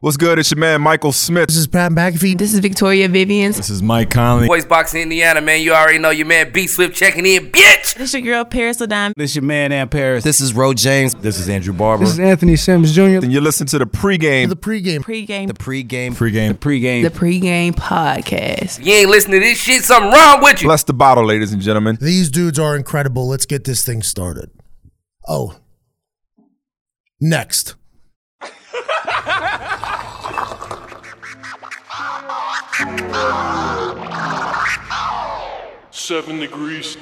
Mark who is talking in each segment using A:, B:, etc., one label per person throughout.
A: What's good? It's your man Michael Smith.
B: This is Pat McAfee.
C: This is Victoria Vivians.
D: This is Mike Conley.
E: Voice Boxing Indiana, man. You already know your man B Swift checking in, bitch.
C: This your girl Paris Ladon.
F: This your man Ann Paris.
G: This is Ro James.
H: This is Andrew Barber.
I: This is Anthony Sims Jr.
A: And you're listening to the pregame.
B: The pregame.
C: Pregame.
G: The pregame.
D: Pregame.
F: The pregame.
C: The pregame podcast.
E: If you ain't listening to this shit, something wrong with you.
A: Bless the bottle, ladies and gentlemen.
B: These dudes are incredible. Let's get this thing started. Oh, next.
J: Seven degrees.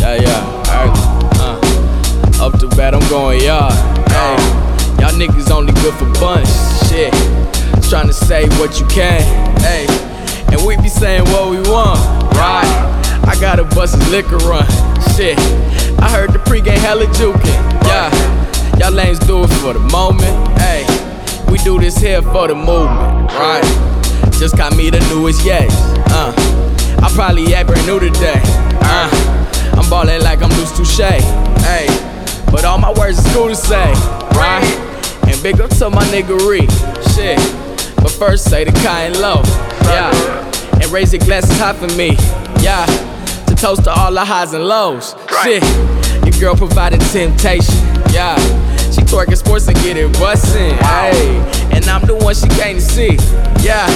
K: Yeah, yeah, alright. Uh, up to bat, I'm going yard. Hey, y'all niggas only good for bunch. Shit, tryna say what you can. Hey, and we be saying what we want. Right, I got a bus's liquor run. Shit, I heard the pregame hella jukin'. Yeah, y'all lanes do it for the moment. Hey, we do this here for the movement. Right, just got me the newest yes. Uh, I probably act brand new today. Uh. I'm ballin' like I'm loose touche. Hey, but all my words is cool to say, right? And big up to my niggery, shit. But first say the kind low, yeah. And raise your glasses high for me, yeah. To toast to all the highs and lows, shit. Your girl provided temptation, yeah. She twerking sports and get it bustin', hey. And I'm the one she came to see, yeah.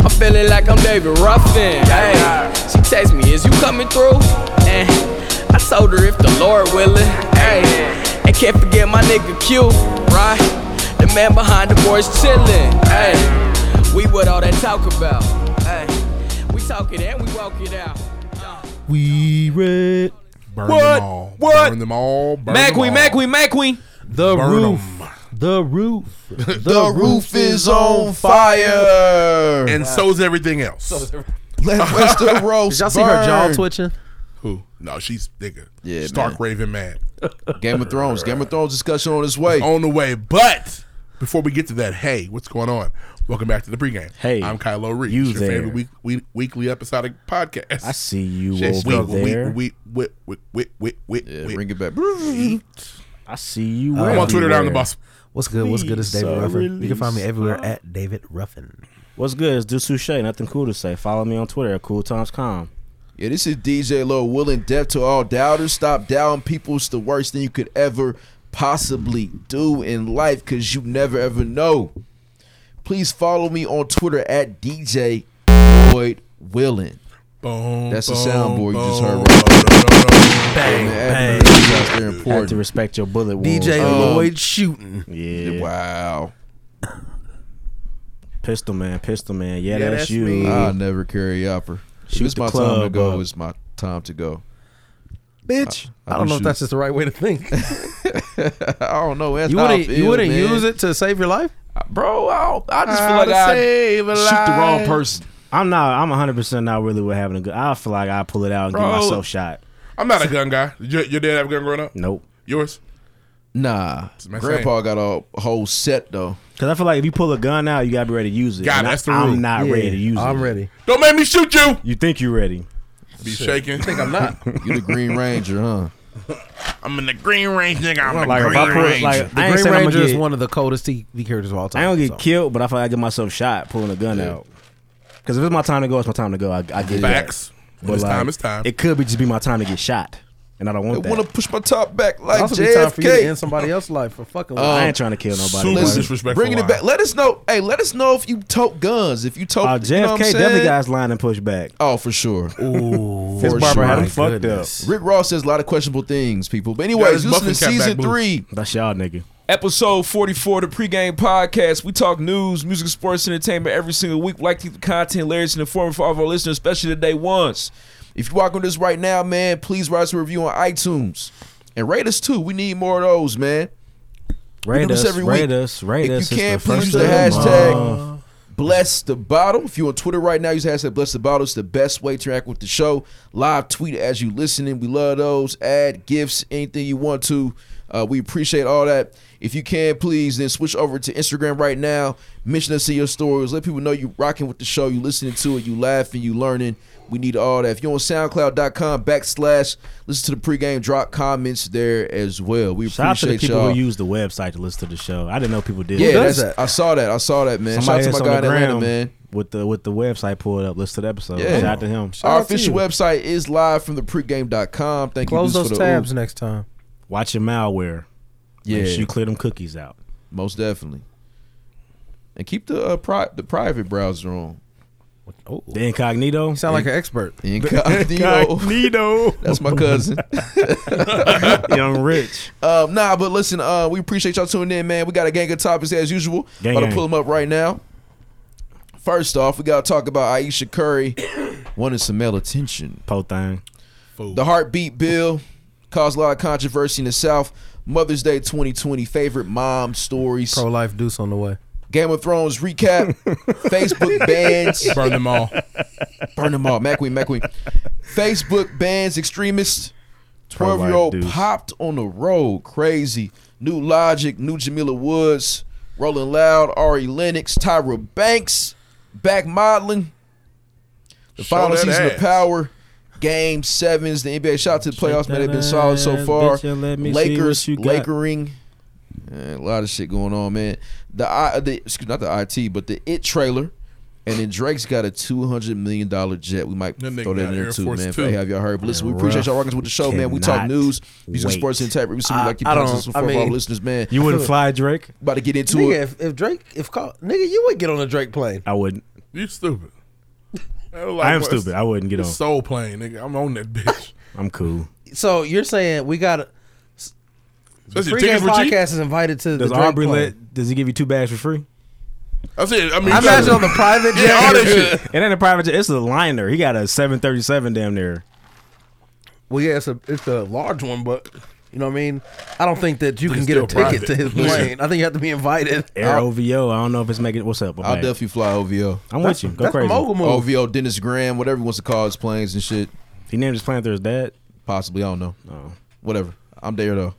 K: I'm feeling like I'm David Ruffin, hey. She text me, is you coming through? And I told her if the Lord willing. Hey, and can't forget my nigga Q, right? The man behind the boys chillin'. Hey, we what all that talk about. Hey, we talk it and we walk it out.
I: We red.
D: Burn What?
H: Them all.
D: What?
H: Burn them all. Burn
K: Mac
H: them
K: we,
H: all.
K: Mac we, Mac we.
I: The
H: Burn
I: roof.
H: 'em.
I: The roof. The,
G: The roof is on fire.
H: And so's everything else.
G: Let Westeros
I: Did y'all see her jaw
G: burn.
I: twitching?
H: Who? No, she's nigga.
G: Yeah,
H: Stark
G: man.
H: Raven mad.
G: Game of Thrones. Game of Thrones discussion on its way.
I: Oh,
H: on the way. But before we get to that, hey, what's going on? Welcome back to the pregame.
F: Hey,
H: I'm Kylo Reed.
F: you
H: it's your
F: there.
H: favorite week, week, weekly episodic podcast.
F: I see you
H: Just
F: over
H: week,
F: there.
H: Week, week, week, week, week, week,
G: Yeah,
H: week,
G: bring it back.
H: week.
F: I see you.
H: I'm on Twitter down the
F: everywhere.
H: bus.
B: What's good? What's good? It's David
F: Please, uh,
B: Ruffin. You can find me
F: release
B: everywhere at David Ruffin.
I: What's good? It's Dusuche. Nothing cool to say. Follow me on Twitter at Cool Times Calm.
G: Yeah, this is DJ Lil willing death to all doubters. Stop doubting people. It's the worst thing you could ever possibly do in life because you never ever know. Please follow me on Twitter at DJ Lloyd Willing.
H: Boom.
G: That's the
H: boom,
G: soundboard you just
H: boom,
G: heard right
H: boom, boom, boom.
G: Bang, bang. They're
I: Have to
G: important.
I: respect your bullet wounds.
B: DJ
G: Um,
B: Lloyd shooting.
I: Yeah.
G: Wow.
I: Pistol man. Pistol man. Yeah,
H: Yeah,
I: that's,
H: that's
I: you.
H: me.
G: I'll never carry opper. If
I: Shoot
G: it's
I: the
G: my time to
I: club
G: go,
I: up.
G: it's my time to go.
B: Bitch.
G: I- I
B: I, don't
G: do
B: know
G: shoot.
B: if that's just the right way to think.
G: I don't know. That's
B: You
G: how I
B: wouldn't you
G: feel,
B: wouldn't
G: man.
B: use it to save your life?
G: bro. I, don't, I just feel
H: How
G: like
H: to
G: I
H: save a
G: shoot the wrong
H: life.
G: person.
I: I'm not. I'm 100 percent not really with having a good. I feel like I pull it out and
H: Bro.
I: get myself shot.
H: I'm not a gun guy. Did Your, your dad have a gun growing up?
I: Nope.
H: Yours?
G: Nah,
H: my
G: grandpa got a whole set though.
I: Cause I feel like if you pull a gun out, you gotta be ready to use it.
H: God,
I: And I-
H: that's the rule.
I: I'm not ready to use it.
B: I'm ready.
H: Don't make me shoot you.
I: You think you're ready?
H: Be shaking. think I'm not.
G: You the Green Ranger, huh?
H: I'm in the green range, nigga. I'm in
I: Like
H: the
I: if I
H: green range.
I: pull, like
B: The
I: I ain't
B: Green
I: saying I'm
B: Ranger
I: gonna
B: is
I: get.
B: one of the coldest TV characters of all time.
I: I don't get
B: so.
I: killed, but I feel like I get myself shot pulling a gun out. Cause if it's my time to go, it's my time to go. I, I get
H: Facts.
I: That.
H: When it's
I: like,
H: time, it's time.
I: It could be just be my time to get shot, and I don't
G: I
I: want
G: want to
I: that.
G: push my top back like
B: Also, be time for you to end
G: JFK.
B: somebody else's life for fucking.
I: I
B: life.
I: ain't trying to kill nobody.
H: super
I: bro.
H: dis-
G: Um, Listen,
H: Disrespectful
G: bringing it
H: line.
G: back. Let us know. Hey, let us know if you tote guns. If you tote,
I: Uh,
G: you know
I: JFK
G: what I'm
I: definitely
G: saying?
I: got his line and push back.
G: Oh, for sure.
I: His
G: for
I: barber had him
G: sure.
I: fucked up.
G: Rick Ross says a lot of questionable things, people. But
H: Yeah,
G: anyways,
H: his
G: listen to
H: muffin cap back
G: season
H: blue.
G: three.
I: That's y'all, nigga.
L: Episode 44 of the pregame podcast. We talk news, music, sports, entertainment every single week. We like to keep the content hilarious and informative for all of our listeners, especially the day ones.
G: If you watching this right now, man, please write us a review on iTunes and rate us too. We need more of those, man. We
I: Rate
G: do this
I: us,
G: every
I: rate
G: week.
I: us, rate
G: If you
I: us. It's
G: can,
I: the
G: please
I: first
G: use the
I: of
G: hashtag
I: month.
G: Bless the bottle. If you're on Twitter right now, use hashtag bless the bottle. It's the best way to interact with the show. Live tweet as you listening. We love those. Add gifts, anything you want to. Uh, we appreciate all that. If you can, please then switch over to Instagram right now. Mention us in your stories. Let people know you rocking with the show, you listening to it, you laughing, you learning. We need all that. If you're on SoundCloud.com backslash, listen to the pregame. Drop comments there as well. We
I: Shout out to the
G: appreciate
I: people
G: y'all.
I: who use the website to listen to the show. I didn't know people did.
G: yeah,
B: does
G: that's,
B: that?
G: I saw that. I saw that, man.
I: Somebody
G: Shout out
I: that's
G: to
I: on
G: my guy in
I: the
G: Atlanta,
I: ground
G: man.
I: with the with the website pulled up, listed episode.
G: Yeah.
I: Shout out to him.
G: Our
B: out to
G: official
B: you.
G: website is live from the pregame.com. Thank
D: Close
G: you Deuce,
D: those
G: for the
D: tabs next time.
I: Watch your malware.
G: Yeah,
I: Make sure you clear them cookies out.
G: most definitely. And keep the uh, pri- the private browser on.
D: Oh,
I: The incognito.
D: you sound like an expert.
G: Incognito.
I: Incognito.
G: That's my cousin.
I: Young Rich.
G: um, nah, but listen, uh, we appreciate y'all tuning in, man. We got a gang of topics as usual.
I: Gang,
G: About to
I: gang.
G: pull them up right now. First off, we gotta talk about Aisha Curry wanting some male attention.
I: Po thing.
G: The heartbeat bill caused a lot of controversy in the South. Mother's Day 2020 favorite mom stories.
D: Pro life deuce on the way.
G: Game of Thrones recap. Facebook bans.
H: Burn them all.
G: Burn them all. Mac Queen, Mac Queen. Facebook bans extremists. 12 year old
I: dudes.
G: popped on the road. Crazy. New Logic, New Jamila Woods, Rolling Loud, Ari Lennox, Tyra Banks, Back Modeling. The
H: Show
G: final
H: that
G: season of
H: ass.
G: Power. Game sevens, the NBA. Shout out to the playoffs, man. They've been solid so
I: ass,
G: far.
I: bitch, and let me see what
G: Lakers,
I: you got.
G: Lakering. Eh, a lot of shit going on, man. The I, the excuse not the IT, but the it trailer. And then Drake's got a two hundred million dollar jet. We might
H: That nigga
G: throw that
H: got
G: in there
H: Air
G: too,
H: Force
G: man. If
H: Two.
G: they have y'all heard, but listen, we
I: Man,
G: appreciate
I: rough.
G: y'all rocking with the show, man. We talk
I: Cannot
G: news, music,
I: wait.
G: sports, and entertainment. We see we
D: I-
G: like you
D: I
G: posting
D: don't-
G: some
D: I
G: for all
D: mean-
G: the listeners, man.
I: You wouldn't fly Drake?
G: about to get into
D: Nigga,
G: it.
D: if, if Drake, if call, nigga, you would get on a Drake plane.
I: I wouldn't.
H: You stupid. I, don't
I: I am
H: what's-
I: stupid. I wouldn't get on.
H: Soul plane, nigga. I'm on that bitch.
I: I'm cool.
D: So you're saying we got
H: That's your
D: pregame
H: tickets were cheap.
D: podcast is invited to
I: Does
D: the Drake
I: Aubrey
D: plane.
I: let does he give you two bags for free?
H: That's it. I mean,
D: I
H: you gotta-
D: imagine on the private jet.
H: yeah, all that shit.
I: It ain't a private jet, it's a liner. He got a seven thirty seven damn near.
D: Well, yeah, it's a it's a large one, but you know what I mean. I don't think that you
H: But
D: can
H: it's
D: get a
H: still
D: ticket to his
H: private. Yeah.
D: plane. I think you have to be invited.
I: Air
G: I'll-
I: OVO. I don't know if it's making what's up. my
G: I'll
I: bad.
G: definitely fly OVO,
I: I'm with you. Go
D: That's
I: crazy.
D: a mogul move.
G: OVO, Dennis Graham, whatever he wants to call his planes and shit.
I: He named his plan after his dad.
G: Possibly, I don't know.
I: Oh.
G: Whatever. I'm there though.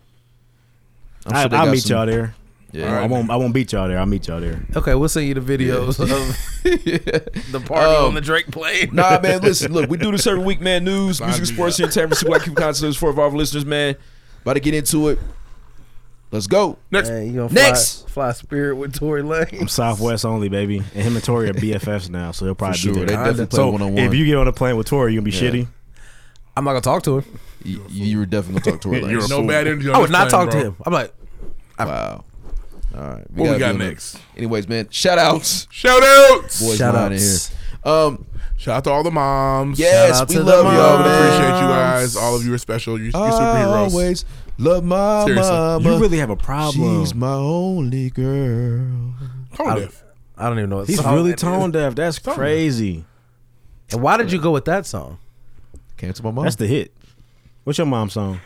G: I'm
I: I,
G: sure they
I: I'll
G: got
I: meet
G: some-
I: y'all there.
G: Yeah.
I: I won't. I won't beat y'all there. I'll meet y'all there.
B: Oh.
D: Okay, we'll send you the videos of the party
G: Um,
D: on the Drake plane.
G: Nah, man. Listen, look, we
L: We do this every week, man. News, music,
H: me
L: sports, entertainment. See what I keep content for all of our listeners, man.
G: about to get into it. Let's go.
H: Next.
D: Man, you gonna
G: Next.
D: fly, fly Spirit with Tory Lane?
I: I'm Southwest only, baby. And him and Tori are BFFs now, so they'll probably
G: sure.
I: be
G: They
I: there.
G: definitely play
I: so
G: one-on-one.
I: if you get on a plane with Tori, you're gonna be shitty.
D: I'm not gonna talk to him.
G: You, you were definitely gonna talk to her. Like,
H: You're no bad energy. On
D: I would
H: this
D: not
H: plane,
D: talk
H: bro.
D: to him. I'm like,
G: Wow. All right.
H: What we
G: gotta
H: got
G: do another-
H: next?
G: Anyways, man, shout outs.
H: Shout outs.
G: Boys,
D: Shout
G: shout out here.
D: outs.
G: Um,
H: Shout out to all the moms.
G: yes,
D: out
G: we
D: to the
G: love
H: Y'all
G: y'all,
H: would
G: man.
H: appreciate you guys. All of you are special. You, you're superheroes.
G: Always love my
H: Seriously.
G: mama.
I: You really have a problem.
G: She's my only girl.
H: Tone deaf.
D: I don't even know. What
I: He's
D: song
I: really
D: that is.
I: tone deaf. That's crazy.
D: And why did you go with that song?
G: Cancel my mom.
I: That's the hit. What's your mom's song?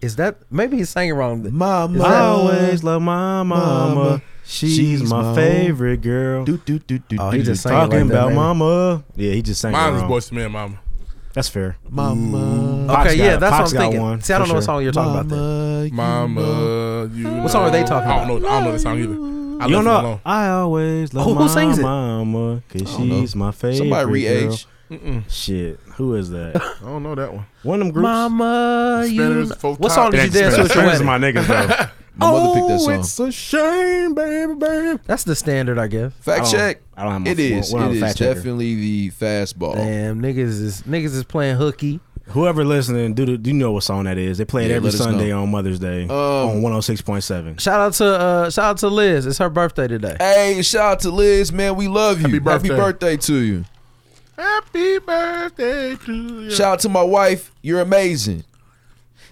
D: Is that maybe he sang it wrong?
G: mama.
D: Is that-
I: I always love my mama.
G: Mama.
I: She's,
G: She's
I: my,
G: my
I: favorite girl.
G: Do, do, do, do,
D: Oh, he
G: do,
D: just
G: do,
D: sang it
I: Talking
D: like that,
I: about
D: maybe.
I: mama. Yeah, he just sang
H: Mine
I: it
H: was
I: wrong.
H: Boys to Men, Mama.
I: That's fair.
G: Mama.
I: Pops
D: Okay,
I: got
D: yeah,
I: it.
D: that's what I'm
I: Pops got
D: thinking.
I: one,
D: See, I don't
I: for
D: know what
I: sure.
D: song you're talking about. Then.
G: Mama, you know.
H: Mama. You know.
D: song are they talking
H: I don't know. I don't know the song either. I
I: You
H: left it
I: don't know.
H: alone.
I: I always love
D: Who- who
I: my
D: sings it?
I: mama because
G: know.
I: she's my favorite.
G: Somebody
I: girl.
G: re-age.
I: Shit, who is that?
H: I don't know that one.
I: One of them groups.
D: Mama, you.
H: Spinners, full
D: What
H: top.
D: song did you dance to at your
I: Friends
D: wedding?
I: of my niggas though.
G: My mother
I: Oh,
G: picked that song.
I: a shame, baby, baby.
D: That's the standard, I guess.
G: Fact
I: I don't-
G: check.
I: I don't have my
G: It is.
I: phone. We're
G: It
I: not a
G: is
I: fact checker.
G: definitely the fastball.
D: Damn, niggas is niggas is playing hooky.
I: Whoever listening, do the- do you know what song that is? They play it
G: Yeah,
I: every
G: let us
I: Sunday
G: know. Um,
I: on Mother's Day on one hundred six point seven.
D: Shout out to uh, shout out to Liz. It's her birthday today.
G: Hey, shout out to Liz, man. We love you.
H: Happy birthday.
G: birthday to you.
H: Happy birthday to you.
G: Shout out to my wife. You're amazing.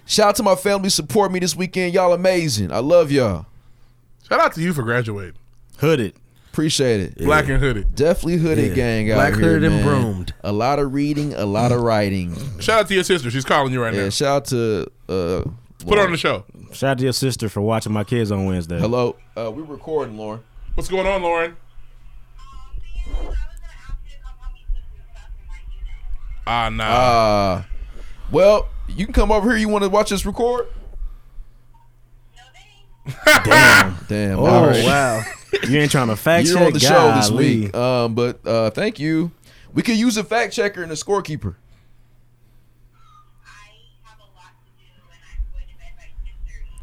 G: Shout out to my family. who Support me this weekend. Y'all amazing. I love y'all.
H: Shout out to you for graduating.
I: Hooded.
G: Appreciate it.
H: Black and hooded.
G: Definitely hooded gang out
D: Black
G: here,
D: hooded and
G: man.
D: broomed.
G: A lot of reading, a lot of writing.
H: Shout out to your sister. She's calling you right
G: Yeah,
H: now.
G: shout out to uh,
H: Put her on the show.
I: Shout out to your sister for watching my kids on Wednesday.
G: Hello, uh, we're recording, Lauren.
H: What's going on, Lauren? Ah, nah.
G: Uh, well, you can come over here. You want to watch us record? Damn. Damn.
I: Oh,
G: all right.
I: wow. You ain't trying to fact
G: You're
I: check?
G: on the show this
I: Golly.
G: week. Um, but uh, thank you. We could use a fact checker and a scorekeeper.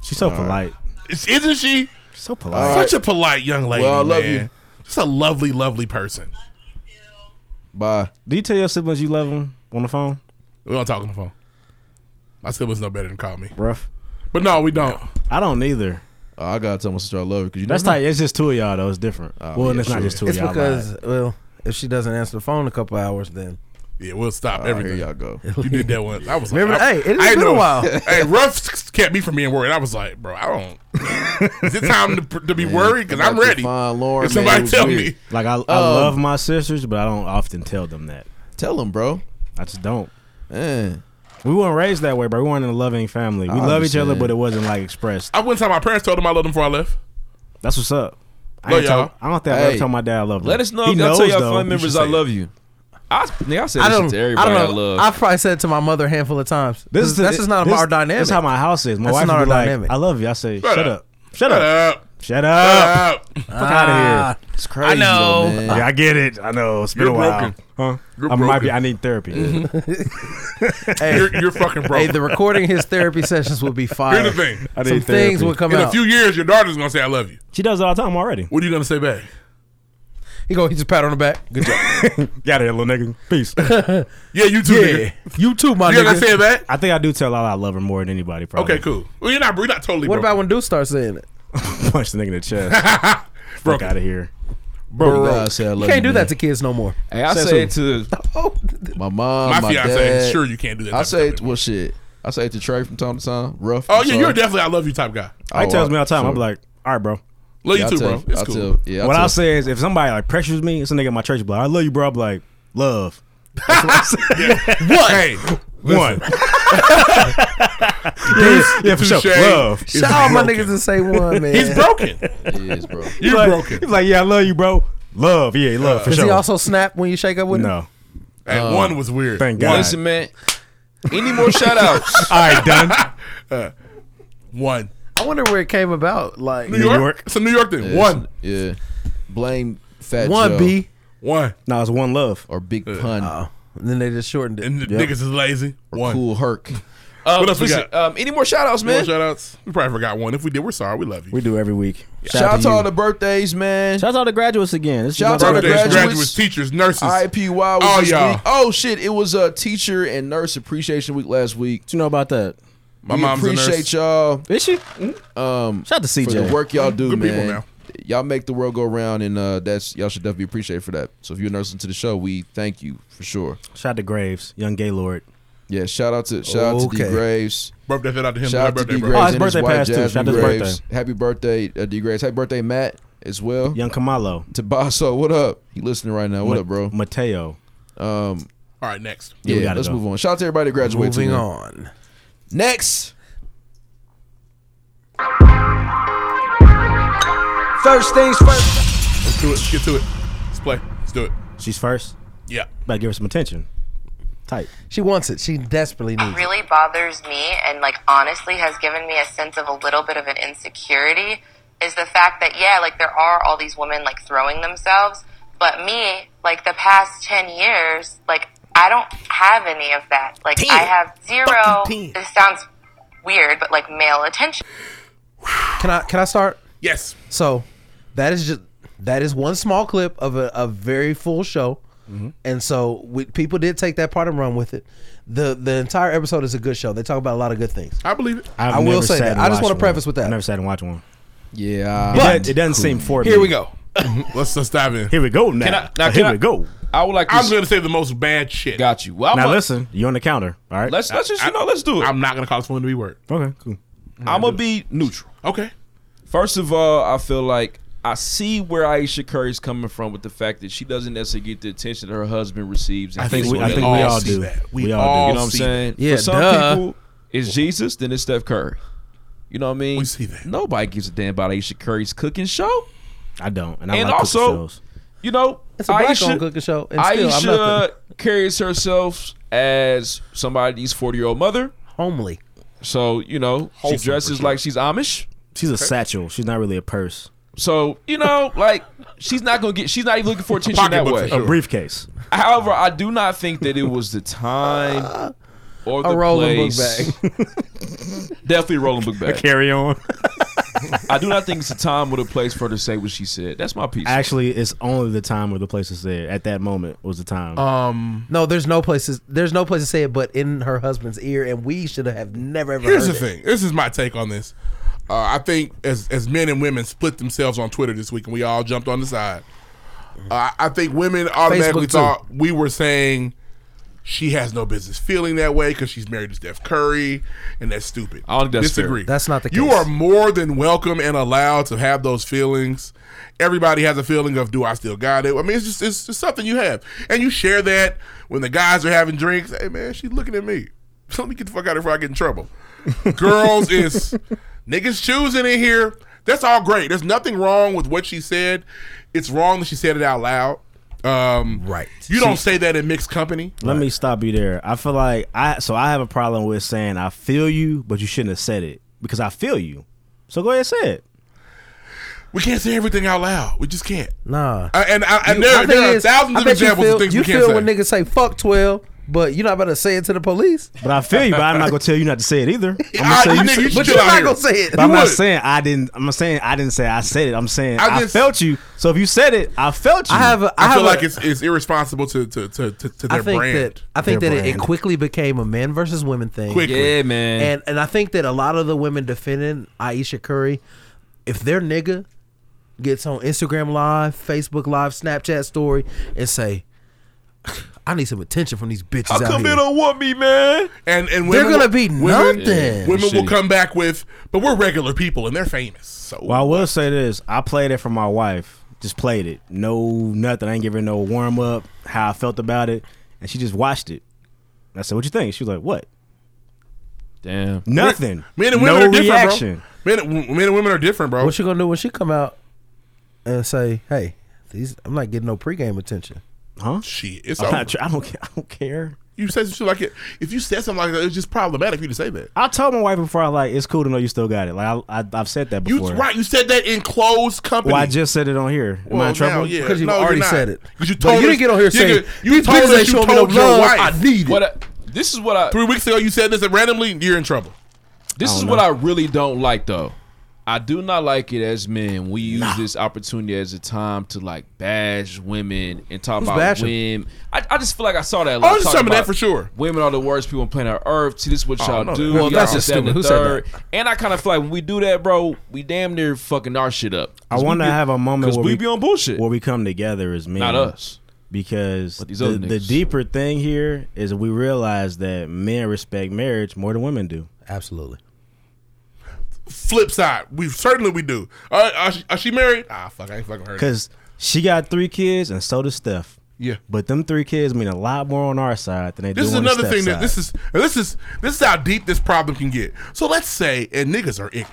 I: She's so polite.
L: It's, isn't she?
I: So
G: All
I: polite.
G: right.
L: Such a polite young lady.
G: Well, I love
L: man.
G: you.
L: Just a lovely, lovely person.
G: Bye.
I: Do you tell your siblings you love them on the phone?
L: We don't talk on the phone. My siblings know better than call me.
I: Rough.
L: But no, we don't.
I: I don't either.
G: Uh, I gotta tell my sister I love her because you.
I: That's
G: never
I: like it's just two of y'all though. It's different. well,
G: Mm-hmm. Oh, yeah,
I: it's not
G: sure.
I: just two
D: It's
I: of y'all.
D: because
I: lied.
D: well, if she doesn't answer the phone in a couple hours, then
L: Yeah, we'll stop
G: know. All right,
L: everything.
G: Oh, Here y'all go.
L: You did that one. I was like,
D: Remember-
L: I,
D: hey, it has
L: I
D: been a
L: know-
D: while.
L: Hey, Ruff kept me from being worried. I was like, bro, I don't. Is it time to, to be worried? Because I'm
G: Like
L: ready.
G: Devon Lauren,
L: If
G: man,
L: somebody
G: it was
L: tell
G: weird.
L: me,
I: Like
D: um,
I: I, I love my sisters, but I don't often tell them that.
G: Tell him, bro.
I: I just don't.
G: Man.
I: We weren't raised that way, bro. We weren't in a loving family. We
G: I
I: love each other,
G: understand.
I: but it wasn't like expressed.
L: I went to my parents. Told them I loved them before I left.
I: That's what's up. I,
L: Love
I: ain't told-
L: y'all.
I: I don't think I ever
G: Hey.
I: told my dad I love him.
A: Let us know
I: He
A: if y'all tell
I: knows,
A: y'all
I: though.
A: family
I: You should
A: members
I: say
A: I
I: it.
A: love you. I, nigga, I said
D: I
A: this shit
D: don't.
A: to
D: I
A: everybody I,
D: don't know.
A: love.
D: I've probably said it to my mother a handful of times. This
I: is
D: is
I: the-
D: that's just not
I: this-
D: our dynamic.
I: This is how my house is. My
D: That's
I: wife
D: not
I: would
D: our
I: be like,
D: dynamic.
I: "I love you." I say, "Shut,
L: up.
I: up. Shut,
L: Shut
I: up.
L: up.
I: Shut up.
L: Shut up.
I: Fuck out of here."
G: It's crazy. I
M: know.
I: Ah, Yeah, I get it. I know. It's been
L: You're
I: a while.
L: broken.
I: Huh?
L: You're
I: I might be.
L: broken.
I: I need therapy.
D: hey,
L: You're, you're fucking broke.
D: hey, the recording of his therapy sessions will be fire.
L: Here's the thing.
I: I
D: Some
I: need
D: things
I: therapy.
D: will come
L: In a
D: out.
L: few years, your daughter's gonna say I love you.
I: She does it all the time already.
L: What are you gonna say back?
D: he go. He just pat on the back. Good job.
I: Got it, little nigga. Peace.
L: Yeah, you too.
D: yeah,
L: nigga.
D: you too, my
L: You ain't gonna
D: nigga.
L: say it back?
I: I think I do tell Lala I love her more than anybody. Probably.
L: Okay, cool. Well, you're not. You're not totally.
D: What about
L: broken.
D: when Dude starts saying it?
I: Punch the nigga in the chest. Fuck
L: broken?
I: out of here.
G: Bro,
L: Bro.
G: I say I
D: You
G: love
D: can't do
G: you, Oh, man.
D: that to kids no more.
A: Hey, I
I: Say
A: say it to
D: Oh,
G: My mom,
L: My,
G: my,
L: fiance,
G: dad.
L: sure you can't do that.
G: I
L: type of
G: say,
L: stuff.
G: it, well, shit. I say it to Trey from time to time. Rough.
L: Oh
G: I'm
L: yeah,
G: sorry.
L: you're definitely I love you type guy.
G: Oh,
I: He tells me all the time.
G: sure.
I: I'm like, all right, bro.
L: Love
G: Yeah, I
L: you too,
G: tell
L: bro. It's
G: I
L: cool.
G: tell- yeah, I
I: what
G: tell-
I: I'll say is, if somebody like pressures me, it's a nigga in my church, but I love you, bro. I'm like, love. That's what I say.
L: What? Hey, one.
I: yeah, yeah, for sure.
L: Touche.
I: Love.
L: It's
D: shout out my
L: broken.
D: niggas and say one man.
L: He's broken.
G: He is, bro.
L: You're
I: like,
L: broken.
I: He's like, yeah, I love you, bro. Love. Yeah, love for
D: Does
I: sure.
D: he also snap when you shake up with him?
I: no,
L: Hey, one was weird.
I: thank God.
A: listen, man. Any more shout outs?
I: all right, done.
L: One.
D: I wonder where it came about. Like
L: New York?
I: York?
L: It's a New York thing. One.
G: Yeah. Blame Fat
D: one
G: Joe
D: B,
L: One.
I: No, it's one love.
G: or Big Pun
D: and then they just shortened it.
L: And the niggas is lazy.
G: or
L: One.
G: Cool Herc.
A: Um,
L: What else we
A: listen,
L: got?
A: Um, any more shout outs,
L: More
A: man?
L: shout outs. We probably forgot one. If we did, we're sorry. We love you.
I: We do every week.
G: Shout out to all the birthdays, man.
I: Shout out to graduates again. This is
G: Shout out to
I: another-
G: the
L: Birthdays,
G: graduates.
L: graduates, teachers, nurses.
G: IPY was
L: Oh,
G: this
L: y'all.
G: week. Oh shit! It was a uh, teacher and nurse appreciation week last week.
I: What you know about that?
L: My
G: we
L: mom's a nurse.
G: appreciate y'all
I: Is she?
G: um,
I: Shout out to
G: for
I: CJ.
G: the work y'all do,
L: Good
G: man.
L: people, man.
G: Y'all make the world go round, and uh, that's y'all should definitely be appreciated for that. So if you're nursing to the show, we thank you for sure.
I: Shout out to Graves, young Gaylord.
G: Yeah, shout out to shout out to D
D: Okay.
G: Graves.
L: Birthday shout out to him.
G: Shout out
L: Happy
G: to D
L: birthday,
G: Graves.
L: bro.
I: Oh, his
G: and his
I: birthday
G: wife,
I: passed, too.
G: Jasmine
I: Shout out to his
G: Graves.
I: birthday.
G: Happy birthday, uh, D Graves. Happy birthday, Matt, as well.
I: Young Kamalo.
G: Tabasso, what up? He listening right now. What
I: Ma-
G: up, bro?
I: Mateo.
L: All right, next.
I: Yeah, we
G: Yeah,
I: gotta
G: let's
I: go.
G: move on. Shout out to everybody that graduated.
D: Moving
G: too, man.
D: on.
G: Next.
N: First things first.
L: Let's do it. Let's get to it. Let's play. Let's do it.
I: She's first.
L: Yeah.
I: Better give her some attention. Tight.
D: She wants it. She desperately needs it.
H: really bothers me and like honestly has given me a sense of a little bit of an insecurity is the fact that yeah like there are all these women like throwing themselves but me like the past 10 years like i don't have any of that like i have zero this sounds weird but like male attention
D: Can I can I start?
L: Yes.
D: So that is just that is one small clip of a, a very full show.
L: Mm-hmm.
D: And so we, people did take that part and run with it. The the entire episode is a good show. They talk about a lot of good things.
L: I believe it.
I: I've
D: I will
I: never
D: say
I: sat
D: that.
I: and
D: I just
I: watched
D: wanna
I: one.
D: preface with that.
I: I never sat and watched one.
G: Yeah.
I: it, does- it doesn't seem for
D: Here
I: me.
D: we go.
L: Let's let's dive in.
I: Here we go now.
A: Can I- now,
I: So
A: can
I: here
A: I-
I: we go.
A: I would like to.
L: I'm gonna say the most bad shit.
A: got you. Well, I'm
I: Now
A: gonna-
I: listen, you on the counter. All right.
A: Let's let's just you know. Let's do it.
L: I'm not gonna call someone to be word.
I: okay, cool.
A: I'm gonna be neutral.
L: Okay.
A: First of all, I feel like I see where Aisha Curry's coming from with the fact that she doesn't necessarily get the attention that her husband receives. and
L: I think
A: things
L: we-
A: like
I: I think
A: that.
I: we
L: all
I: all
L: see
I: do.
L: that. We
I: We all
A: You
L: all-
I: do.
A: know what I'm
L: see
A: saying?
D: Yeah,
A: For some
L: Uh-huh.
D: duh.
A: people, it's Jesus, then it's Steph Curry. You know what I mean?
L: We see that.
A: Nobody gives a damn about Aisha Curry's cooking show.
I: I don't. And I
A: And
I: like cooking
A: also-
I: shows.
A: You know,
D: It's a black owned cooking show. And still, I'm
A: Aisha
D: nothing.
A: carries herself as somebody's 40 year old mother.
D: Homely.
A: So, you know, she
L: Wholesome, for
A: dresses
L: sure.
A: like she's Amish.
I: She's a satchel. She's not really a purse.
G: So you know, like she's not gonna get. She's not even looking for attention that
I: Pocketbook
G: way.
I: for sure. A briefcase.
G: However, I do not think that it was the time or the
D: A rolling book
G: place. Definitely a rolling book bag.
I: carry on.
G: I do not think it's the time or the place for her to say what she said. That's my piece.
I: Actually, it's only the time where the place is there. At that moment was the time.
D: Um, no, there's no places. There's no place to say it, but in her husband's ear, and we should have never ever.
L: Here's the
D: heard it.
L: thing. This is my take on this. Uh, I think as as men and women split themselves on Twitter this week, and we all jumped on the side. Uh, I think women
O: Facebook,
L: automatically
O: too.
L: thought we were saying she has no business feeling that way because she's married to Steph Curry, and that's stupid.
G: I don't think that's fair.
L: disagree.
G: That's not the
L: You
G: case.
L: are more than welcome and allowed to have those feelings. Everybody has a feeling of "Do I still got it?" I mean, it's just it's just something you have, and you share that when the guys are having drinks. Hey, man, she's looking at me. Let me get the fuck out of here before I get in trouble. Girls is niggas choosing in here. That's all great. There's nothing wrong with what she said. It's wrong that she said it out loud. Um, right. You don't say that in mixed company.
I: Let me stop you there. I feel like I so I have a problem with saying I feel you, but you shouldn't have said it because I feel you. So go ahead and say it.
L: We can't say everything out loud. We just can't.
D: Nah.
L: I- and I, and
D: You- my
L: there,
D: thing
L: there are
D: is,
L: thousands
D: I
L: of
D: bet you
L: examples
D: feel-
L: of things
D: you
L: we can't
D: feel
L: say.
D: when niggas say "fuck 12, but you're not about to say it to the police.
I: But I feel you, but I'm not gonna tell you not to say it either. I'm gonna
D: Ah,
I: say
D: you nigga,
I: said-
D: you But chill you're out not here. gonna say it.
I: But I'm
D: You
I: not
D: would.
I: saying I didn't. I'm not saying I didn't say I said it. I'm saying
L: I
I: I,
L: just-
I: felt you. So if you said it, I felt you.
D: I have a-
L: I, feel like it's, it's irresponsible to to to, to, to their
D: I think
L: brand.
D: that I think
L: Their
D: that it, it
L: brand.
D: quickly became a men versus women thing.
L: Quickly. Yeah, man.
D: And and I think that a lot of the women defending Aisha Curry, if their nigga gets on Instagram Live, Facebook Live, Snapchat story, and say, "I need some attention from these bitches
L: How
D: out
L: come
D: here,"
L: they don't want me, man? And and
D: They're
L: women
D: gonna
L: will-
D: be
L: women-
D: nothing.
L: Women will
I: Shitty.
L: come back with, but we're regular people and they're famous. So
I: Well, I will say this. I played it for my wife. Just played it. No, nothing. I ain't giving her no warm up, how I felt about it. And she just watched it. And I said, What you think? She was like, What?
G: Damn.
I: Nothing.
L: Men and women
I: no
L: are different,
I: reaction.
L: bro. Men, and- men and women are different, bro.
D: What you gonna do when she come out and say, "Hey, these I'm not getting no pregame attention."
I: Huh?
L: Shit, it's
D: all.
L: I'm not over. tr- I don't
I: care. I don't care.
L: You say some shit like it. If you said something like that, it's just problematic for you to say that.
I: I told my wife before, I like, It's cool to know you still got it. Like, I, I, I've said that
L: You
I: before.
L: right? You said that in closed company.
I: Well, I just said it on here. Am I
L: Well,
I: in trouble?
L: now, yeah. No, you're not. Because you
I: But
L: told
I: you didn't
L: us-
I: get on here
L: you
I: saying,
L: could- you
I: "These
L: told
I: bitches
L: us
I: ain't
L: you
I: showing me
L: told
I: no
L: your
I: love.
L: wife.
I: I need it."
G: What I- this is what I
L: three weeks ago. You said this and randomly. You're in trouble.
G: This
L: I
G: is
L: don't
G: what
L: know.
G: I really don't like though. I do not like it as men. We use this opportunity as a time to like bash women and talk
L: Who's
G: about
L: bashing?
G: women. I, I just feel like I saw that. a
L: Oh,
G: lot.
L: there's
G: Talk
L: some of that
G: about
L: for sure.
G: Women are the worst people on planet Earth. See, this is what
L: Oh,
G: y'all
L: no,
G: do.
L: well,
G: Y'all
L: that's
G: this,
L: just
G: that, and
L: stupid.
G: the
L: Who said
G: third. And I kind of feel like when we do that, bro, we damn near fucking our shit up.
I: I want to have a moment
G: because
I: where
G: we, be on bullshit.
I: Where we come together as men,
G: Not us.
I: Because
G: these
I: the,
G: other
I: the
G: niggas.
I: deeper thing here is we realize that men respect marriage more than women do.
D: Absolutely.
L: Flip side. We certainly we do. Uh, are, she, are she married? Ah, fuck. I ain't fucking heard.
I: Because she got three kids and so does Steph.
L: Yeah.
I: But them three kids mean a lot more on our side than they
L: This
I: do
L: is
I: on the
L: another
I: Steph
L: thing that
I: side.
L: this is and this is this is how deep this problem can get. So let's say and niggas are ignorant.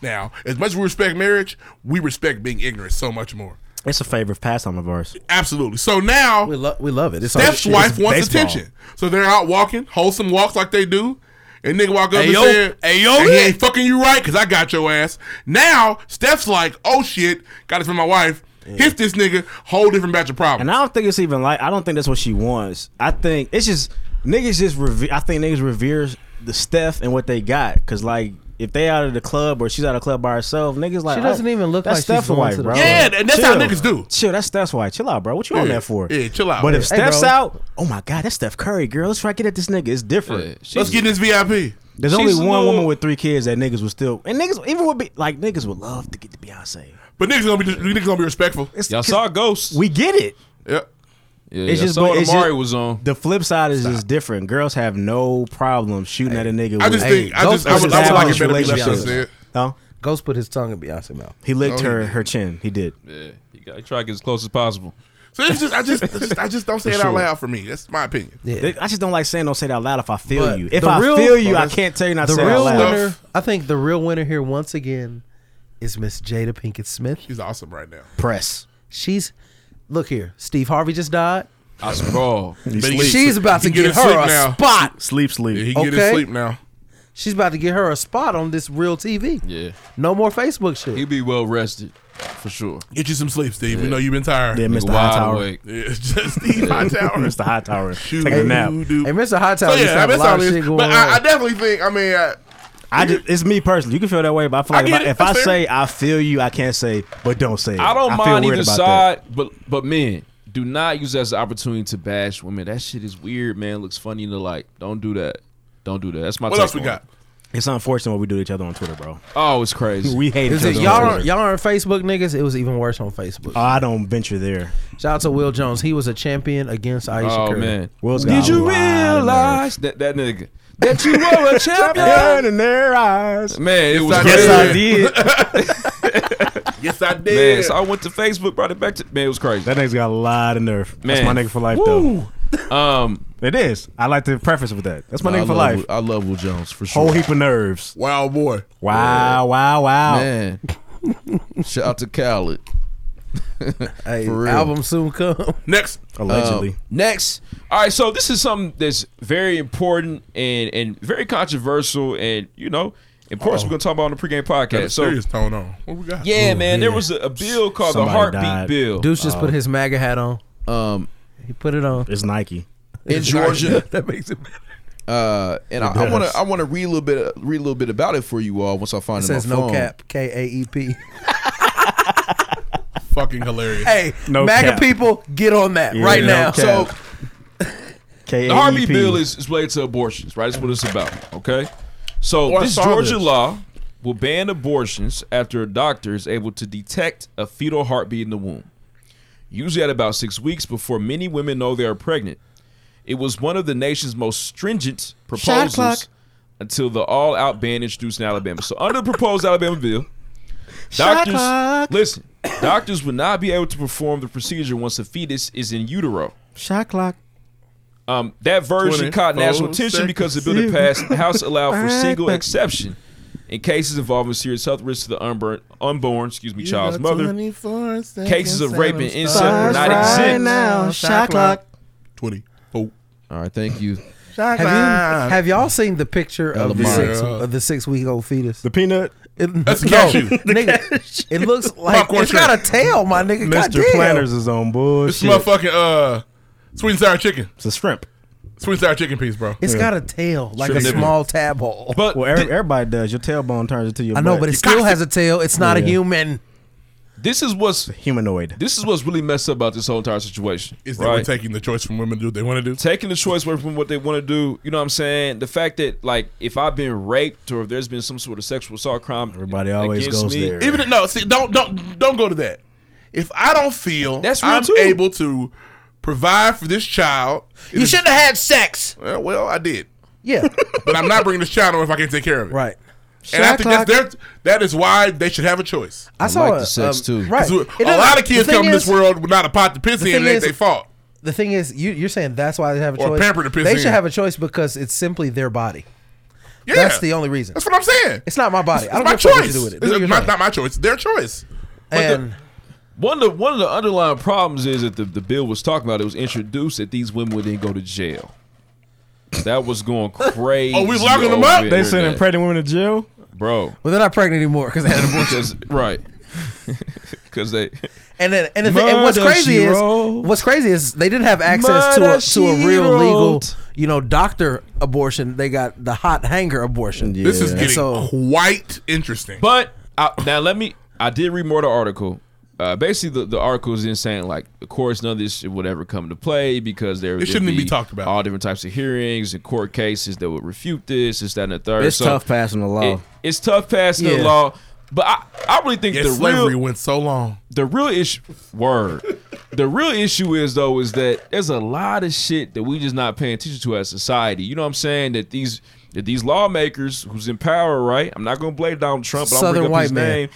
L: Now, as much as we respect marriage, we respect being ignorant so much more.
I: It's a favorite pastime of ours.
L: Absolutely. So now we
D: love we love it. It's
L: Steph's
I: all-
L: wife
I: it's
L: wants
I: baseball.
L: attention, so they're out walking wholesome walks like they do. And nigga walk
G: Hey,
L: up and
G: yo.
L: said,
G: Hey, yo,
L: and he
G: man."
L: ain't fucking you right because I got your ass." Now Steph's like, "Oh shit, got it from my wife." Hit this nigga, whole different batch of problems.
I: And I don't think it's even like I don't think that's what she wants. I think it's just niggas just revere. I think niggas revere the Steph and what they got. Cause like if they out of the club or she's out of the club by herself, niggas like
D: She doesn't
I: oh,
D: even look
I: that's
D: like she's
I: Steph's
D: going
I: wife,
D: to the
I: bro.
D: club. Yeah,
L: and that's how
I: Chill.
L: niggas do.
I: Chill, that's Steph's wife. Chill out, bro. What you on
L: Yeah.
I: that for?
L: Yeah, chill out.
I: But if
L: Hey,
I: Steph's
L: bro.
I: out, oh my god, that's Steph Curry, girl. Let's try to get at this nigga. It's different.
L: Let's get in this VIP.
I: There's only one woman with three kids that niggas would still and niggas even would be like niggas would love to get to Beyonce.
L: But niggas gonna be niggas gonna be respectful.
G: Y'all saw Ghost.
I: We get it.
L: Yep.
G: Yeah,
I: It's
G: I
I: just
G: saw
I: but
G: what
I: it's
G: Amari
I: just-
G: was on.
I: The flip side is just different. Girls have no problem shooting at a nigga.
L: I
I: with-
L: just think- I just- I would- I would like it better be left unsaid.
I: No,
D: Ghost put his tongue in Beyonce's mouth.
I: he licked
L: No, he
I: her her chin. He did.
G: Yeah, you gotta try to get as close as possible.
L: So it's just I just, it's just- I just don't say
I: For
L: it out
I: sure.
L: loud for me. That's my opinion.
I: They- I just don't like saying don't say it out loud if I feel
D: But
I: you. If
D: the
I: I
D: real-
I: feel you,
D: Well,
I: I
D: that's-
I: can't tell you not to
D: the
I: say it out
D: real
I: loud.
D: winner. I think the real winner here once again is Miss Jada Pinkett Smith.
L: She's awesome right now.
I: Press.
D: She's look here. Steve Harvey just died.
G: I scroll.
D: She's about to
L: He can
D: get,
L: his
D: her
L: sleep
D: a
L: now.
D: spot.
I: Sleep, sleep.
L: Yeah, he can get his
D: Okay.
L: sleep now.
D: She's about to get her a spot on this real TV.
P: Yeah.
D: No more Facebook shit.
P: He'll be well rested, for sure.
L: Get you some sleep, Steve. We know you've been tired.
D: Yeah, Mr.
P: Wide
D: Hightower.
P: awake.
L: Yeah, just Steve Hightower.
I: Mr. Hightower.
L: Shoot.
I: Take a nap.
L: Hey,
D: Mr. Hightower
L: So
D: used to
L: yeah, I
D: have a
L: mean,
D: lot
L: all
D: of
L: this.
D: shit going
L: But
D: on.
L: I, I definitely think. I mean, I,
I: I just, it's me personally. You can feel that way, but I feel
L: I
I: like if,
L: get
I: I,
L: it.
I: if I
L: That's fair.
I: say I feel you, I can't say, but don't say it.
G: I don't
I: feel
G: mind
I: weird
G: either
I: about that.
G: side, but but men, do not use that as an opportunity to bash women. That shit is weird, man. Looks funny to like. Don't do that. Don't do that. That's my.
L: What
G: take
L: else we
G: on
L: got?
I: It's unfortunate what we do to each other on Twitter, bro.
G: it. Oh, it's crazy.
I: We hate
D: Is it
I: each other. on
D: y'all
I: Twitter.
D: aren't, y'all aren't Facebook niggas? It was even worse on Facebook.
I: Oh,
L: Uh,
I: I don't venture there.
D: Shout out to Will Jones. He was a champion against Aisha
G: Oh
D: Curry.
G: man,
I: Will's
G: did
I: got a
G: you
I: lot of
G: realize that that nigga that you were a champion?
I: in their eyes.
G: Man, it was
L: I
G: crazy.
L: did.
I: Yes, I did.
L: yes, I did.
G: Man, so I went to Facebook, brought it back to man. It was crazy.
I: That nigga's got a lot of nerve. That's
G: Man.
I: my nigga for life,
G: Woo. Um,
I: though. It is. I like to preface with that. That's my
P: I
I: nigga for
P: love
I: life.
P: Will- I love Will Jones for sure.
I: Whole heap of nerves.
L: wow, boy.
I: Wow, wow, wow.
P: Man, shout out to Khaled.
D: Hey,
P: For real.
D: album soon come.
L: Next,
I: Allegedly.
P: Um, next,
G: All right, so this is something that's very important and and very controversial, and you know, of course, we're gonna talk about on the pregame
L: got a
G: podcast. So,
L: serious tone on. What we got?
G: yeah, man, there
I: yeah.
G: was a, a bill called the
I: Somebody
G: heartbeat
I: died.
G: bill.
D: Deuce just put his MAGA hat on.
P: um,
D: He put it on.
I: it's Nike.
P: in Georgia,
D: that makes it better.
P: uh, and I
I: It
P: want
I: does.
P: to I want to read a little bit read a little bit about it for you all once I
D: It
P: find it.
D: says
P: in my
D: no
P: phone.
D: cap. K A E P.
L: Fucking hilarious.
D: Hey,
I: No
D: MAGA
I: cap.
D: people, get on that right
I: no
D: now.
P: So
I: cap. E
G: The Harvey bill is, is related to abortions, right? That's what it's about. Okay. So
L: Oh, I
G: this
L: saw
G: Georgia
L: this.
G: law will ban abortions after a doctor is able to detect a fetal heartbeat in the womb. Usually at about six weeks before many women know they are pregnant. It was one of the nation's most stringent proposals until the all out ban introduced in Alabama. So under the proposed Alabama bill, doctors listen, doctors would not be able to perform the procedure once a fetus is in utero.
I: shot clock.
G: Um, that version
L: 24
G: caught national attention
L: seconds.
G: because the bill that passed the House allowed for single exception in cases involving serious health risks to the unborn, unborn excuse me, child's mother. Cases of rape and incest will not exist.
I: now, shot clock.
L: Twenty. Oh,
P: all right, thank you.
D: Have, you, have y'all seen the picture of the
P: Lamar.
D: six
L: Yeah.
D: of the six week old fetus?
I: The peanut.
D: It,
L: That's
D: no,
L: cashew.
D: nigga, it looks like
L: Popcorn
D: it's got a
L: shrimp.
D: tail, my nigga.
I: Mr.
D: Goddamn.
I: Planners is on
L: this
I: bullshit.
L: motherfucking uh, sweet and sour chicken.
I: It's a shrimp.
L: Sweet and sour chicken piece, bro.
D: It's got a tail, like
L: Shrimp
D: a
L: nipple.
D: small tab hole.
G: But
I: Well,
G: th-
I: every, everybody does. Your tailbone turns into your.
D: I know,
I: butt.
D: but it still has a tail. It's not a
I: Yeah.
D: human.
G: this is what's
I: humanoid.
G: this is what's really messed up about this whole entire situation.
L: Is that we're
G: right?
L: taking the choice from women to do what they want to do?
G: taking the choice away from what they want to do. You know what I'm saying? The fact that like if I've been raped or if there's been some sort of sexual assault crime,
I: Everybody always
G: against
I: goes
G: me,
I: there.
L: Even if- no, see, don't don't don't go to that. If I don't feel
G: That's real
L: I'm
G: too.
L: able to provide for this child, it
D: You
L: is-
D: shouldn't have had sex.
L: Well, well, I did,
D: Yeah,
L: but I'm not bringing this child on if I can't take care of it.
D: right.
L: And I think that's their, that is why they should have a choice.
D: I, saw
P: like
D: a-
P: the sex,
D: um,
P: too.
D: Right,
L: 'Cause
D: It
L: A
D: doesn't-
L: lot of
D: the
L: kids
D: thing
L: come in this
D: is-
L: world without a pot to piss
D: the
L: in and
D: thing
L: they,
D: is-
L: they fault.
D: The thing is, you, you're saying that's why they have a
L: Or
D: choice.
L: pamper to piss
D: they
L: in.
D: should have a choice because it's simply their body.
L: Yeah,
D: That's the only reason.
L: That's what I'm saying.
D: It's not my body. I
L: It's
D: don't
L: my
D: give a fuck what you
L: choice.
D: do with it.
L: It's
D: Do your
L: my-
D: thing.
L: not my choice. It's their choice.
D: and
G: One of the, one of the underlying problems is that the, the bill was talking about. It was introduced that these women would then go to jail. That was going crazy.
L: Oh, we locking them up?
G: over
I: They
G: the
I: sending
G: internet.
I: pregnant women to jail.
G: bro.
D: well, they're not pregnant anymore because they had an abortion.
G: 'Cause- right? Because they
D: And then, and, the thing, and what's
G: Murder,
D: crazy
G: she
D: is
G: wrote.
D: what's crazy is they didn't have access
G: Murder,
D: to a to a
G: she
D: real legal,
G: wrote.
D: you know, doctor abortion. They got the hot hanger abortion.
L: This is
I: Yeah.
L: getting
D: So-
L: quite interesting.
G: But I, now let me. I did read more of the article. Uh, basically, the, the article is then saying like, of course, none of this shit would ever come to play because there
L: It shouldn't
G: there'd
L: even be talked about.
G: All different types of hearings and court cases that would refute this, this, that, and the third.
I: It's
G: So
I: tough passing the law.
G: it- it's tough passing the
D: Yeah.
G: law. But I, I really think
L: Yet
G: the
L: slavery
G: real
L: went so long.
G: the real issue word the real issue is though is that there's a lot of shit that we just not paying attention to as society you know what i'm saying that these that these lawmakers who's in power right i'm not gonna blame donald trump but i'm
D: Southern
G: gonna bring up
D: white
G: his
D: man.
G: name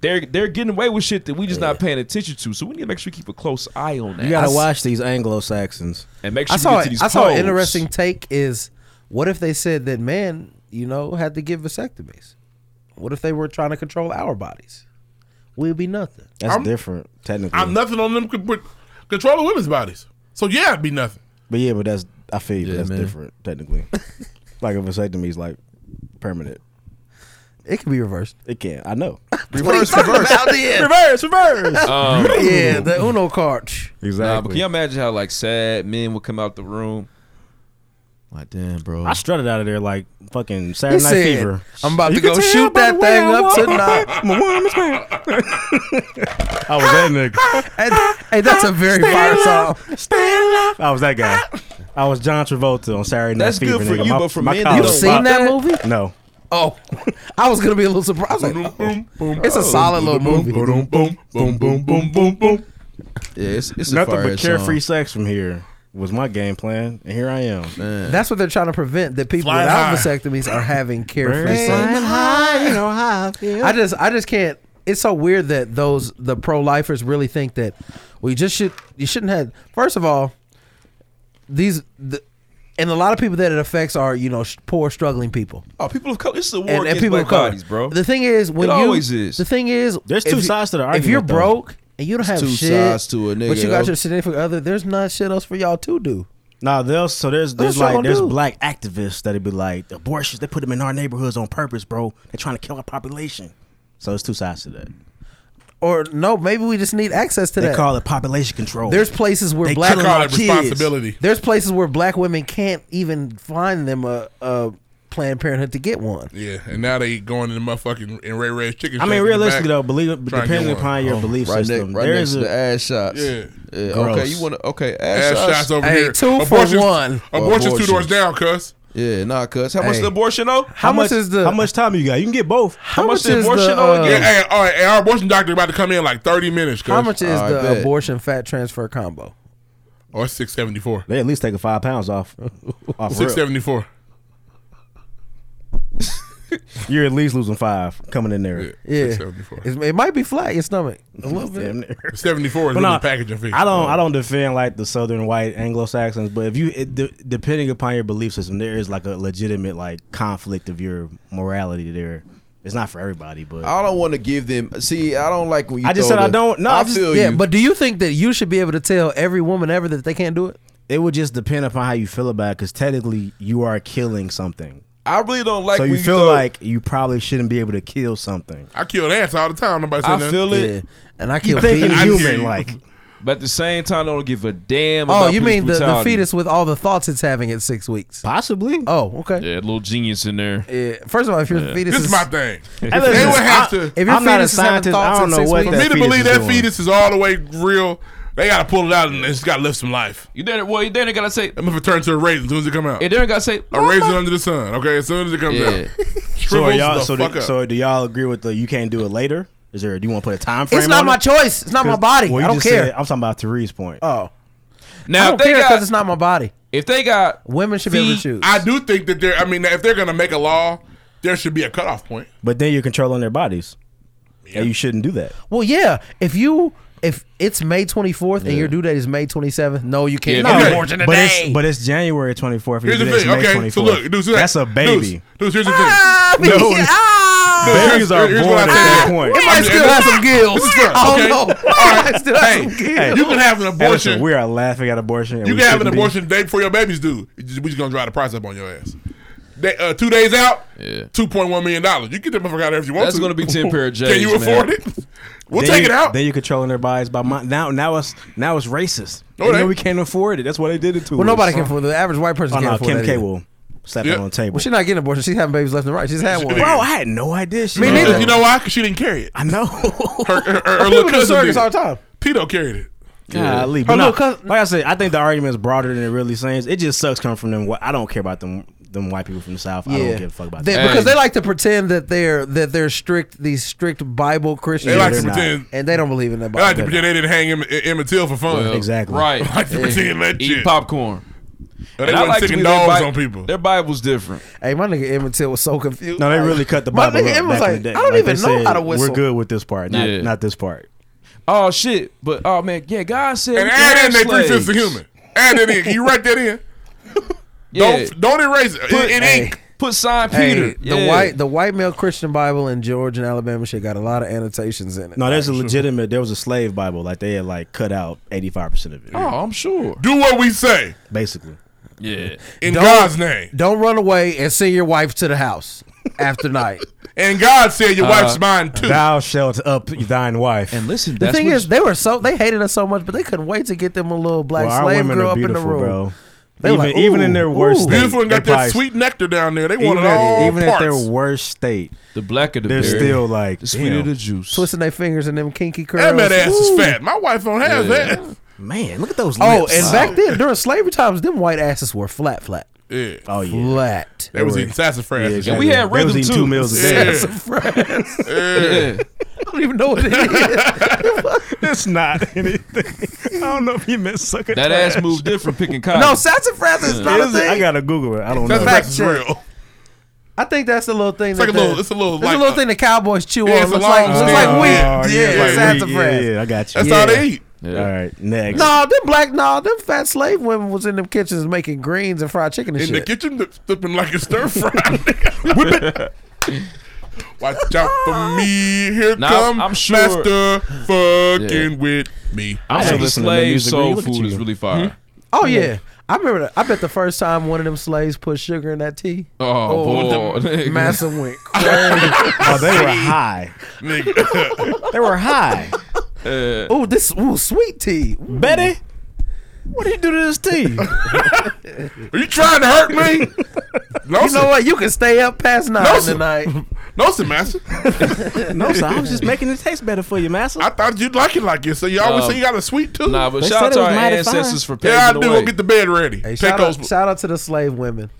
G: they're they're getting away with shit that we just not paying attention to so we need to make sure we keep a close eye on that
I: You gotta watch these Anglo Saxons.
G: and make sure
D: I
G: we
D: saw
G: get to
D: it-
G: these
D: I saw an
G: polls.
D: interesting take is what if they said that men, you know, had to give vasectomies? What if they were trying to control our bodies? We'd be nothing.
I: That's
L: I'm-
I: different technically.
L: I'm nothing on them c- but control of women's bodies. So yeah, it'd be nothing.
I: but yeah, but that's I feel you. but
P: Yeah,
I: that's
P: man.
I: different technically. like a vasectomy is like permanent.
D: It can be reversed.
I: It can. I know.
A: Reverse, reverse.
I: reverse, reverse.
G: Um,
D: yeah, the Uno card.
G: Nah, but can
I: Exactly.
G: you imagine how like sad men would come out the room? Like, damn, bro.
I: I strutted out of there like fucking Saturday Night
D: said,
I: Fever.
D: I'm about
I: You
D: to
I: can
D: go
I: tell
D: shoot
I: by the
D: that
I: way
D: thing
I: I
D: up
I: walk.
D: tonight.
I: I'm a woman's man. I was that nigga.
D: Hey, hey, that's a very fire song.
I: Stand up. I was that guy. I was John Travolta on Saturday Night
G: That's
I: Fever.
G: good for
I: nigga.
G: you,
I: My-
G: but for
I: my
G: men,
I: collar
G: they
D: You've
G: don't
I: was
D: seen
G: like
D: that
G: that.
D: movie?
I: popped. No.
D: Oh, I was gonna be a little surprised. I was like, oh. It's a solid little movie.
L: Boom, boom, boom, boom, boom, boom, boom.
A: Yeah, it's, it's a
I: Nothing but
A: fire-ass
I: carefree
A: song.
I: sex from here was my game plan, and here I am.
A: Man.
D: That's what they're trying to prevent. That people
L: Flying
D: without
L: high.
D: vasectomies are having carefree
I: Birds
D: sex.
I: high, you know how I feel.
D: I just I just can't. It's so weird that those the pro lifers really think that we just should you shouldn't have. First of all, these the, and a lot of people that it affects are you know sh- poor struggling people
G: Oh, people of color. This is a war
D: and, and
G: against
D: people
G: black
D: of color.
G: bodies, bro.
D: The thing is when
G: It
D: you
G: always is.
D: the thing is
I: There's
D: if
I: two
D: you-
I: sides to the
D: If you're
I: argument, though.
D: broke and you don't have
A: two
D: shit,
A: sides to a nigga,
D: but you got
A: though.
D: your significant other, there's not shit else for y'all to do.
I: Nah, there's so there's
D: That's
I: there's
D: what y'all
I: like there's
D: do.
I: black activists that'd be like abortions. They put them in our neighborhoods on purpose, bro. They're trying to kill our population. So it's two sides to that.
D: Or no, maybe we just need access to
I: They
D: that.
I: call it population control.
D: there's places where
I: They
D: black
I: killing
L: Call
I: our
L: it
I: kids.
L: responsibility.
D: There's places where black women can't even find them a, a Planned Parenthood to get one.
L: Yeah, and now they going in the motherfucking in Ray Ray's chicken.
I: I
L: shack in
I: mean,
L: the back.
I: realistically though, believe it,
L: Try and get
I: depending
L: one.
I: upon your
L: Oh,
I: belief
A: Right,
I: system,
A: next, right next
I: there's
A: to the
I: a
A: ass shots.
L: Yeah.
A: Yeah,
I: Gross.
A: okay, you want to? Okay, ass,
L: ass shots over
D: Hey,
L: here.
D: two for
L: Abortions-
D: one.
L: Abortions two
A: Abortions.
L: doors down, cuz.
A: Yeah, nah, cuz. How
G: How much
A: much
G: the
A: the
G: abortion though?
D: How, much is the
I: how much time you got? You can get both.
D: how much
G: the
D: is
G: abortion
D: the
G: though
D: uh,
L: Yeah, hey, all right, hey, our abortion doctor about to come in like thirty minutes, cuz. Uh,
D: how much is
A: Oh, I
D: the
A: bet.
D: abortion fat transfer combo?
L: Or six seventy four.
I: They at least taking five pounds off. off
L: Six
I: rip.
L: seventy four.
I: You're at least losing five coming in there.
L: Yeah.
D: Yeah,
L: Six seventy four.
D: It's- it might be flat your stomach a little bit.
I: Damn near.
L: Seventy four is
I: But
L: really
I: nah,
L: packaging fee. Uh,
I: I don't. I don't defend like the Southern white Anglo Saxons, but if you it, de- depending upon your belief system, there is like a legitimate like conflict of your morality there. It's not for everybody, but
A: I don't want to give them. See, I don't like when you.
I: I just
A: throw
I: said I
A: the-
I: don't- no,
A: I
I: I just-
A: feel
D: Yeah,
A: you.
D: but do you think that you should be able to tell every woman ever that they can't do it?
I: it would just depend upon how you feel about it. Because technically, you are killing something,
G: I really don't like.
I: so
G: when
I: you feel
G: throw-
I: like you probably shouldn't be able to kill something.
L: I kill ass all the time. Nobody said
G: I
L: nothing.
G: feel it,
D: Yeah, and I
I: You
D: can't.
I: thinking
L: I hear
I: human
L: you.
I: like
G: but at the same time, I don't give a damn.
D: Oh,
G: about
D: you
G: police
D: mean the, the
G: brutality.
D: fetus with all the thoughts it's having at six weeks?
I: possibly.
D: Oh, okay.
G: Yeah, little genius in there.
D: Yeah. First of all, if your fetus
L: This
D: is
L: is my thing.
I: Hey, listen,
L: they would have
I: I-
L: to.
D: If your
I: I'm not a
D: fetus is having
I: scientist.
D: thoughts
I: I don't
D: at
I: know
D: six
I: what
D: weeks-
L: For me
I: that
L: to believe
I: is
L: that
I: doing.
L: fetus is all the way real, they gotta pull it out and it's gotta live some life.
G: You then well, you then they gotta say,
L: I'm gonna turn to a raisin as soon as it come out.
G: and then they gotta say,
L: a raisin under the sun. Okay, as soon as it comes
A: Yeah.
L: out,
I: So, are
L: shrivels
I: y'all,
L: the
I: so,
L: fuck
I: do,
L: up.
I: so do y'all agree with the you can't do it later? Is there? Do you want to put a time frame?
D: It's not
I: on
D: my
I: it?
D: choice. It's not my
I: 'Cause-
D: body.
I: well,
D: I
I: you
D: don't
I: just
D: care.
I: said- I'm talking about There's point.
D: oh, I
G: now if
D: don't
G: they
D: care
G: got,
D: because it's not my body.
G: if they got
D: Women should be able to
G: feet-
D: choose.
L: I do think that there. I mean, if they're gonna make a law, there should be a cutoff point.
I: But then you're controlling their bodies. And you shouldn't do that.
D: well, yeah. If you if it's May 24th and your due date is May 27th, no, you can't.
G: Yeah,
D: do
L: okay.
D: it.
L: Abortion
I: but it's but it's January 24th.
L: Here's the
I: It's
L: thing.
I: May
L: Okay, so look,
I: 24th.
L: dude, so that-
I: that's a baby.
L: Dude, dude, here's the thing.
D: Ah!
I: No,
L: Here's-
I: babies are
L: here's
I: born
L: what I
I: at
L: said.
I: that point.
L: It
D: I
L: might
D: ah, still have some gills.
L: This is fair.
D: I
L: Okay.
D: don't know.
L: All right.
D: I still have some
L: Hey,
D: gills.
L: you can have an
I: Hey, listen,
L: abortion.
I: we are laughing at abortion. and
L: You
I: we
L: can have an
I: shouldn't be.
L: abortion the day before your baby's due. We just gonna drive the price up on your ass. They, uh, two days out,
G: Yeah.
L: two point one million dollars. You get that motherfucker out there if you want
G: That's
L: to.
G: gonna be 10 pair of
L: Can
G: J's,
L: you
G: man.
L: afford it? We'll
I: Then
L: take
I: you-
L: it out.
I: Then you're controlling their bodies by mon- now. Now it's now it's racist.
L: No,
I: And
L: they-
I: then we can't afford it. That's why they did it to
D: Well,
I: us.
D: nobody can afford the average white person
I: Oh
D: can't
I: no,
D: afford
I: Kim
D: that
I: K
D: either.
I: will slap
L: Yeah.
I: it on the table.
D: Well, she's not getting abortion. She's having babies left and right. She's had one.
I: Bro, I had no idea. She
D: Me
I: did
D: neither.
I: that.
L: you know why? Because she didn't carry it.
I: I know.
L: Her, her, her, her
D: People
L: little
D: do
L: cousin did.
D: surrogates all
L: it.
D: the time.
L: Pedo carried it.
I: Golly,
D: Oh,
I: but
D: no,
I: no,
D: cuz-
I: like I said, I think the argument is broader than it really seems. It just sucks coming from them. whi- I don't care about them them white people from the south. I don't give a fuck about
D: They-
I: that.
D: because
G: Hey.
D: they like to pretend that they're that they're strict these strict Bible Christians,
L: They like
I: they're
L: to
I: not.
L: pretend.
D: and they don't believe in that
L: They like to
D: Bible.
L: pretend they didn't hang him, Emmett Till for fun.
G: Well,
I: Exactly.
G: right,
L: I like to pretend that
G: eat
L: shit.
G: popcorn.
L: Or they
G: And I
L: wasn't
G: like to
L: sticking
G: believe their
L: dogs
G: Bi-
L: on people.
G: Their Bible's different.
D: hey, my nigga Emmett Till was so confused.
I: No, they
D: Like,
I: really cut the
D: my
I: Bible
D: nigga
I: up
D: Emmett was
I: back
D: like,
I: in the day.
D: I don't
I: Like, they
D: even know
I: said,
D: how to whistle.
I: We're good with this part, not
G: Yeah.
I: not this part.
G: Oh shit! But oh man, yeah, God said.
L: And
G: we can
L: add in
G: have
L: they three fifths
G: slaves.
L: of human. Add that in. Can you write that in?
G: Yeah.
L: Don't don't erase it. In- in
G: hey,
L: ink.
G: Put sign
D: Hey,
G: Peter.
D: the
G: yeah.
D: white the white male Christian Bible in Georgia and Alabama shit got a lot of annotations in it.
I: No, there's a legitimate. There was a slave Bible. Like they had like cut out eighty five percent of it,
G: Oh, I'm sure.
L: Do what we say
I: basically.
G: Yeah.
L: in God's name.
D: don't run away and send your wife to the house. after night.
L: And God said your wife's mine too.
I: Thou shalt up thine wife.
G: And listen,
D: The thing is, they were so they hated us so much, but they couldn't wait to get them a little black
I: Well, our
D: slave
I: women
D: girl
I: are
D: up in the
I: beautiful,
D: room.
I: bro.
D: They
I: even
D: were like,
I: even in their
D: ooh,
I: worst
D: ooh.
I: state,
L: Beautiful and
I: they
L: got that
I: probably-
L: sweet nectar down there. They want
I: even,
L: it
I: at,
L: all
I: even at
L: parts.
I: their worst state,
G: the black of the
I: they're
G: berry,
I: still like
G: the sweet
I: damn.
G: of the juice.
D: twisting their fingers in them kinky curls.
L: That man ass
D: Ooh.
L: is fat. My wife don't have
G: Yeah.
L: that.
I: Man, look at those.
D: Oh,
I: lips.
D: and back then during slavery times, them white asses were flat, flat,
L: Yeah.
I: oh yeah,
D: flat.
L: They was
I: were-
L: eating sassafras.
G: And
L: and
G: we
L: shit.
I: They
G: had
I: was
G: rhythm
I: eating
G: too.
I: two meals a
L: Yeah.
I: day.
D: Sassafras.
G: Yeah.
D: I don't even know what it is.
I: It's not anything. I don't know if you meant sucking.
G: That ass moved different picking cotton.
D: no, sassafras is not a thing.
I: I gotta Google it. I don't know.
L: Sassafras is
D: Fact check.
L: real.
D: I think that's the little thing.
L: It's
D: that
L: like a
D: the-
L: little. It's a little.
D: it's
L: like
D: a little thing the cowboys chew
L: Yeah,
D: on.
L: it's a
D: Looks like,
L: long
D: looks
L: stem.
D: like
L: Oh,
D: wheat.
L: yeah,
D: yeah,
L: it's like
D: sassafras.
I: Yeah, yeah, I got you.
L: That's
I: yeah.
L: all they eat.
I: All right, next.
D: No, them black, no, them fat slave women was in them kitchens making greens and fried chicken and
L: In the
D: shit.
L: kitchen, they're flipping like a stir fry. Whip it. Watch out for me. Here
G: Now,
L: come
G: I'm sure-
L: Master fucking with me.
G: I'm
I: I
G: sure
I: ain't
G: the
I: listening to
G: slave
I: music, really.
G: soul
I: Look at
G: food
I: you.
G: is
Q: Hmm?
G: really fire.
D: oh yeah, I remember. That. I bet the first time one of them slaves put sugar in that tea,
G: Oh, boy. nigga.
D: massa went crazy.
I: Oh, they were high.
L: Nigga.
I: They were high.
D: ooh, this ooh sweet tea.
I: Betty, what do you do to this tea?
L: Are you trying to hurt me? No,
D: You know
L: sir.
D: what? You can stay up past nine
L: No, sir.
D: tonight.
L: No, sir, Master.
I: no, sir. I was just making it taste better for you, master.
L: I thought you'd like it like this. So you always
G: Um,
L: say you got a sweet tooth.
G: Nah, but
I: They
G: shout
I: said
G: out
I: it
G: to our
I: was mighty
G: ancestors for paving
L: yeah, I do.
G: the
L: Go
G: way.
L: get the bed ready.
D: Hey,
L: Take
D: shout
L: those.
D: out, shout out to the slave women.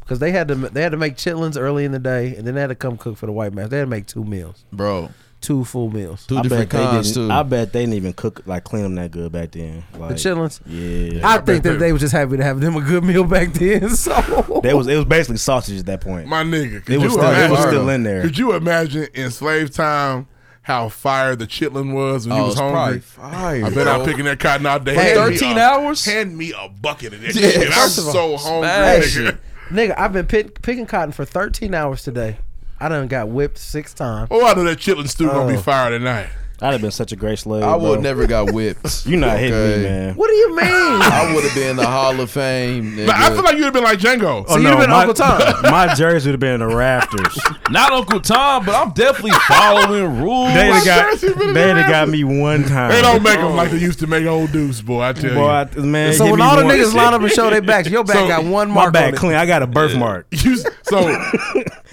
D: Because they had to they had to make chitlins early in the day, and then they had to come cook for the white man. They had to make two meals,
Q: bro.
D: two full meals.
Q: Two
I: I bet,
Q: different
I: they
Q: kinds
I: didn't,
Q: too.
I: I bet they didn't even cook like clean them that good back then.
D: The
I: Like,
D: chitlins.
I: yeah,
D: I
L: bet
D: think
L: they-
D: that they were just happy to have them a good meal back then. So
I: they was it was basically sausage at that point.
L: my nigga. Could
I: it was
L: you
I: still, it was
L: imagine?
I: still in there.
L: Could you imagine in slave time how fire the chitlin was when you
Q: Oh,
L: was
Q: it's
L: hungry?
Q: probably fire.
L: I bet I'm picking that cotton out there.
D: Hey,
Q: 13
L: a,
Q: hours?
L: Hand me a bucket of that
Q: Yeah,
L: shit. I'm
Q: first of all,
L: so hungry,
Q: smash
L: nigga.
Q: it.
D: nigga, I've been pick, picking cotton for 13 hours today. I done got whipped six times.
L: Oh, I know that chitlin stew gonna be fire tonight.
I: I'd have been such a great slave.
Q: I
I: bro.
Q: would never got whipped.
I: You not hitting
Q: Okay.
I: me, man.
D: What do you mean?
Q: I would have been in the Hall of Fame. Nigga.
L: Like, I feel like you'd have been like Django.
I: Oh,
D: you'd have been Uncle Tom.
I: My jersey would have been in the rafters.
G: Not Uncle Tom, but I'm definitely following rules.
I: they'd
L: My
I: have got,
L: jersey been in the
I: they'd have got
L: rafters.
I: me one time.
L: they don't make them like they used to make old dudes, boy. I tell
I: Boy, I, man,
D: so
I: hit
D: when
I: me
D: all the
I: one-
D: niggas line up and show their backs, your back
L: So,
D: got one
I: my
D: mark
I: back
D: on it.
I: clean. I got a birthmark.
L: you. You so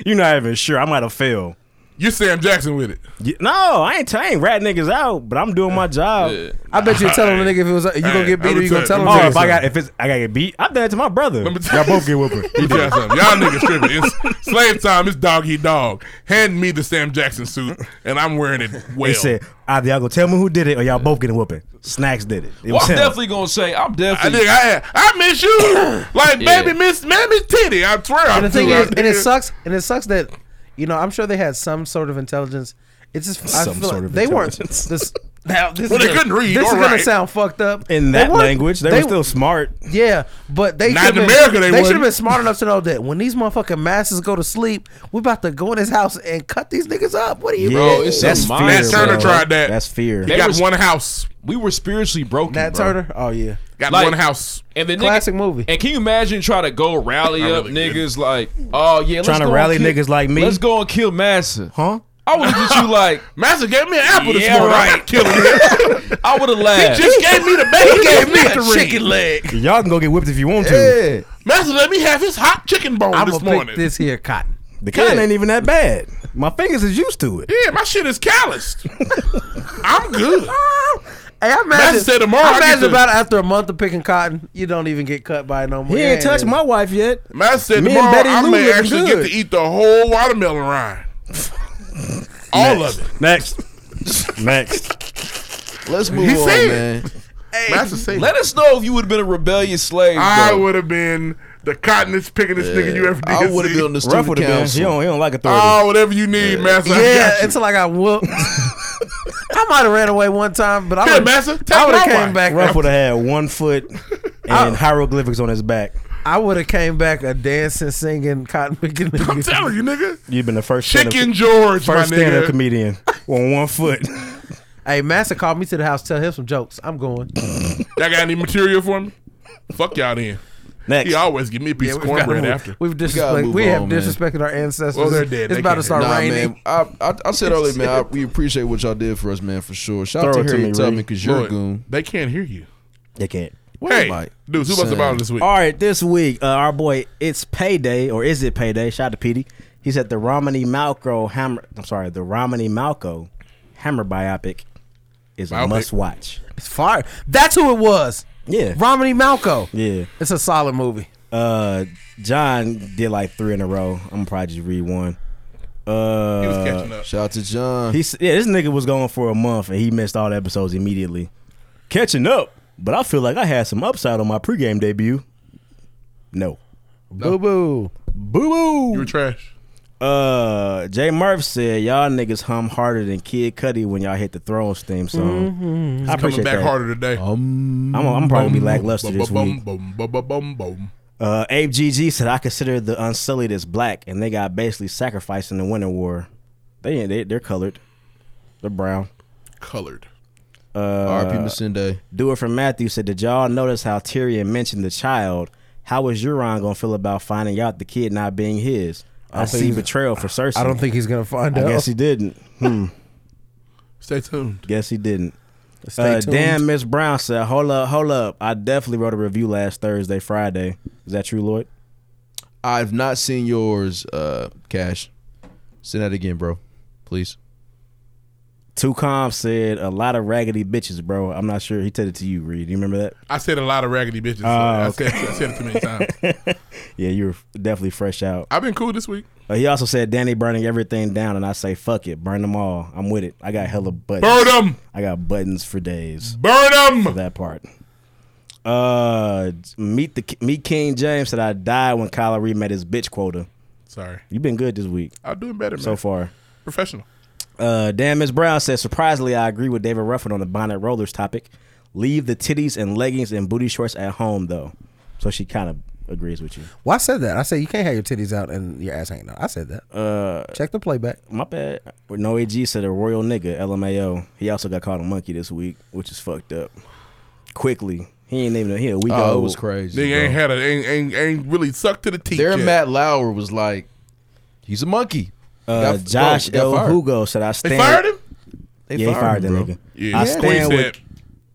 I: You're not even sure. I might have failed.
L: you Sam Jackson with it.
I: Yeah, No, I ain't, I ain't rat niggas out, but I'm doing my job.
D: I bet you tell them, nigga, if it was you
L: Hey,
D: gonna get beat,
L: I'ma
D: or you gonna
L: tell-
D: tell them.
L: I'ma
I: Oh,
L: tell
I: if I got if it's I gotta get beat, I've done it to my brother.
L: Let me tell
I: Y'all both get whooping.
L: Let me tell you something. Y'all niggas tripping. It's slave time. It's dog eat dog. Hand me the Sam Jackson suit, and I'm wearing it well.
I: They said, either y'all go tell me who did it or y'all both getting whooping. Snacks did it. It
G: Well,
I: was
G: I'm
I: him.
G: definitely gonna say I'm
L: I
G: definitely.
L: think I had, I miss you like
G: Yeah.
L: baby miss mammy titty. I swear.
D: And the thing is, and it sucks, and it sucks that you know I'm sure they had some sort of intelligence. It's just I
I: Some
D: feel
I: sort
D: like
I: of
D: they weren't.
I: intelligence.
D: This, now this
L: Well,
D: is
L: they
D: gonna-
L: couldn't read,
D: This is
L: all
D: gonna
L: right.
D: sound fucked up
I: in that
D: weren't-
I: language. They, were still smart.
D: Yeah, but they
L: Not
D: could've
L: in
D: been-
L: America, they
D: they should have
L: wouldn't.
D: been smart enough to know that when these motherfucking masses go to sleep, we about to go in his house and cut these niggas up. What are you?
G: Bro, it's
I: that's
G: a
I: fear.
G: mind-
L: Nat Turner
I: bro.
L: tried that.
I: That's fear.
L: He
G: They
L: got
G: was-
L: one house.
G: we were spiritually broken.
D: Nat
G: bro.
D: Turner. Oh yeah,
L: Got
G: Like-
L: one house.
G: And the nigga-
D: classic movie.
G: And can you imagine trying to go rally
L: I
G: up
L: really
G: niggas like, oh yeah, let's
I: Trying to
G: go
I: rally
G: and kill-
I: niggas like me?
G: Let's go and kill Massa.
I: Huh?
G: I would have at you like,
L: Master gave me an apple this
G: Yeah,
L: morning.
G: right.
L: Right. Killing it.
G: I would have laughed.
L: Just gave me the baby. gave me the
D: chicken
L: leg.
I: Y'all can go get whipped if you want to.
Q: yeah.
L: Master let me have his hot chicken bone
D: I'm
L: this
D: gonna
L: morning.
D: pick this here cotton.
I: The kind
G: Yeah.
I: ain't even that bad. My fingers is used to it.
L: Yeah, my shit is calloused. I'm good.
D: Hey, I
L: Master
D: imagine,
L: said tomorrow I
D: I
L: get
D: imagine
L: to-
D: about after a month of picking cotton, you don't even get cut by it no more.
I: He
D: Yeah,
I: ain't touched my wife yet.
L: Master said
I: Me and
L: tomorrow
I: Betty
L: I
I: Lou
L: may
I: looking
L: actually
I: good.
L: get to eat the whole watermelon rind. All of it.
I: Next. Next.
Q: Let's move on,
L: said it.
Q: man.
L: Master said
G: Let us know if you would have been a rebellious slave.
L: I
G: bro.
L: would have been the cottonest picking this nigga you ever did.
Q: I would have
L: see.
Q: been on the
I: Ruff
Q: student
I: would have been. He
Q: council.
I: don't, he don't like authority.
L: Oh, whatever you need, Master. I
D: Yeah,
L: got you.
D: until I got whooped. I might have ran away one time, but I
L: Here,
D: would
L: Master,
D: have
L: take
D: I would
L: my
D: have came
L: wife.
D: back.
I: Ruff would have had one foot and hieroglyphics on his back.
D: I would have came back a dancing, singing, cotton picking.
L: I'm
D: nigga.
L: telling you, nigga.
I: You've been the first stand-up-
L: Chicken George,
I: first
L: my
I: stand-up
L: nigga.
I: comedian on one foot.
D: Hey, Master called me to the house. Tell him some jokes. I'm going.
L: Y'all got any material for me? Fuck y'all then.
H: He always give me a piece of cornbread after.
D: We've
G: gotta
D: disrespected.
G: move
D: We have
G: on, man.
D: disrespected our ancestors.
H: Well, they're dead.
D: It's
H: They
D: about to
H: can't
D: start
H: help it.
D: raining.
G: Nah, man. I, I, I said earlier, man. I, we appreciate what y'all did for us, man, for sure. Shout out
H: Throw
G: to
H: it to me,
G: Harriet Tubman
H: Ray.
G: because you're a
H: Look.
G: goon.
H: They can't hear you.
I: They can't.
H: Hey, dudes, who about to
I: Same.
H: bother this week?
I: All right, this week, uh, our boy, it's payday, or is it payday? Shout out to Petey. He's at the Romney Malco Hammer. I'm sorry, the Romney Malco Hammer biopic is a
D: Biopic.
I: must watch.
D: It's fire. That's who it was.
I: Yeah,
D: Romney Malco.
I: Yeah,
D: it's a solid movie.
I: Uh, John did like three in a row. I'm probably just read one. Uh,
G: He was catching up. Shout out to John.
I: He's yeah, this nigga was going for a month and he missed all the episodes immediately. Catching up, but I feel like I had some upside on my pregame debut. No.
D: Boo boo.
I: Boo boo. You were
H: trash.
I: Uh Jay Murph said, Y'all niggas hum harder than Kid Cudi when y'all hit the Thrones theme song.
H: Mhm. It's
I: I
H: coming
I: appreciate
H: back
I: that.
H: harder today.
I: Um, I'm, I'm probably gonna be lackluster this
H: Bum,
I: week.
H: bum, bum, bum, bum, bum.
I: Uh, Abe GG said, I consider the Unsullied as black, and they got basically sacrificed in the Winter War. They, they they're colored, they're brown.
H: Colored.
I: Uh,
G: R.I.P. Masinde.
I: Do it from Matthew said, Did y'all notice how Tyrion mentioned the child? How was Euron gonna feel about finding out the kid not being his?
D: I
I: I,
D: don't
I: see
D: think-
I: betrayal for Cersei.
D: I don't think he's gonna find
I: I
D: out.
I: guess he didn't. Hmm.
H: Stay tuned.
I: Guess he didn't.
D: Stay
I: uh,
D: tuned.
I: Damn, Miss Brown said, "Hold up, hold up! I definitely wrote a review last Thursday, Friday. Is that true, Lloyd?
G: I've not seen yours, uh, Cash. Send that again, bro. Please.
I: Two Com said a lot of raggedy bitches, bro. I'm not sure. He said it to you, Reed. You remember that?
H: I said a lot of raggedy bitches.
I: Oh,
H: I, said, I said it too many times.
I: Yeah, you were definitely fresh out.
H: I've been cool this week.
I: Uh, he also said Danny burning everything down, and I say fuck it, burn them all. I'm with it. I got hella buttons.
H: Burn 'em!
I: I got buttons for days.
H: Burn them.
I: For that part. Uh, meet the meet King James said I died when Kyler Reed met his bitch quota.
H: Sorry.
I: You've been good this week.
H: I'm doing better, man.
I: so far.
H: Professional.
I: Uh, Dan Miss Brown says, surprisingly, I agree with David Ruffin on the bonnet rollers topic. Leave the titties and leggings and booty shorts at home, though. So she kind of agrees with you.
D: Well, I said that. I said you can't have your titties out and your ass hanging out. I said that.
I: Uh,
D: Check the playback.
I: My bad. No AG said a royal nigga, LMAO. He also got called a monkey this week, which is fucked up. Quickly. He ain't even, he a week
G: Oh,
I: old.
G: it was crazy.
H: Nigga ain't had a ain't, ain't ain't really sucked to the teeth.
G: Their
H: yet.
G: Matt Lauer was like, he's a monkey.
I: Uh,
G: Got-
I: Josh
G: bro, got
I: El
G: fired.
I: Hugo said, I
G: They
I: stand.
G: fired him? They
I: yeah,
G: fired
I: he fired
G: him,
I: that
G: bro.
I: nigga.
G: Yeah.
I: I
G: Yeah.
I: stand
G: Queen
I: with,
G: said-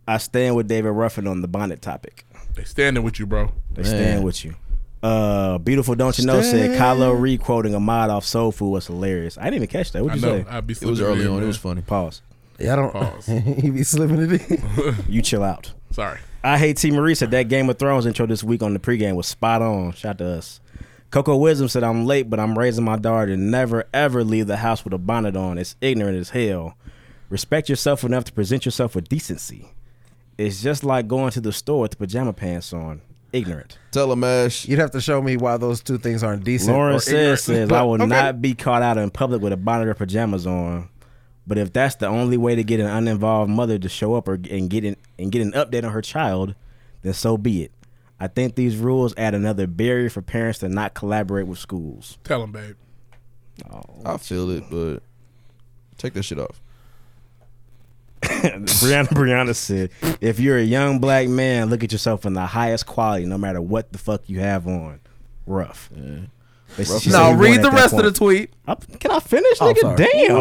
I: I stand with David Ruffin on the bonnet topic.
H: They standing with you, bro.
I: They stand with you. Uh, beautiful, don't you know? Said Kylo Reed quoting Ahmad off Soul Food was hilarious. I didn't even catch that. What'd you
H: I know.
I: say?
H: I'd be It was slipping early in, on. It man. was funny.
I: Pause.
D: Yeah, I don't. he be slipping it in.
I: you chill out.
H: Sorry.
I: I hate T. Marie said that Game of Thrones intro this week on the pregame was spot on. Shout to us. Coco Wisdom said I'm late, but I'm raising my daughter to never ever leave the house with a bonnet on. It's ignorant as hell. Respect yourself enough to present yourself with decency. It's just like going to the store with the pajama pants on. Ignorant.
G: Tell him, Ash.
D: You'd have to show me why those two things aren't decent.
I: Lauren
D: or
I: says
D: ignorant.
I: says
D: But-
I: I will
D: okay.
I: not be caught out in public with a bonnet or pajamas on. But if that's the only way to get an uninvolved mother to show up or and get an, and get an update on her child, then so be it. I think these rules add another barrier for parents to not collaborate with schools.
H: Tell them, babe.
G: I feel it, but take that shit off.
I: Brianna Brianna said, "If you're a young black man, look at yourself in the highest quality, no matter what the fuck you have on. Rough. They- she said
D: Now
I: he won
D: read
I: at
D: the
I: that
D: rest of
I: point.
D: the tweet.
I: can I finish,
D: Oh,
I: nigga?
D: sorry.
I: Damn.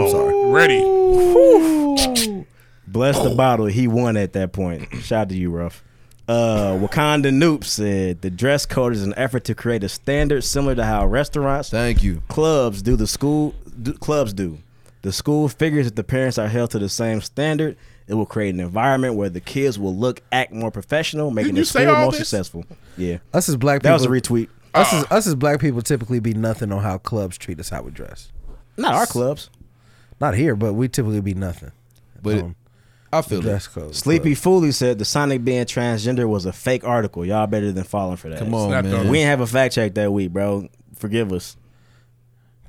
D: I'm sorry.
H: Ready.
I: Bless the bottle. He won at that point. Shout out to you, Ruff. Uh, Wakanda Noop said the dress code is an effort to create a standard similar to how restaurants,
G: thank you,
I: clubs do the school do, clubs do. The school figures if the parents are held to the same standard, it will create an environment where the kids will look, act more professional, making
D: Didn't you
I: the
D: say
I: school
D: all
I: more
D: this?
I: successful. Yeah,
D: Us as black
I: That
D: people.
I: was Ah. a retweet.
D: Us, as, us as black people typically be nothing on how clubs treat us how we dress.
I: Not our clubs.
D: Not here, but we typically be nothing.
G: But
D: Um,
G: I feel
D: dress
G: it.
D: code.
I: Sleepy Fooley said the Sonic being transgender was a fake article. Y'all better than falling for that.
G: Come on, Snapped man. on us.
I: We didn't have a fact check that week, bro. Forgive us.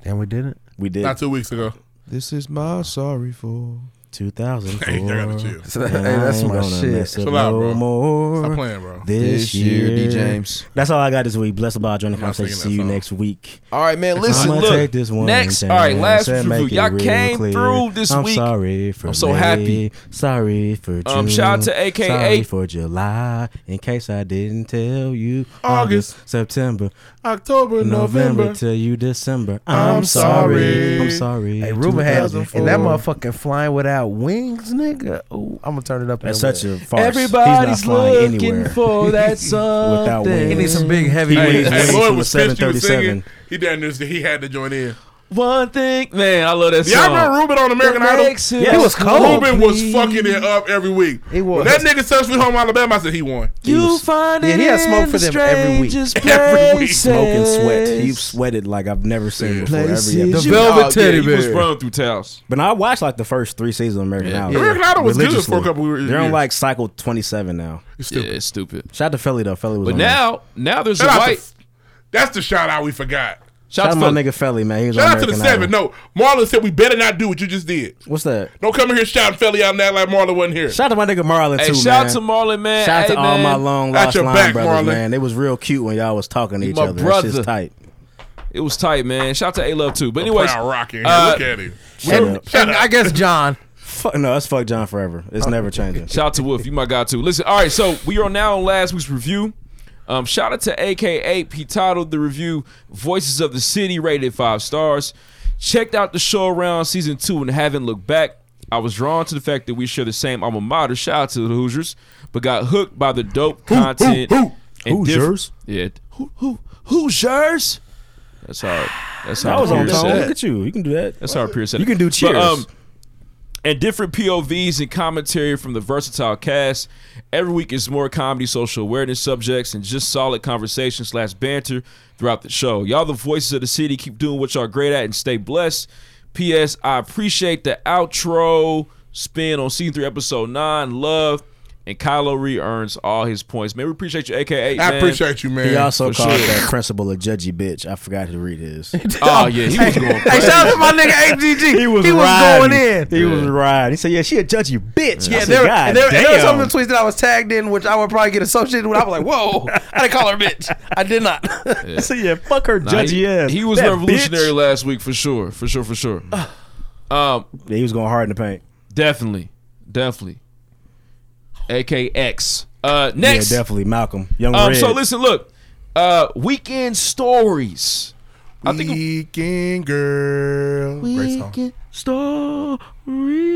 D: And we didn't.
I: We did.
H: Not two weeks ago.
G: This is my sorry for.
I: 2004.
H: Hey, y'all gotta chill.
I: And
H: Hey, that's
I: I ain't
H: my
I: gonna
H: shit.
I: mess up
H: Chill out,
I: no
H: bro.
I: More
H: Stop playing, bro.
I: This,
G: This year,
I: year,
G: D. James.
I: That's all I got this week. Blessed by joining the
G: Not
I: conversation. See
G: singing
I: you
G: that
I: next week.
G: All right, man. Listen,
I: I'ma
G: look.
I: take this one
G: next,
I: down
G: all right, last
I: and
G: review.
I: make it
G: Y'all
I: real
G: came
I: clear.
G: through this
I: I'm
G: week.
I: sorry for
G: I'm so
I: May.
G: happy.
I: Sorry for June.
G: Um, shout out to AKA.
I: Sorry for July. In case I didn't tell you,
H: August.
I: September,
H: October,
I: November,
H: November.
I: till you December.
H: I'm
I: I'm, sorry.
H: sorry.
I: I'm sorry.
D: Hey, Ruben had and that
I: 2004.
D: motherfucking flying without wings, nigga. Ooh, I'm gonna turn it up. in
I: That's
D: minute.
I: such a farce. Everybody's He's not flying looking anywhere. for that Without wings.
D: He needs some big heavy
I: He
D: wings.
I: needs
H: Hey,
I: Wings
H: Lloyd
I: from
H: was
I: the
H: pissed you was
I: 737.
H: singing. He didn't understand. He had to join in.
L: One thing, man, I love that
H: Y'all
L: song.
H: remember Ruben on American
L: The
H: Idol?
L: next Yes. He was cold.
H: Ruben was fucking it up every week. He was. When that nigga touched me home Alabama, I said he won.
L: You find
D: Yeah,
L: it
D: he had
L: in
D: smoke for
L: the
D: them every week.
L: strangest
D: Every
I: He
L: places.
I: smoke and sweat. He sweated like I've never seen before. Every
L: Places
I: episode.
L: The you- Velvet Oh, yeah, Teddy he was Bear. running through towels.
I: But I watched like the first three seasons of American
L: Yeah.
I: Idol.
L: American Idol was good for a
I: Religiously.
L: couple years.
I: They're on like cycle twenty seven now.
L: Yeah, it's stupid.
I: Shout out to Felly though. Felly was
L: But
I: on
L: now, now there's
H: Shout
L: a
H: out to-
L: white.
H: That's the shout out we forgot.
I: there. shout out
L: to
I: to my
L: Felly.
I: nigga Felly man. He was
H: Shout
I: on
H: out to the
I: American
H: seven.
I: Idol.
H: No, Marlon said we better not do what you just did.
I: What's that?
H: Don't come in here shouting Felly out now like Marlon wasn't here.
I: Shout out to my nigga Marlon
L: Hey,
I: too,
L: shout
I: man.
L: out to Marlon, man.
I: Shout out
L: Hey,
I: to all
L: man.
I: my long
L: At
I: lost
L: your
I: line
L: back,
I: brothers,
L: Marlon.
I: man. It was real cute when y'all was talking to
L: He
I: each
L: my
I: other. That
L: brother.
I: shit's tight.
L: It was tight, man. Shout out to A Love too. But
H: A
L: anyways,
H: proud rock in here.
L: uh,
H: Look at him.
I: Shut up.
D: And I guess John.
I: Fuck no, that's fuck John forever. It's never changing.
L: Shout out to Wolf, you my guy too. Listen, all right, so we are now on last week's review. Um, shout out to AK8. He titled the review "Voices of the City," rated five stars. Checked out the show around season two and haven't looked back. I was drawn to the fact that we share the same alma mater. Shout out to the Hoosiers, but got hooked by the dope content.
I: who?
L: and diff-
I: Hoosiers?
L: yeah. Who, who, Hoosiers? That's how. That's how.
I: I was on
L: Pierce
I: tone.
L: said
I: Look
L: it.
I: at you. You can do that.
L: That's how Pierce said
I: You
L: it.
I: can do
L: But,
I: cheers.
L: um, and different POVs and commentary from the versatile cast. Every week is more comedy, social awareness subjects, and just solid conversation slash banter throughout the show. Y'all, the voices of the city, keep doing what y'all great at and stay blessed. P.S. I appreciate the outro spin on season three, episode nine. Love. And Kylo Ree earns all his points. Man, we appreciate you, AKA.
H: I
L: man.
H: appreciate you, man.
I: He also
L: For
I: called
L: sure.
I: that principal a judgy bitch. I forgot to read his.
L: Oh, yeah. He was going
D: Hey,
L: crazy.
D: shout out to my nigga HGG. He was, going in.
I: He was riding. He said, "Yeah, she a judgy bitch."
D: Yeah,
I: I said,
D: there,
I: "God
D: there, there were some
I: damn."
D: of the tweets that I was tagged in, which I would probably get associated with. I was like, "Whoa, I didn't call her a bitch. I did not."
I: I said, "Yeah, fuck her
L: Nah,
I: judgy
L: he,
I: ass."
L: he was
I: That
L: revolutionary
I: bitch.
L: last week for sure, for sure, for sure. um,
I: Yeah, he was going hard in the paint.
L: definitely, definitely. AKX. Uh, next.
I: Yeah, definitely Malcolm Young
L: Um,
I: Red.
L: so listen, look. Uh, weekend stories. I think
H: Weekend girl. Great song.
L: stories.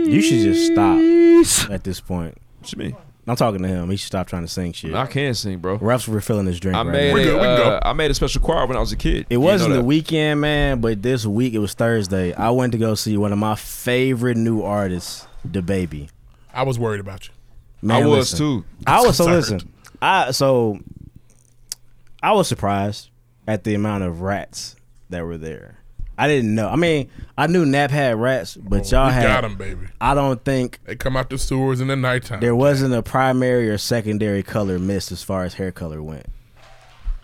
I: you should just stop at this point.
L: What you mean?
I: I'm talking to him. He should stop trying to sing shit.
L: I can't sing, bro.
I: Refs were filling his drink.
L: I
I: right
L: made
I: now.
L: a,
H: good, we can
L: uh, I made a special choir when I was a kid.
I: It wasn't the weekend, man, but this week it was Thursday. I went to go see one of my favorite new artists, the baby.
H: I was worried about you.
I: Man,
L: I was
I: listen.
L: too.
I: I was so
H: Concerned.
I: listen. I so I was surprised at the amount of rats that were there. I didn't know. I mean, I knew Nap had rats, but y'all
H: Oh, we
I: had.
H: got him, baby.
I: I don't think
H: They come out the sewers in the nighttime.
I: there wasn't a primary or secondary color missed as far as hair color went.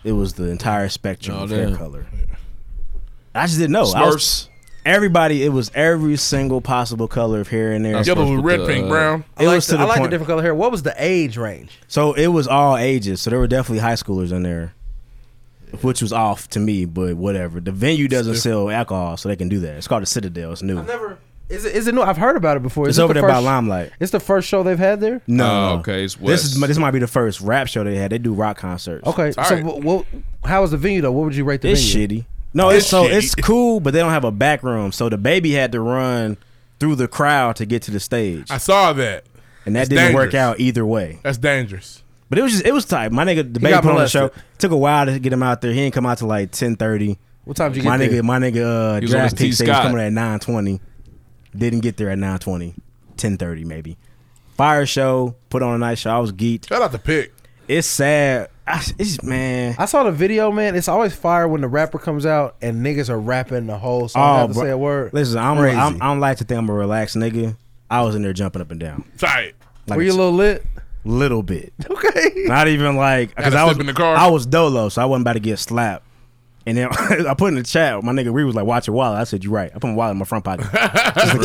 I: It was the entire spectrum
L: Oh,
I: of
L: damn.
I: hair color. I just didn't know. Oh, I was-
L: Smurfs.
I: everybody, it was every single possible color of hair in there.
L: That's
H: Yellow,
L: with
H: red,
L: the,
H: pink,
L: uh,
H: brown.
D: I
I: It
D: like
I: was
D: the,
I: to the
D: I like the
I: point.
D: different color hair. What was the age range?
I: So it was all ages. So there were definitely high schoolers in there, which was off to me, but whatever. The venue doesn't sell alcohol, so they can do that. It's called the Citadel. It's new.
D: Never. Is it? Is it new? I've heard about it before. Is
I: It's
D: it
I: over
D: the
I: there by
D: first-
I: Limelight.
D: It's the first show they've had there.
I: No,
L: Oh,
I: no.
L: okay, it's
I: uh, this is
L: West.
I: this might be the first rap show they had. They do rock concerts.
D: Okay,
H: all
D: so
H: right.
D: wh- what? How was the venue though? What would you rate the
I: it's
D: venue?
I: shitty. No, it's,
H: It's
I: so
H: shitty.
I: it's cool, but they don't have a back room, so the baby had to run through the crowd to get to the stage,
H: I saw that.
I: and that
H: it's
I: didn't work
H: dangerous.
I: out either way.
H: That's dangerous.
I: But it was just it was tight. My nigga, the baby
D: got
I: put on the
D: molested.
I: show. took a while to get him out there. He didn't come out till like ten thirty.
D: What time did you get
I: my
D: there?
I: nigga, my nigga, uh,
L: He was on his
I: draft pick
L: T.
I: said he was
L: Scott.
I: coming at nine twenty. Didn't get there at 920, 1030 maybe. Fire show, put on a night show. I was geeked.
H: Shout out to Pick.
I: It's sad. I, it's man.
D: I saw the video, man. It's always fire when the rapper comes out and niggas are rapping the whole song. I have to
I: Oh, bro.
D: say a word.
I: Listen, I'm,
D: Crazy.
I: I'm I don't like to think I'm a relaxed nigga. I was in there jumping up and down,
H: Tight.
I: like
D: Were you a little lit?
I: little bit.
D: Okay.
I: Not even like because
H: Gotta
I: I was
H: slip in the car.
I: I was dolo, so I wasn't about to get slapped. And then I put in the chat, my nigga Reed was like, watch your wallet. I said, you right. I put my wallet in my front pocket.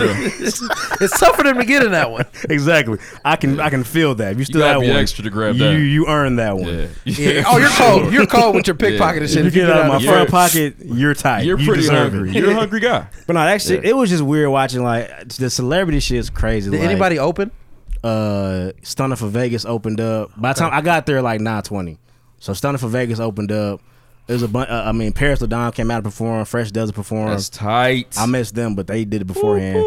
D: it's tough for them to get in that one.
I: exactly. I can I can feel that. If you still
L: gotta
I: have
L: be
I: one,
L: extra to grab
I: you,
L: that.
I: You earned that one.
L: Yeah. Oh, you're cold. You're cold with your pickpocket and shit.
I: If you get out of my
L: Yeah.
I: front pocket, you're tight.
L: You're
I: you
L: pretty
I: deserve
L: hungry.
I: It.
L: You're a hungry guy.
I: But no, actually,
L: Yeah.
I: it was just weird watching like the celebrity shit is crazy.
D: Did
I: like,
D: anybody open?
I: Uh, Stunner for Vegas opened up. By the time I got there, like nine twenty. So Stunner for Vegas opened up. There's a bunch. Uh, I mean, Paris Ladon came out and performed. Fresh does perform.
L: That's tight.
I: I missed them, but they did it beforehand.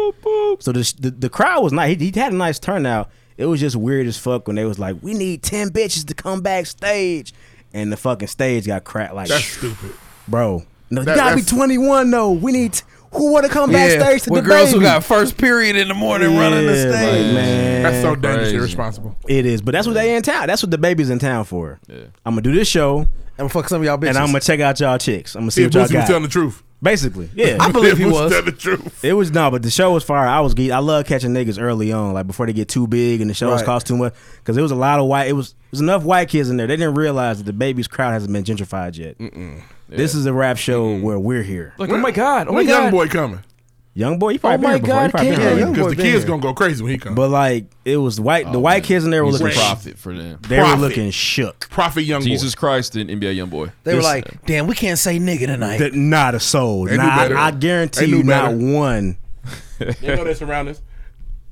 I: So the, the the crowd was nice. He, he had a nice turnout. It was just weird as fuck when they was like, "We need ten bitches to come backstage," and the fucking stage got cracked. Like
H: That's stupid.
I: bro. No,
H: That-
I: you gotta be
H: that's-
I: 21 though. We need t- who want to come
H: Yeah,
I: backstage to
H: with
I: the
H: girls
I: baby.
H: who got first period in the morning running the stage. That's so dangerous, Crazy. irresponsible.
I: It is, but that's what they in town. That's what the baby's in town for. I'm gonna do this show. I'm
D: gonna fuck some of y'all bitches,
I: and I'm gonna check out y'all chicks. I'm gonna see
D: See if
I: what y'all
D: Boosie was
I: got.
D: telling the truth.
I: basically. Yeah,
D: I believe he If Boosie was. telling the
I: truth. It was no, but the show was fire. I was geek. I love catching niggas early on, like before they get too big and the shows
D: Right.
I: cost too much. Because there was a lot of white. It was there's enough white kids in there. They didn't realize that the baby's crowd hasn't been gentrified yet. This is a rap show where we're here.
L: Like, oh my god, oh my
H: when
L: god,
H: young boy coming?
I: Young boy, you probably
L: Oh my
I: been here before. You
L: God,
I: probably been
L: King.
I: here
L: Yeah,
I: already.
L: Young
H: Because the kids gonna go crazy when he comes.
I: But like it was white.
D: Oh,
I: the white kids in there were
L: He's a
I: looking
L: prophet for them.
I: They
L: Prophet.
I: were looking shook.
H: Prophet young
L: Jesus Christ and NBA young boy.
D: They were like, "Damn, we can't say nigga tonight."
I: That not a soul.
H: They knew
I: Nah,
H: better.
I: I, I
H: They
I: guarantee
H: knew
I: you, not
H: better.
I: one
H: They know that's around us.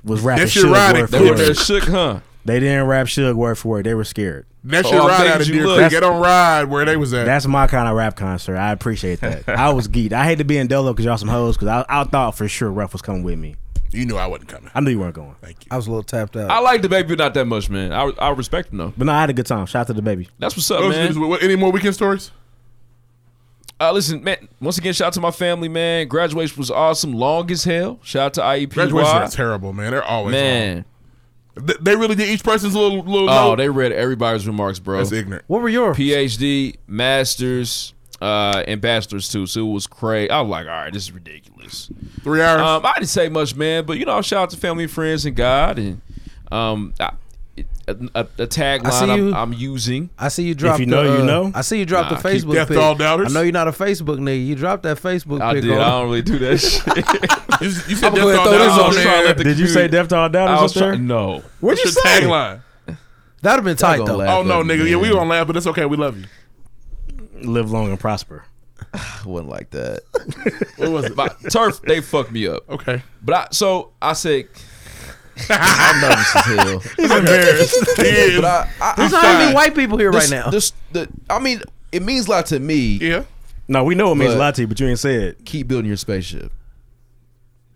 I: was rapping
H: That's your
I: shook
H: ride
I: word
H: it.
I: for
H: They were
I: word.
H: there shook, huh?
I: They didn't rap shook word for word. They were scared.
L: Oh,
H: That shit ride out of Deer Creek. They don't ride where they was at.
I: That's my kind of rap concert. I appreciate that. I was geeked. I hate to be in Dolo because y'all some hoes. Because I, I thought for sure Ruff was coming with me.
H: You knew I wasn't coming.
I: I knew you weren't going.
D: I was a little tapped out.
L: I like the baby but not that much, man. I I respect him though.
I: But no, I had a good time. Shout out to the baby.
L: That's what's up,
H: Those
L: man.
H: niggas, what- what- any more weekend stories?
L: Uh, listen, man. Once again, shout out to my family, man. Graduation was awesome, long as hell. Shout out to IEP.
H: Graduations are terrible, man. They're always
L: man.
H: They, they really did each person's little little.
L: Oh,
H: note.
L: they read everybody's remarks, bro.
H: That's ignorant.
D: What were yours?
L: PhD, masters, uh, and bachelors too. So it was crazy. I was like, all right, this is ridiculous.
H: Three hours.
L: Um, I didn't say much, man, but you know, shout out to family, and friends, and God, and um, I, it- a, a, a
D: I see
L: tagline I'm,
D: you.
L: I'm using.
D: I see you dropped. the, uh, I see you dropped
L: Nah,
D: the
L: keep
D: Facebook.
L: death
D: pic.
L: all doubters.
D: I know you're not a Facebook nigga. You dropped that Facebook.
L: I
D: pic
L: did.
D: on-
L: I don't really do that shit.
H: you, you
D: I'm gonna go ahead and throw this on there.
I: Did you say Death to All Doubters
L: I was
I: up there?
L: try- No.
I: What'd
L: That's
I: you
L: your
I: say?
L: Tagline.
D: That'd have been tight though.
H: Oh no, nigga. Yeah, we gonna laugh, but it's okay. We love you.
I: Live long and prosper.
G: Wasn't like that.
H: What was it?
L: My turf, they fucked me up.
H: Okay.
L: But I, so I said,
G: I'm nervous as hell.
H: He's embarrassed. He is.
G: But I, I,
D: There's not
H: I'm fine.
D: any white people here
G: this-
D: right now.
G: This, the, I mean, it means a lot to me.
H: Yeah.
I: No, we know it means
G: But-
I: a lot to you, but you ain't say it.
G: Keep building your spaceship.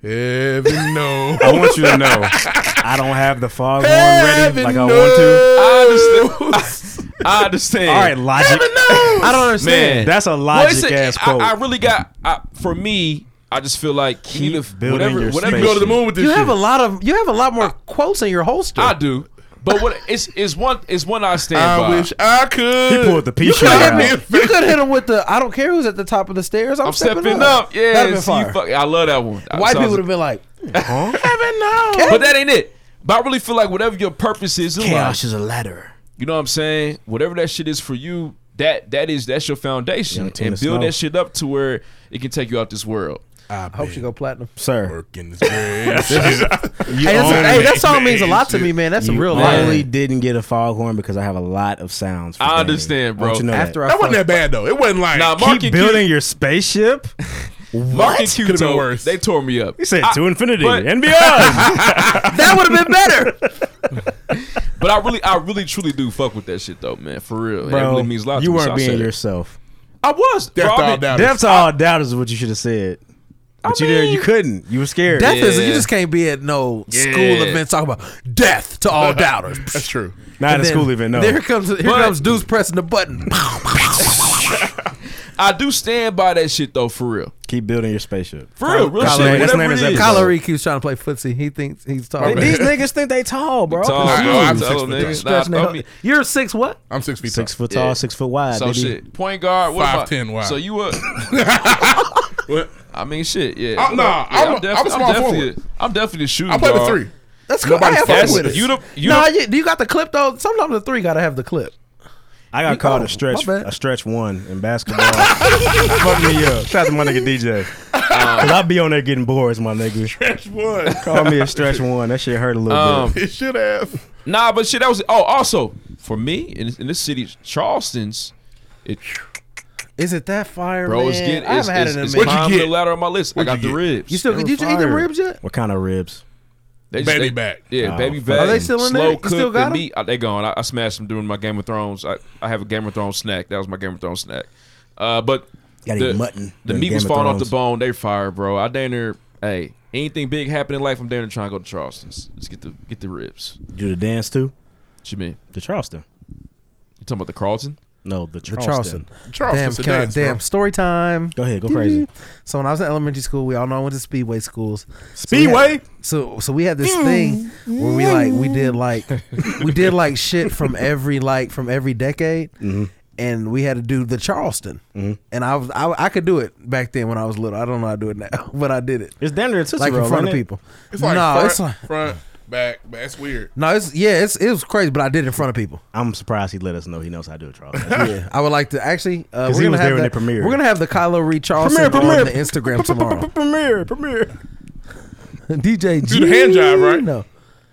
H: Heaven no.
I: I want you to know I don't have the foghorn ready
H: Heaven
I: like I want to.
L: I understand. I understand.
I: All right, logic.
D: I don't understand.
L: Man.
I: That's a
L: Well, it's
I: logic
L: a-
I: ass
L: I-
I: quote.
L: I, really got. I, for me, I just feel like keep,
I: building
L: whatever,
I: your
L: whatever
H: You go to the moon with this
D: You
H: shit.
D: have a lot of you have a lot more quotes in your holster.
L: I do. But what it's it's one it's one I stand
H: I
L: by.
H: wish I
I: He
H: could.
I: pulled the
D: You
I: piece
D: could
I: out.
D: have hit him. You could hit him with the I don't care who's at the top of the stairs. I'm,
L: I'm stepping, up. Yeah,
D: That'd been
L: see,
D: fire.
L: fuck- I love that one.
D: White
L: So I
D: people
L: was-
D: would have been like,
L: but that ain't it. But I really feel like whatever your purpose is in life,
I: Chaos is a ladder.
L: you know what I'm saying. Whatever that shit is for you, that that is that's your foundation,
I: Young Tina
L: and build
I: Snow.
L: that shit up to where it can take you out this world.
H: I
D: I hope she go platinum.
I: Sir,
H: Working this grave.
D: Hey,
I: you
D: that's
I: only,
D: hey, that song means a lot to me, man. That's some
I: you
D: real
I: only
D: life.
I: didn't get a foghorn because I have a lot of sounds. for
L: I
I: things.
L: understand,
I: I want
L: bro.
I: you to know that.
D: After I
H: That wasn't
D: fuck-
H: that bad though. It wasn't like
L: Nah, Mark
I: keep
L: and
I: building
L: Q,
I: your spaceship.
L: Mark and Q
H: Could've been
L: told-
H: worse.
L: They tore me up.
I: He said
L: I-
I: to infinity
L: but-
I: and beyond.
D: that would have been better.
L: But I really, I really, truly do fuck with that shit though, man. For real, it really means a lot.
I: you
L: to me, so I
I: weren't
L: said
I: being
L: it.
I: yourself.
L: I was.
H: Death
L: bro, I
H: all
L: mean-
H: down.
I: Death to all doubt is what you should have said. But you didn't. You couldn't. You were scared.
D: Death is
L: Yeah.
D: you just can't be at no
L: Yeah.
D: school events talking about death to all doubters.
H: That's true.
I: Not at
D: Then-
I: school even. No.
D: There comes here
L: But-
D: comes dudes pressing the button.
L: I do stand by that shit though, for real.
I: Keep building your spaceship.
L: For real, real
I: Kylo-
L: shit.
I: his
L: Whatever
I: name
L: it
I: is
L: is.
D: Kylo Ree keeps trying to play footsie. He thinks he's tall.
I: These niggas think they tall, bro.
L: Tall,
H: Nah,
L: bro.
H: I'm
L: Tall,
H: six foot
L: nigga.
H: tall.
L: Nah,
D: Scratching
L: I
D: that
L: mean,
D: hoe. You're six what?
H: I'm six feet.
I: Six
H: Six.
I: foot tall,
L: Yeah.
I: six foot wide.
L: So
I: baby.
L: shit, point guard, what about-
H: 5'10" wide.
L: So you a?
H: What?
L: I mean, shit, yeah.
H: I'm- nah,
L: Yeah,
H: I'm a-
L: def-
H: I'm a small
L: definitely, a- I'm definitely a shooting.
H: I play with
L: guard.
H: three.
D: That's cool. I have
L: That's
D: fun with it.
L: you. The, you
D: nah,
L: the-
D: you, you got the clip though. Sometimes the three gotta have the clip.
I: I got called
D: oh,
I: a stretch
D: my bad.
I: a stretch one in basketball. Fuck me up. Shout out to my nigga DJ. Cause I be on there getting boards, my nigga.
H: Stretch one.
I: Call me a stretch one. That shit hurt a little
L: Um,
I: bit.
H: It should have.
L: Nah, but shit, that was. Oh, also for me in, this- in this city, Charleston's. It,
D: Is it that fire,
L: bro,
D: man?
L: it's getting.
D: I
L: It's,
D: haven't had
L: it's,
D: it in a
L: it's
D: minute.
L: climbing the ladder on my list. I got the ribs.
D: You still
L: They
D: did
L: were
D: you eat the
L: fire.
D: ribs yet?
I: What kind of ribs?
L: They just-
H: Baby
L: they-
H: back.
L: Yeah,
I: Oh,
L: baby
I: fuck.
L: back.
D: Are they still in
L: slow
D: there? You
L: cooked
D: still got
L: and
D: 'em?
L: meat. uh, They gone. I, I smashed them during my Game of Thrones. I, I have a Game of Thrones snack. That was my Game of Thrones snack. Uh, but
I: Gotta
L: the,
I: eat mutton
L: The
I: during
L: meat was
I: Game of
L: falling off the
I: Thrones.
L: bone. They fired, bro. I damn near. Hey, anything big happen in life, I'm damn near trying to go to Charleston's. Let's get the get the ribs.
I: Do the dance too?
L: What you mean?
I: The Charleston.
L: You talking about the Carlton?
I: No, the
D: The
I: Charleston.
D: Charleston. Damn,
H: Charleston's a
D: can I-
H: dance, bro.
D: damn story time.
I: Go ahead, go crazy.
D: So when I was in elementary school, we all know I went to Speedway schools.
I: Speedway?
D: So so we had this thing where we like we did like we did like shit from every like from every decade, and we had to do the Charleston. And I was I, I could do it back then when I was little. I don't know how to do it now, but I did it
I: It's down there in Cicero,
D: like in front of
I: ain't it?
D: people.
H: It's like
D: no,
H: front,
D: Oh, it's like
H: front, back, back. That's weird.
D: no, it's yeah, it's it was crazy, but I did it in front of people.
I: I'm surprised he let us know he knows how to do a Charleston.
D: Yeah, I would like to actually. Uh,
I: 'Cause
D: we're
I: he
D: gonna
I: was
D: have
I: there when
D: that-
I: it premiered.
D: We're gonna have the Kylo Reed Charleston
I: premiere.
D: on the Instagram tomorrow.
I: Premiere, premiere.
D: DJ G.
H: Do the hand job, right?
D: No,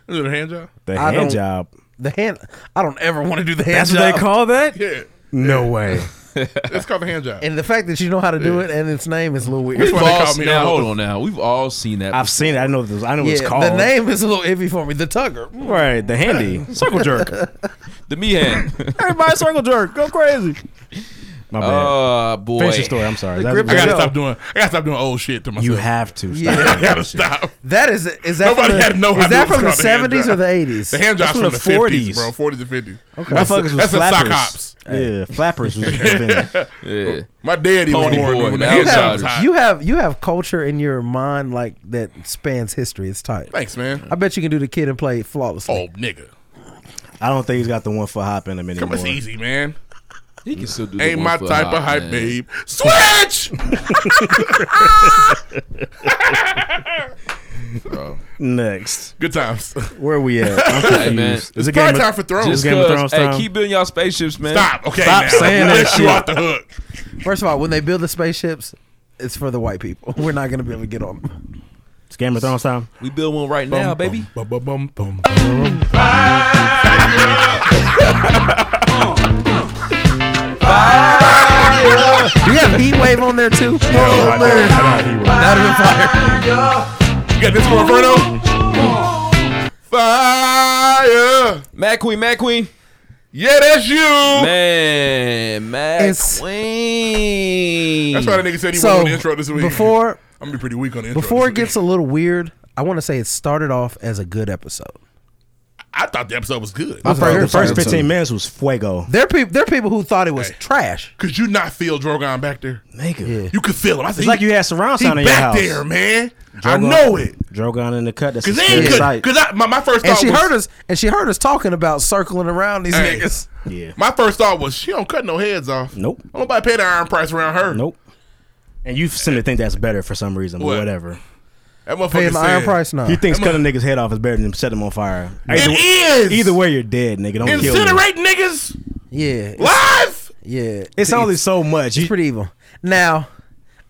H: Is it a hand job?
I: The
D: I
I: hand
D: don't-
I: job.
D: the hand. I don't ever want to do the hand
I: That's
D: job.
I: what they call that?
H: Yeah.
I: No way.
H: It's called a hand job.
D: And the fact that you know how to do it and its name is a little weird.
H: Which
L: We've
H: one they
L: all
H: call me
L: seen, now,
H: on?
L: hold on now. We've all seen that.
I: I've seen it. I know what it was, I know what
D: Yeah,
I: it's called.
D: the name is a little iffy for me. The Tugger.
I: Right, the handy. Circle jerk.
L: the me hand.
I: Everybody circle jerk. Go crazy. My bad.
L: uh, boy.
I: Finish your story. I'm sorry. That's-
D: grip
H: I gotta
D: Yeah.
H: stop doing. I gotta stop doing old shit to myself.
I: you have to. Stop.
D: Yeah.
H: I gotta stop.
D: That is is that
H: Nobody
D: from the,
H: had to know how
D: is
H: to
D: that
H: do it.
D: from the
H: It's called a hand
D: seventies or
H: job.
D: the eighties?
H: The hand job's
I: That's
H: from the
I: from the
H: fifties,
I: 40s.
H: bro. Forties and fifties. Okay.
I: Motherfuckers was
H: that's a sock
I: flappers.
H: hops.
I: Yeah, flappers was the
L: Yeah.
H: My daddy was
L: Pony
H: born
L: boy,
H: when the
L: the
H: hand job
L: outsiders.
H: was hot.
D: You have you have culture in your mind like that spans history. It's tight.
H: Thanks, man.
D: I bet you can do the kid and play flawlessly.
H: Oh, nigga.
I: I don't think he's got the one for hop in him anymore.
H: Come, it's easy, man.
L: He can still do. the
H: Ain't
L: one
H: my
L: foot
H: type
L: hop,
H: of hype,
L: man.
H: babe. Switch.
I: Next.
H: Good times.
I: Where we at? I'm confused.
L: man.
I: Is it
H: It's probably
I: Game of-
H: time for Thrones.
I: Is
L: Just
I: it Game of
L: 'cause-
I: Thrones
L: Hey,
I: time?
L: keep building y'all spaceships, man.
H: Stop. Okay.
I: Stop
H: now.
I: saying that
H: Let you
I: shit.
H: off the hook.
D: First of all, when they build the spaceships, it's for the white people. We're not gonna be able to get on them.
I: It's Game of Thrones time.
L: We build one right now, baby.
H: Bum, bum, bum, bum.
D: You have heat wave on there too. Oh, man. That'd have been fire.
H: You got this for Inferno? Fire.
L: Mad Queen, Mad Queen.
H: Yeah, that's you.
L: Man, Mad
D: It's-
L: Queen.
H: That's why the nigga said he was
D: So
H: on the intro this week.
D: before
H: I'm gonna be pretty weak on the intro.
D: before it
H: this week.
D: gets a little weird, I want to say it started off as a good episode.
H: I thought the episode was good.
I: My first, the first
L: episode.
I: 15 minutes was fuego.
D: There are people. There are people who thought it was
H: Hey.
D: trash.
H: Could you not feel Drogon back there?
I: Nigga.
H: You could feel him. I said,
I: It's
H: he-
I: like you had surround
H: he
I: sound in your
H: back
I: house.
H: there, man. I know it.
I: Drogon in the cut. That's
H: Cause
I: a
H: they ain't
I: scary
H: could.
I: sight.
H: Cause I, my, my first
D: And
H: thought
D: she
H: was,
D: heard us. And she heard us talking about circling around these
H: Hey.
D: niggas.
I: Yeah.
H: My first thought was she don't cut no heads off.
I: Nope.
H: Don't Nobody paid the iron price around her.
I: Nope. And you seem to think that's better for some reason, but
H: What?
I: whatever.
H: That motherfucker
D: Paying the iron
H: said,
D: price now.
I: He thinks cutting niggas' head off is better than setting them on fire.
H: It is.
I: Either way, you're dead, nigga. Don't kill me.
H: Incinerate niggas
D: Yeah, it's-
H: live.
D: yeah.
I: It's only so much. You,
D: it's pretty evil. Now,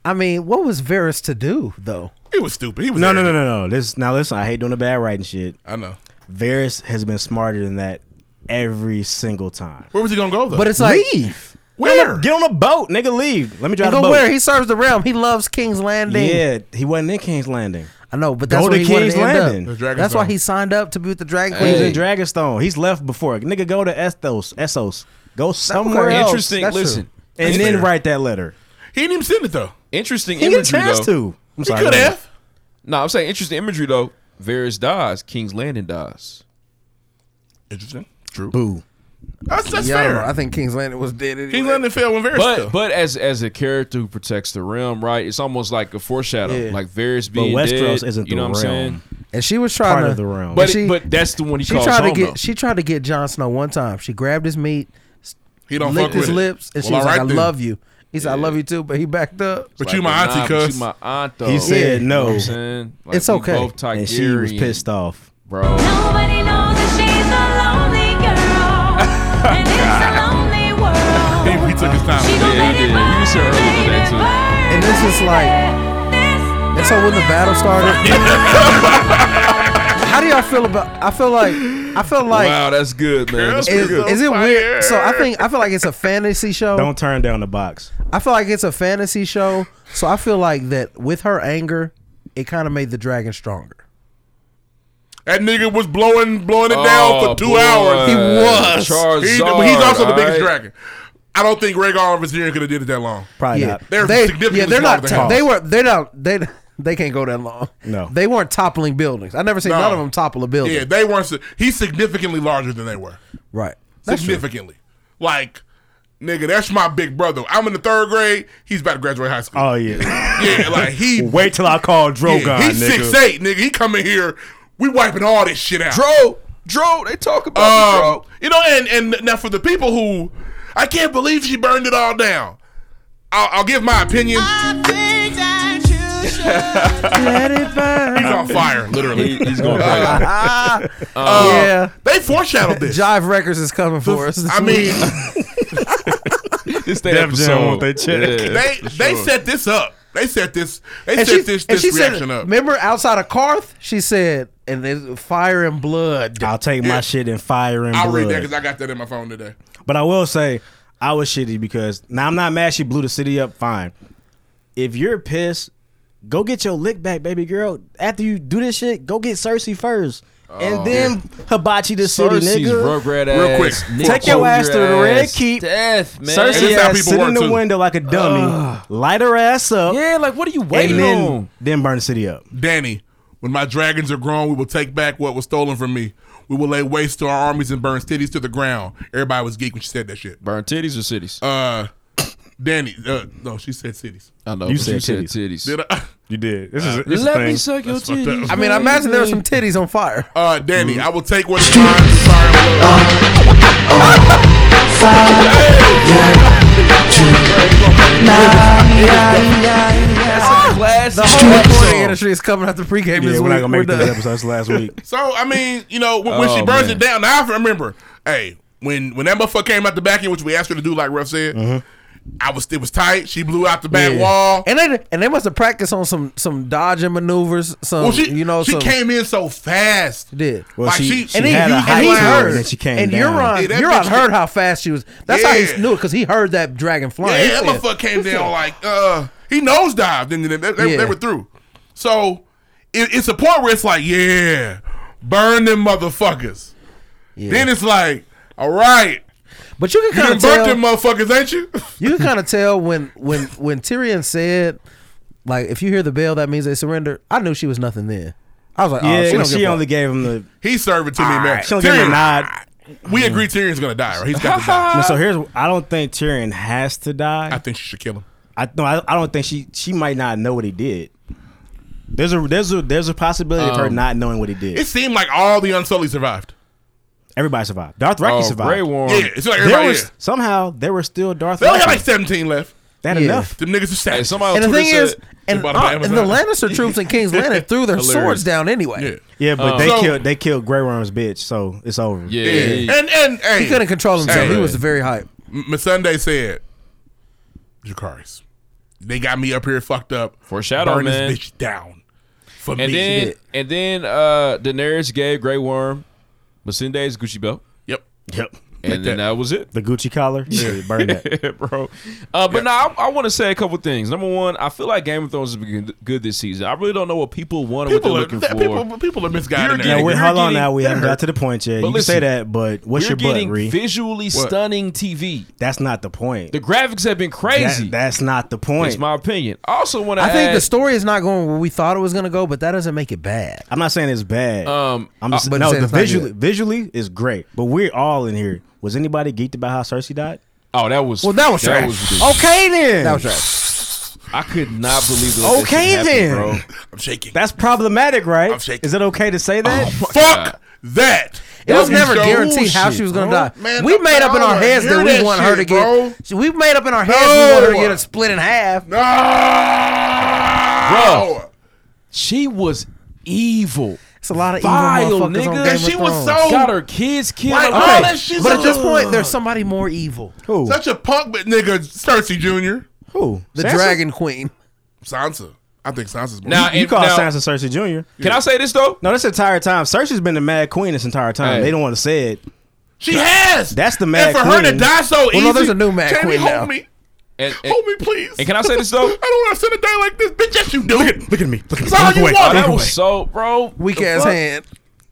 D: I mean, what was Varys to do though?
H: He was stupid. He was
I: no, no, no,
H: arrogant.
I: no, no. This now. Listen, I hate doing the bad writing shit.
H: I know.
I: Varys has been smarter than that every single time.
H: Where was he gonna go though?
D: But it's like
I: leave.
H: where?
I: Get on a boat, nigga. Leave. Let me
D: he
I: drive the
D: go
I: boat.
D: where he serves the realm. He loves King's Landing.
I: yeah, he wasn't in King's Landing.
D: I know, but
I: Go
D: that's
I: to
D: where he wanted
I: King's
D: to end
I: Landing.
H: The
D: up.
H: Dragon's
D: That's why
H: Throne.
D: he signed up to be with the Dragon
I: He was
D: Queen.
I: in Dragonstone. He's left before. Nigga, go to Estos. Essos. Go somewhere
D: okay.
I: else.
L: Interesting.
D: That's
L: Listen,
D: true.
I: And then write that letter.
H: he didn't even send it though.
L: interesting
I: He get a
L: imagery
I: chance
L: though.
I: to.
H: He
I: I'm sorry.
H: could
I: go ahead.
H: have.
L: No, I'm saying interesting imagery though. Varys dies. King's Landing dies.
H: Interesting. True.
I: Boo.
H: That's, that's
D: Yeah, I don't know.
H: fair.
D: I think King's Landing was dead. Anyway.
H: King London fell when Varys fell.
L: But but as as a character who protects the realm, right? It's almost like a foreshadow,
D: Yeah.
L: like Varys being
I: Westeros
L: dead,
I: isn't
L: you know
I: the
L: what I'm
I: realm.
L: saying?
D: and she was trying
I: Part
D: to
I: of the realm.
L: But
D: she-
L: it, but that's the one he
D: She
L: calls
D: tried
L: home.
D: to get.
L: though.
D: She tried to get Jon Snow one time. She grabbed his meat,
H: he don't fuck
D: licked
H: with
D: his
H: it.
D: lips, and she
H: Well,
D: was
H: all
D: like,
H: right
D: "I
H: then.
D: love you." He said, "I love you too," but he backed up.
H: But you my
L: nah,
H: auntie,
L: but
H: cuz.
L: you my aunt though.
I: He said
L: You know
I: no.
L: what I'm saying? Like,
D: It's
L: we
D: okay.
L: Both Targaryen,
I: And she was pissed off.
L: bro.
R: Nobody knows that she's a lonely girl. and it's a lonely world.
L: sir over that too.
D: And this is like, and so when the battle started, how do y'all feel about? I feel like, I feel like.
L: wow, that's good, man. That's pretty
D: Is,
L: good.
D: is it weird? So I think I feel like it's a fantasy show.
I: Don't turn down the box.
D: I feel like it's a fantasy show. So I feel like that with her anger, it kind of made the dragon stronger.
H: That nigga was blowing blowing it down for two hours.
D: He was.
H: He- but he's also the biggest dragon. I don't think Ray Garland Virginia could have did it that long.
I: Probably
D: yeah,
I: not.
H: They're
D: they,
H: significantly
D: yeah, they're
H: smaller
D: not.
H: than Hawks.
D: they were. They're not. They they can't go that long.
I: No.
D: they weren't toppling buildings. I never seen
H: No.
D: none of them topple a building.
H: Yeah, they weren't. si- He's significantly larger than they were.
D: Right.
H: significantly. Like, nigga, that's my big brother. I'm in the third grade. He's about to graduate high school.
I: Oh yeah.
H: yeah, like he.
I: Wait till I call
L: Oh,
I: Drogon.
H: yeah, he's
I: nigga.
H: six eight, nigga. He come in here. We wiping all this shit out.
G: Dro, Dro, they talk about me,
H: Um,
G: Dro.
H: you know, and and now for the people who, I can't believe she burned it all down. I'll, I'll give my opinion. He's on fire, literally.
L: He- he's going crazy.
H: Uh,
D: yeah.
H: They foreshadowed this.
D: Jive Records is coming for us.
H: I mean,
L: It's that
I: Def Jam
L: episode.
I: with they chick.
L: Yeah,
H: they
L: for
H: they
L: sure.
H: set this up. They set this. They
D: and
H: set
D: she,
H: this
D: and
H: this
D: she said,
H: reaction up.
D: remember outside of Carth, she said, and there's fire and blood.
I: I'll take my shit and fire and
H: I'll read that
I: blood.
H: because I got that in my phone today.
I: But I will say, I was shitty because now I'm not mad she blew the city up. Fine. If you're pissed, go get your lick back, baby girl. After you do this shit, go get Cersei first.
H: Oh,
I: and then hibachi the city,
L: Cersei's
I: nigga.
L: rugrat ass.
H: Real quick.
L: Nick
I: Take your
L: Fury
I: ass to the Red
L: ass.
I: Keep.
L: Death,
H: And
L: man.
I: Cersei
H: that's how
I: ass
H: people
I: sit
H: work,
I: in the
H: too.
I: window like a dummy, light her ass up,
L: yeah, like what are you
I: and
L: waiting
I: then,
L: on?
I: then burn the city up.
H: Danny, when my dragons are grown, we will take back what was stolen from me. We will lay waste to our armies and burn cities to the ground. Everybody was geek when she said that shit.
L: Burn titties or cities?
H: Uh, Danny, uh, no, she said cities.
L: I know.
I: you
L: but
I: said
L: titties.
H: Did I?
F: You did. This is this is
L: Let me
F: thing.
L: suck your
H: fucked up.
L: titties.
D: I mean, I imagine there were some titties on fire.
H: Uh,
I: Mm-hmm.
H: Danny, I will take what is mine. Sorry, I'm a little-
G: Classic.
D: The whole recording industry is coming after pregame
I: Yeah,
D: this
I: we're not
D: week.
I: gonna
D: We're
I: make this
D: done.
I: episode. That's last week.
H: So I mean, you know, when, when she
L: Oh,
H: burns
L: man.
H: it down, now I remember. Hey, when when that motherfucker came out the back end, which we asked her to do, like Ruff said,
I: Mm-hmm.
H: I was it was tight. She blew out the back wall.
D: And they and they must have practiced on some some dodging maneuvers. Some
H: well, she
D: you know
H: she
D: some,
H: came in so fast.
D: did.
I: Well,
H: Like,
I: she,
H: she-
I: she,
H: And
D: he-
I: had
D: he-
I: a
D: and
I: high
D: he
I: tower
D: heard.
I: and then she came
D: and
I: down.
D: Euron,
H: Yeah, that
D: Euron
H: bitch-
D: heard how fast she was. That's how
H: Yeah.
D: he knew it because he heard that dragon flying.
H: Yeah,
D: He
H: that
D: said-
H: motherfucker came down like uh he nosedived and then they, they, they
D: Yeah.
H: were through. So it, it's a point where it's like, yeah, burn them motherfuckers. Then it's like, all right,
D: But you can
H: you
D: kind
H: done
D: of
H: burnt
D: tell.
H: them motherfuckers, ain't you?
D: you can kind of tell when when when Tyrion said, like, if you hear the bell, that means they surrender. I knew she was nothing then. I was like,
I: Yeah,
D: oh, she,
I: she,
D: don't give a fuck.
I: only gave him the.
H: He's serving to me, man.
I: She only gave him a nod.
H: We agree Tyrion's gonna die, right? He's got to die.
I: No, so here's. I don't think Tyrion has to die.
H: I think she should kill him.
I: I no, I, I don't think she she might not know what he did. There's a there's a there's a possibility of her
H: Um,
I: not knowing what he did.
H: It seemed like all the Unsullied survived.
I: Everybody survived. Darth Recky
L: Oh,
I: survived.
L: Grey Worm.
H: yeah, it's like everybody.
I: there
H: yeah.
I: was somehow there were still Darth.
H: They only had
I: Recky.
H: like 17 left.
I: They had
D: Yeah.
I: enough.
H: Them niggas are sad.
L: Hey, somebody on
D: And the
L: Twitter
D: thing
L: said,
D: is, and,
H: bought
D: uh,
H: an
D: and the Lannister troops in King's Landing threw their
L: Hilarious.
D: swords down anyway.
I: Yeah, but
L: Um,
I: they
H: so-
I: killed they killed Grey Worm's bitch, so it's over.
L: yeah,
H: yeah. and and hey,
D: He couldn't control himself.
H: Hey.
D: He was very hype.
H: M- Sunday said, Jacaris, they got me up here fucked up.
L: Foreshadow,
H: Burn
L: man.
H: this bitch down for me.
L: and then and then uh, Daenerys gave Grey Worm Masinde's Gucci belt,
H: yep.
I: Yep.
L: and then uh,
H: that.
L: that was it.
I: The Gucci collar. Yeah, burn that.
L: bro. Uh, but now I, I want to say a couple things. Number one, I feel like Game of Thrones has been good- good this season. I really don't know what people want or what they're
H: People are,
L: looking
H: that,
L: for.
H: people, people are misguided.
L: You're
I: Now,
H: now.
I: wait,
L: You're
I: hold on
L: getting-
I: now. We haven't
L: you're-
I: got to the point yet.
L: But
I: you can say
L: listen,
I: that, but what's
L: We're
I: your butt,
L: getting
I: Ree?
L: visually stunning TV.
I: that's not the point.
L: The graphics have been
I: That-
L: crazy.
I: that's not the point.
L: That's my opinion. I also want to
D: I think the
L: add,
D: story is not going where we thought it was going to go, but that doesn't make it bad.
I: I'm not saying it's bad.
H: Uh,
L: um,
I: I'm just
D: uh, but
I: no.
D: it's-
I: The
D: it's not
I: visually,
D: good.
I: visually is great, but we're all in here. Was anybody geeked about how Cersei died?
L: oh, that was
D: Well, that was trash.
H: Oh,
L: ridiculous.
I: Okay then.
D: That was right.
L: I could not believe that. this
I: Okay,
L: happened,
I: then.
L: bro.
H: I'm shaking.
I: That's problematic, right?
H: I'm shaking. Oh,
I: Is it okay to say that?
H: Fuck that.
D: It was never
H: Bullshit,
D: guaranteed how she was going to
H: bro.
D: die.
H: Man,
D: we
H: don't-
D: made up in
H: I
D: our
H: wanna
D: heads
H: hear
D: that we
H: that
D: wanted her to
H: shit,
D: get.
H: bro.
D: So we made up in our heads
H: No.
D: we wanted her to get it split in half.
H: No,
L: Bro. She was evil.
D: It's a lot of
L: Vile,
D: evil motherfuckers on
L: nigga.
D: Game
H: And
D: of
H: she was
D: Thrones.
H: so
L: Got her kids killed.
H: Like,
L: Like,
H: all
L: okay.
H: that shit's
D: But
H: a-
D: at this point, there's somebody more evil.
I: Who?
H: such a punk, but nigga, Cersei Jr.
I: Who?
D: The
I: Sansa?
D: Dragon Queen.
H: Sansa. I think Sansa's more.
I: you, you call Sansa Cersei Jr.
H: Can I
L: say this though?
I: No, this entire time Cersei's been the Mad Queen this entire time.
H: Hey.
I: They don't want to say it.
H: She has.
I: That's the Mad
H: and for
I: Queen.
H: her to die so easy. Jamie, hold
I: Look
H: me. hold me, please.
L: and can I say this, though?
H: I don't want to spend a day like this, bitch. Yes, you do.
I: at, look at me. Look at me.
H: That's all
I: Look
H: you
I: away.
H: want.
I: Look
H: That
I: away.
H: was
L: so, bro.
D: Weak
I: the
D: ass
I: fuck?
D: hand.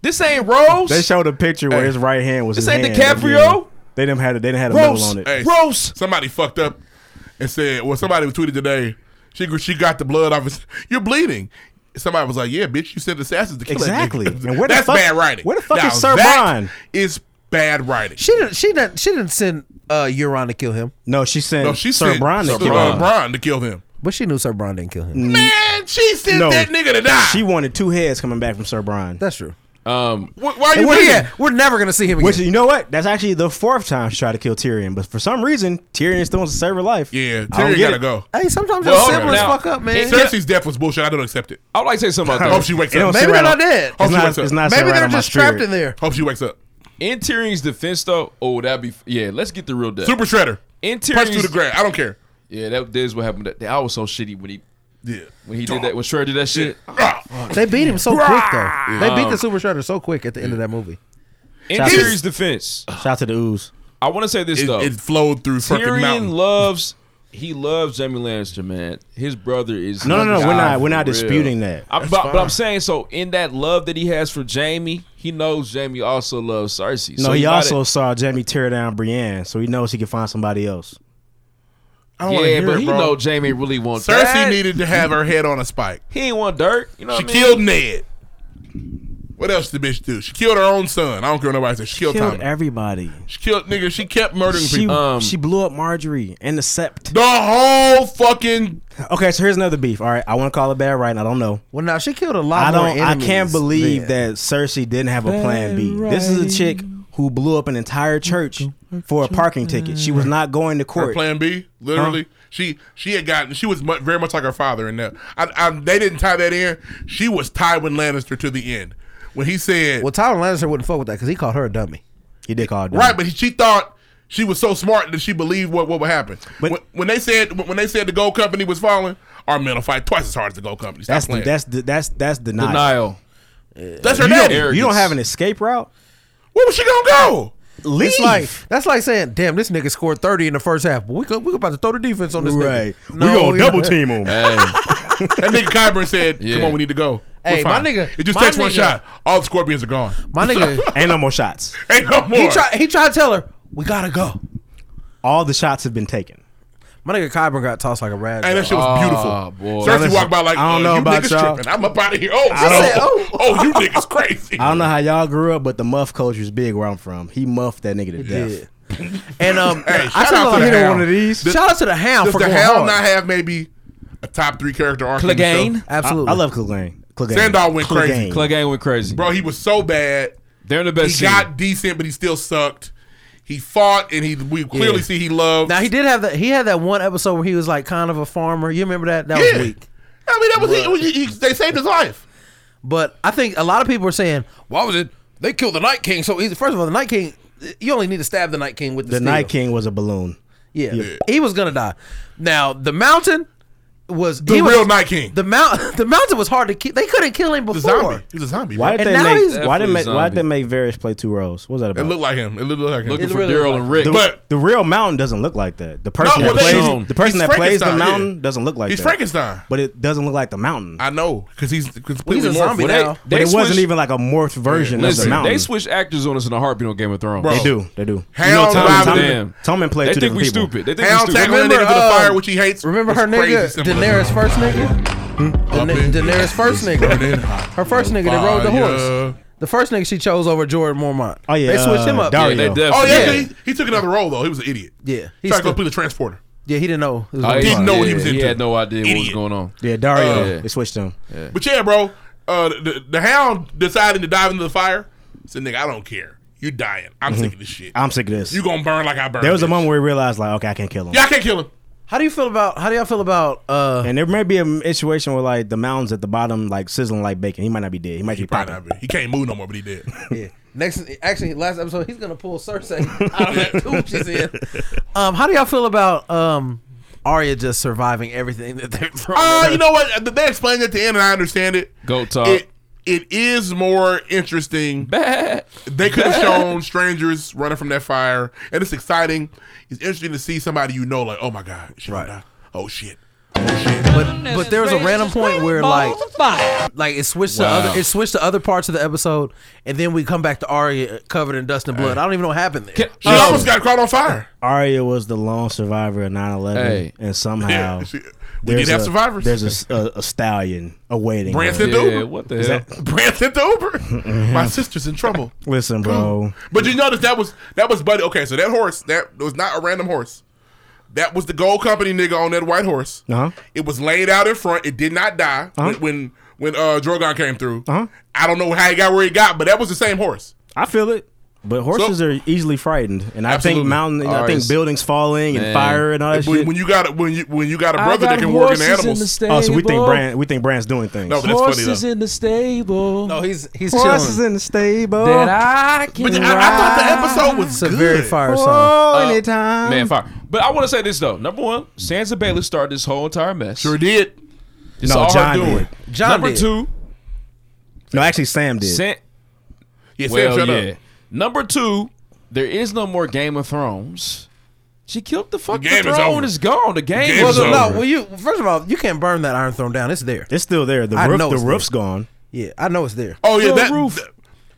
L: This ain't Rose.
I: They showed a picture where his right hand was.
L: This
I: his
L: ain't
I: hand.
L: DiCaprio?
I: They didn't have. They didn't have a
H: Gross.
I: medal on it.
H: Hey, Somebody fucked up and said, well, somebody tweeted today, she she got the blood off his, you're bleeding. Somebody was like, yeah, bitch, you sent assassins to kill that
I: Exactly.
H: nigga."
I: And where the
H: That's
I: fuck-
H: bad writing.
I: where the fuck
H: Now,
I: is Sir
H: that
I: Bond?
H: is bad writing.
D: She didn't. She didn't. She didn't send uh, Euron to kill him.
I: No, she sent
H: No, she sent Sir
I: uh,
H: Bron- Bron to kill him.
D: But she knew Sir Bron didn't kill him.
H: Man, she sent that nigga to die.
I: Mm. She wanted two heads coming back from Sir Brian.
D: That's true.
L: Um,
H: Wh- why are
I: And
H: you
I: where he
H: bleeding?
I: at?
D: We're never gonna see him again.
I: Which you know what? That's actually the fourth time she tried to kill Tyrion, but for some reason Tyrion still wants to save her life.
H: Yeah,
I: I don't
H: Tyrion
I: get
H: gotta
I: it.
H: go.
D: Hey, sometimes
I: Well,
D: your
I: hold on.
D: siblings
I: Now-
D: fuck up, man.
H: Cersei's death was bullshit. I don't accept it.
L: I would like to say something about that.
H: Hope she wakes
L: It don't
H: up.
L: sit Maybe right they're on- not
D: dead.
H: Hope
L: It's
H: she
L: not-
H: wakes up.
L: it's not Maybe sit right they're on my just trapped spirit. in
D: there.
H: Hope she wakes up.
L: In Tyrion's defense, though, oh, that'd be yeah. Let's get the real death.
H: Super Shredder.
L: In
H: Punch through
L: Tyrion's
H: the ground. I don't care.
L: Yeah, that, that is what happened. That, I was so shitty when he
H: yeah
L: when he did that when Shredder did that shit.
D: They beat him so quick though. They beat
L: Um,
D: the Super Shredder so quick at the end of that movie.
L: In
I: Shout-
L: Tyrion's defense,
I: Shout out to the ooze.
L: I want to say this
H: It-
L: though.
H: it flowed through fucking mountain.
L: Tyrion loves he loves Jamie Lannister, man. His brother is
I: No, no, no,
L: God
I: we're not- we're
L: for
I: not
L: real.
I: disputing that.
L: I'm-
I: That's
L: but, but
I: fine.
L: I'm saying so in that love that he has for Jamie, he knows Jamie also loves Cersei.
I: No,
L: so
I: he
L: might
I: also
L: have-
I: saw Jamie tear down Brienne, so he knows he can find somebody else.
H: I don't want to
L: yeah,
H: hear
L: but
H: it,
L: he
H: bro.
L: know Jamie really wants
H: Cersei
L: that.
H: needed to have her head on a spike.
L: He ain't want dirt. You know
H: She
L: what I mean?
H: killed Ned. What else did the bitch do? She killed her own son. I don't care what nobody says. She killed,
I: Killed
H: Tommy.
I: everybody.
H: She killed nigga. She kept murdering
I: She,
H: people.
I: she blew up Marjorie and the Sept.
H: the whole fucking
I: Okay, so here's another beef. All right, I want to call it bad right, and I don't know.
D: Well, now she killed a lot.
I: I
D: more
I: don't. I
D: enemies
I: can't believe
D: then.
I: that Cersei didn't have a plan B. This is a chick who blew up an entire church for a parking ticket. She was not going to
H: her
I: court.
H: plan B. Literally, she she had gotten. She was mu- very much like her father in that. I, I, they didn't tie that in. She was Tywin Lannister to the end when he said
D: Well, Tyler Lannister wouldn't fuck with that because he called her a dummy.
I: He did call it.
H: Right, but he, she thought she was so smart that she believed what what would happen. But when, when they said when they said the gold company was falling, our men will fight twice as hard as the gold company. Stop
I: That's
H: playing.
I: that's that's that's denial.
L: denial.
H: That's her
I: you
H: daddy.
I: Don't, you don't have an escape route.
H: Where was she gonna go?
I: Leave.
D: It's like that's like saying, "Damn, this nigga scored thirty in the first half, but we go, we about to throw the defense on this
I: right.
D: nigga."
I: we
D: No,
I: gonna double
D: yeah.
I: team him.
H: That nigga Kyburn said, "Come
L: Yeah.
H: on, we need to go." We're
D: Hey, my
H: fine."
D: nigga-
H: it just
D: my
H: takes one
D: nigga-
H: shot. All the scorpions are gone.
D: My nigga,
I: Ain't no more shots.
H: Ain't no more.
D: he tried. He tried to tell her, "We gotta go."
I: All the shots have been taken.
D: My nigga Kyber got tossed like a rag.
H: and that shit was
D: Ah,
L: Oh,
H: beautiful.
L: boy.
H: Cersei
I: listen,
H: walked by like,
I: I don't
H: "Uh,
I: know
H: you
I: about
H: niggas
I: y'all.
H: tripping. I'm up out of here. Oh,
D: said,
H: oh, oh, you niggas crazy.
I: I don't know how y'all grew up, but the muff culture is big where I'm from. He muffed that nigga to death.
D: did. And um,
H: Hey,
D: I
H: shout
D: still
H: out
D: love
H: to the
D: hitting
H: Hound.
D: one of these.
H: Does-
D: shout out to the Hound
H: Does
D: for
H: the
D: going
H: Hound
D: hard.
H: not have maybe a top three character arc? in the
L: Clegane.
H: show?
D: Absolutely,
I: I, I love Clegane. Clegane.
H: Sandal went crazy.
L: Clegane went crazy.
H: Bro, he was so bad.
L: They're in the
H: He
L: best. scene.
H: got decent, but he still sucked. He fought, and he we clearly see he loved.
D: Now he did have that. He had that one episode where he was like kind of a farmer. You remember that? That
H: Yeah.
D: was weak.
H: I mean, that was he, was- he- he- They saved his life.
D: But I think a lot of people are saying, "Why was it? They killed the Night King so easy." First of all, the Night King, you only need to stab the Night King with the,
I: The
D: steel.
I: Night King was a balloon.
D: Yeah. he was gonna die. Now the Mountain was
H: The
D: he was-
H: real Night King.
D: The mount, the Mountain was hard to kill. They couldn't kill him
H: The
D: before.
H: zombie. He's a zombie.
I: Why
H: Why
I: did
D: And
I: they
D: now he's
I: make? Why did,
L: definitely
I: ma- why did they
L: zombie.
I: make Varys play two roles? What was that
H: it
I: about?
H: looked like him. It looked like him.
L: looking
D: It
L: for
D: really
L: Daryl
D: was-
L: and Rick.
I: the,
H: but-
I: the real mountain doesn't look like that. The person
H: well,
I: that
H: they-
I: plays
H: he's-
I: the person
H: he's
I: that plays the
H: Frankenstein, yeah.
I: mountain doesn't look like
H: He's
I: that.
H: Frankenstein.
I: But it doesn't look like the mountain.
H: I know because he's completely
D: Well, he's a
H: morphed.
D: zombie
H: Well, they-
D: now.
I: but
L: They
I: it wasn't
L: switched-
I: even like a morphed version of the
L: Listen,
I: mountain.
L: they switch actors on us in a heartbeat on Game of Thrones.
H: Bro.
I: They do. They do.
H: Hound
I: Tommen,
H: Robin-
I: Tommen, Tommen played
L: They
I: two
L: think
I: different
L: we
I: people.
L: stupid. They think we
H: Hound
L: stupid.
H: tackling that nigga to the
D: Remember, uh,
H: fire, which he hates.
D: Remember
H: It's
D: her
H: crazy Hmm?
D: nigga,
H: symbolism.
D: Daenerys' first nigga. Da- Daenerys' first nigga. Her first nigga that rode the horse. The first nigga she chose over Jordan Mormont.
I: Oh, yeah,
D: they switched him
I: uh,
D: up.
L: Yeah,
I: Dario.
L: they
I: Oh,
L: definitely.
H: Oh yeah,
D: Yeah.
H: He, he took another role though. He was an idiot.
D: Yeah, he
H: he tried to go
D: still-
H: play the transporter.
D: Yeah, he didn't know. It was
L: Oh,
D: gonna
L: he-
D: be
H: Didn't know what he was
L: yeah,
H: into.
L: had no idea what was
H: Idiot.
L: going on.
I: Yeah, Dario.
L: Yeah.
I: they switched him.
H: But yeah, bro, uh, the, the hound decided to dive into the fire. Said, "Nigga, I don't care. You're dying. I'm
D: Mm-hmm.
H: sick of this shit.
I: I'm sick of this.
H: you gonna burn like I burned."
I: there was a
H: bitch.
I: moment where he realized, like, okay, I can't kill him.
H: Yeah, I can't kill him.
D: How do you feel about? How do y'all feel about? uh
I: And there may be a situation where like the mountains at the bottom like sizzling like bacon. He might not be dead. He might be
H: Probably not,
I: popping.
H: but He can't move no more, but he did.
D: yeah. Next, actually, last episode, he's gonna pull Cersei out of that tomb she's in. Um, how do y'all feel about um Arya just surviving everything that they're throwing.
H: Uh,
D: at
H: you
D: her.
H: know what? They explained at the end, and I understand it.
L: Go talk.
H: It, it is more interesting.
L: Bad.
H: They could have
L: Bad.
H: shown strangers running from that fire, and it's exciting. It's interesting to see somebody you know, like, oh my god, she right. Oh shit.
D: But but there was a random point where like like it switched
H: Wow.
D: to other it switched to other parts of the episode, and then we come back to Arya covered in dust and blood. I don't even know what happened there.
H: She almost got caught on fire.
I: Arya was the lone survivor of 9-11,
D: Hey.
I: and somehow
H: Yeah, she- we
I: there's
H: did have
I: a,
H: survivors.
I: There's a s- a, a stallion awaiting.
H: Brand
I: her.
H: sent the Uber.
I: Is that-
H: Brand sent the Uber. My sister's in trouble.
I: Listen, bro.
H: But you notice that was that was Buddy. Okay, so that horse that was not a random horse. That was the gold company nigga on that white horse.
I: Uh-huh.
H: It was laid out in front. It did not die
I: Uh-huh.
H: when when, when uh, Drogon came through.
I: Uh-huh.
H: I don't know how he got where he got, but that was the same horse.
I: I feel it. But horses are easily frightened, and I
H: Absolutely.
I: think mountain, I
H: Alright.
I: think buildings falling and
H: Man.
I: fire and all that
H: when,
I: shit.
H: when you got a- when you when you got a
I: I
H: brother
I: got
H: that can work in
I: horses in
H: animals.
I: the stable. Oh, so we think Brand- we think Brand's doing things.
H: No, but that's funny
I: Horses
H: though.
I: in
F: the stable.
D: No, he's he's
I: Horses
D: chilling.
I: in the stable.
D: That I
H: can But I- I thought the episode
D: it's
H: was
D: a very fire song.
I: Oh,
L: Uh,
I: anytime.
L: Man, fire. But I want to say this though. Number one, Sansa Baylor started this whole entire mess. Sure
H: did.
L: It's
I: No,
L: all
I: John
L: her doing.
I: did. John
L: Number
I: did.
L: two,
I: No, actually, Sam did.
L: San-
H: Yeah, Sam,
L: well,
H: shut up.
L: yeah. Number two, there is no more Game of Thrones. She killed the fuck. The,
H: game is
L: throne
H: over.
L: is, gone. The game,
D: well,
L: is
D: no,
L: over.
D: no, well, you first of all, you can't burn that Iron Throne down. It's there.
I: It's still there. The
D: I
I: roof,
D: know
I: the
D: it's
I: roof's
D: there.
I: gone.
D: Yeah, I know it's there.
H: Oh yeah,
D: The
H: that
D: roof.
H: th-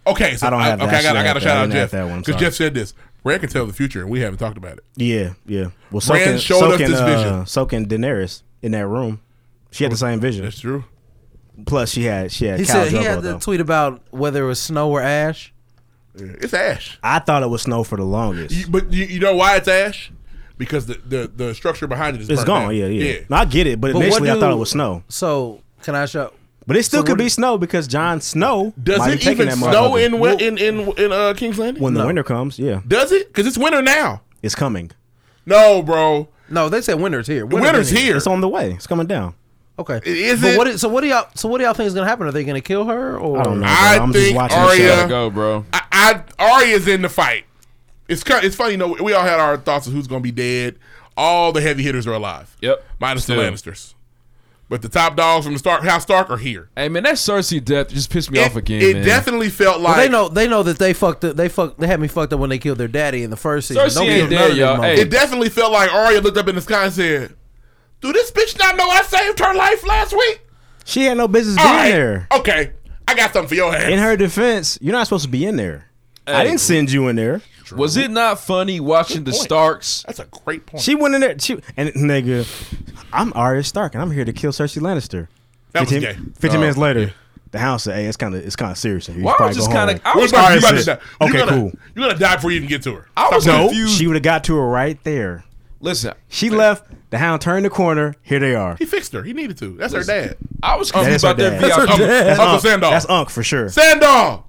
H: okay, so
I: I don't have that.
H: okay, I got I
I: Shit,
H: got to
I: I
H: shout out
I: didn't have
H: Jeff
I: that one.
H: because
I: Sorry.
H: Jeff said this. Rand can tell the future, and we haven't talked about it.
I: Yeah, yeah. Well, so
H: Bran
I: can,
H: showed
I: so
H: us
I: can,
H: this
I: uh,
H: vision.
I: So can Daenerys in that room. She had the same vision. That's
H: true.
I: Plus, she had she had
D: He
I: Khal
D: said he
I: Drogo,
D: had the
I: though.
D: tweet about whether it was snow or ash.
H: It's ash.
I: I thought it was snow for the longest.
H: You- but you, you know why it's ash? Because the, the, the structure behind it is
I: It's
H: burnt
I: gone.
H: down.
I: Yeah, yeah. No, I get it, but,
D: what
I: initially I thought
D: do-
I: it was snow.
D: So can I show?
I: But it still
D: So
I: could
D: what
I: be
D: do-
I: snow because John Snow
H: Does
I: might have
H: it
I: taken
H: even
I: that
H: snow
I: motherfucker.
H: in win- in in in uh, King's Landing?
I: when the winter comes? Yeah,
H: Does it? Because it's winter now.
I: it's coming.
H: No, bro.
D: No, they said winter's here.
H: The winter's here.
I: It's on the way. It's coming down.
D: Okay.
H: Is
D: But
H: it-
D: what so what do y'all so what do y'all think is gonna happen? Are they gonna kill her or
I: I don't know.
H: I
I: bro. I'm just
H: think
I: watching the show.
H: Arya.
L: Go, bro.
H: I, I Arya's in the fight. It's kind it's funny. You know, we all had our thoughts of who's gonna be dead. All the heavy hitters are alive.
L: Yep.
H: minus the
L: Still.
H: Lannisters. But the top dogs from the Stark House Stark are here.
L: Hey man, that Cersei death just pissed me off again.
H: it
L: man.
H: definitely felt
D: Well,
H: like
D: they know they know that they fucked up. They fucked. They had me fucked up when they killed their daddy in the first season.
L: Cersei
D: Don't
L: ain't
D: kill none
L: dead,
D: of these
L: y'all. Hey.
D: motherfuckers.
H: It definitely felt like Arya looked up in the sky and said, "Do this bitch not know I saved her life last week?"
I: She had no business being
H: All right, Oh,
I: there.
H: okay, I got something for your ass.
I: In her defense, you're not supposed to be in there. I
L: Hey.
I: didn't send you in there.
L: Was it not funny watching the Starks?
H: That's a great point.
I: She went in there. She and nigga, I'm Arya Stark, and I'm here to kill Cersei Lannister.
H: That was
I: 15,
H: gay.
I: 15 minutes later, the house said, "Hey, it's kind of it's kind of serious in here. You
L: Well,
I: should
L: I was
I: probably
L: just
I: go
L: kinda-
I: home."
L: I was
H: You about- you
I: Arya
H: about to
I: said,
H: die. You
I: okay,
H: gonna-
I: cool.
H: You're gonna die before you even get to her.
L: I was
H: Stop
I: No,
H: playing.
I: she would have got to her right there.
L: Listen,
I: She left. The hound turned the corner. Here they are.
H: He fixed her. He needed to. That's her dad.
L: I was
I: That
L: confused
I: is her
L: about that
I: dad. That's
L: VIP.
I: her dad. That's
H: Uncle
I: Unc.
H: Sandal.
I: That's Unc for sure.
H: Sandal.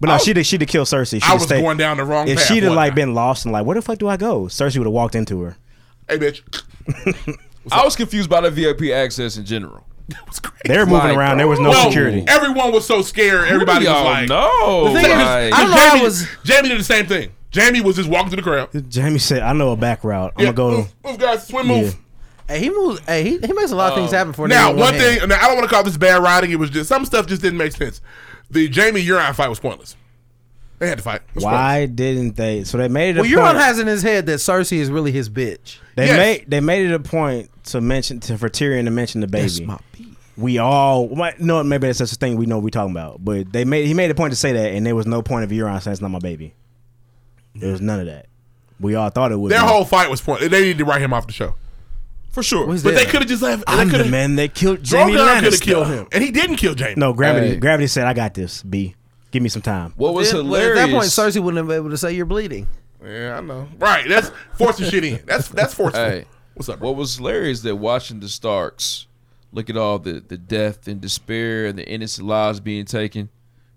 I: But no, she'd she'd have killed Cersei. She'd
H: I was going down the wrong
I: If
H: path,
I: she'd have
H: wasn't
I: like been lost and like, where the fuck do I go? Cersei would have walked into her.
H: Hey, bitch.
L: I was confused by the VIP access in general.
I: They were moving
L: Like,
I: around. There was no
H: Whoa.
I: security.
H: Everyone was so scared.
L: Who
H: Everybody
L: do
H: was
L: y'all
H: like,
L: know?
H: The thing is,
L: Like-
H: I
L: I
H: don't
L: don't
H: know. Jamie, was Jamie did the same thing. Jamie was just walking to the crowd.
I: Jamie said, "I know a back route. I'm
H: Yeah,
I: gonna
H: move, move, guys, swim, move.
D: Hey, he moves. Hey, he, he makes a lot of things happen for a
H: Now,
D: nigga with
H: one
D: hand.
H: thing. Now, I don't want to call this bad writing. It was just some stuff just didn't make sense. The Jamie Urine fight was pointless. They had to fight. It
I: go."
H: was
I: Why didn't they? So they made it.
D: Well,
I: a
D: Euron
I: point.
D: has in his head that Cersei is really his bitch.
I: They
D: Yes.
I: made they made it a point to mention to for Tyrion to mention the baby.
D: That's my
I: We all well, no, maybe that's just a thing we know we talking about. But they made he made a point to say that, and there was no point of Euron saying it's not my baby. There was none of that. We all thought it was.
H: Their whole fight was pointless. They needed to write him off the show.
L: For sure.
I: What is
H: But
I: that?
H: they could have just left. They
I: I'm
H: could
I: the
H: have.
I: man that killed Jamie
H: Drogon could have
I: Lannister.
H: killed him, and he didn't kill Jamie.
I: No, gravity.
L: Hey.
I: Gravity said, "I got this." B. Give me some time.
L: What was
D: Then- well,
L: hilarious?
D: At that point, Cersei wouldn't have been able to say you're bleeding.
H: Yeah, I know. Right. That's forcing shit in. That's that's forceful.
L: Hey,
H: what's up?
L: What was hilarious that watching the Starks look at all the the death and despair and the innocent lives being taken,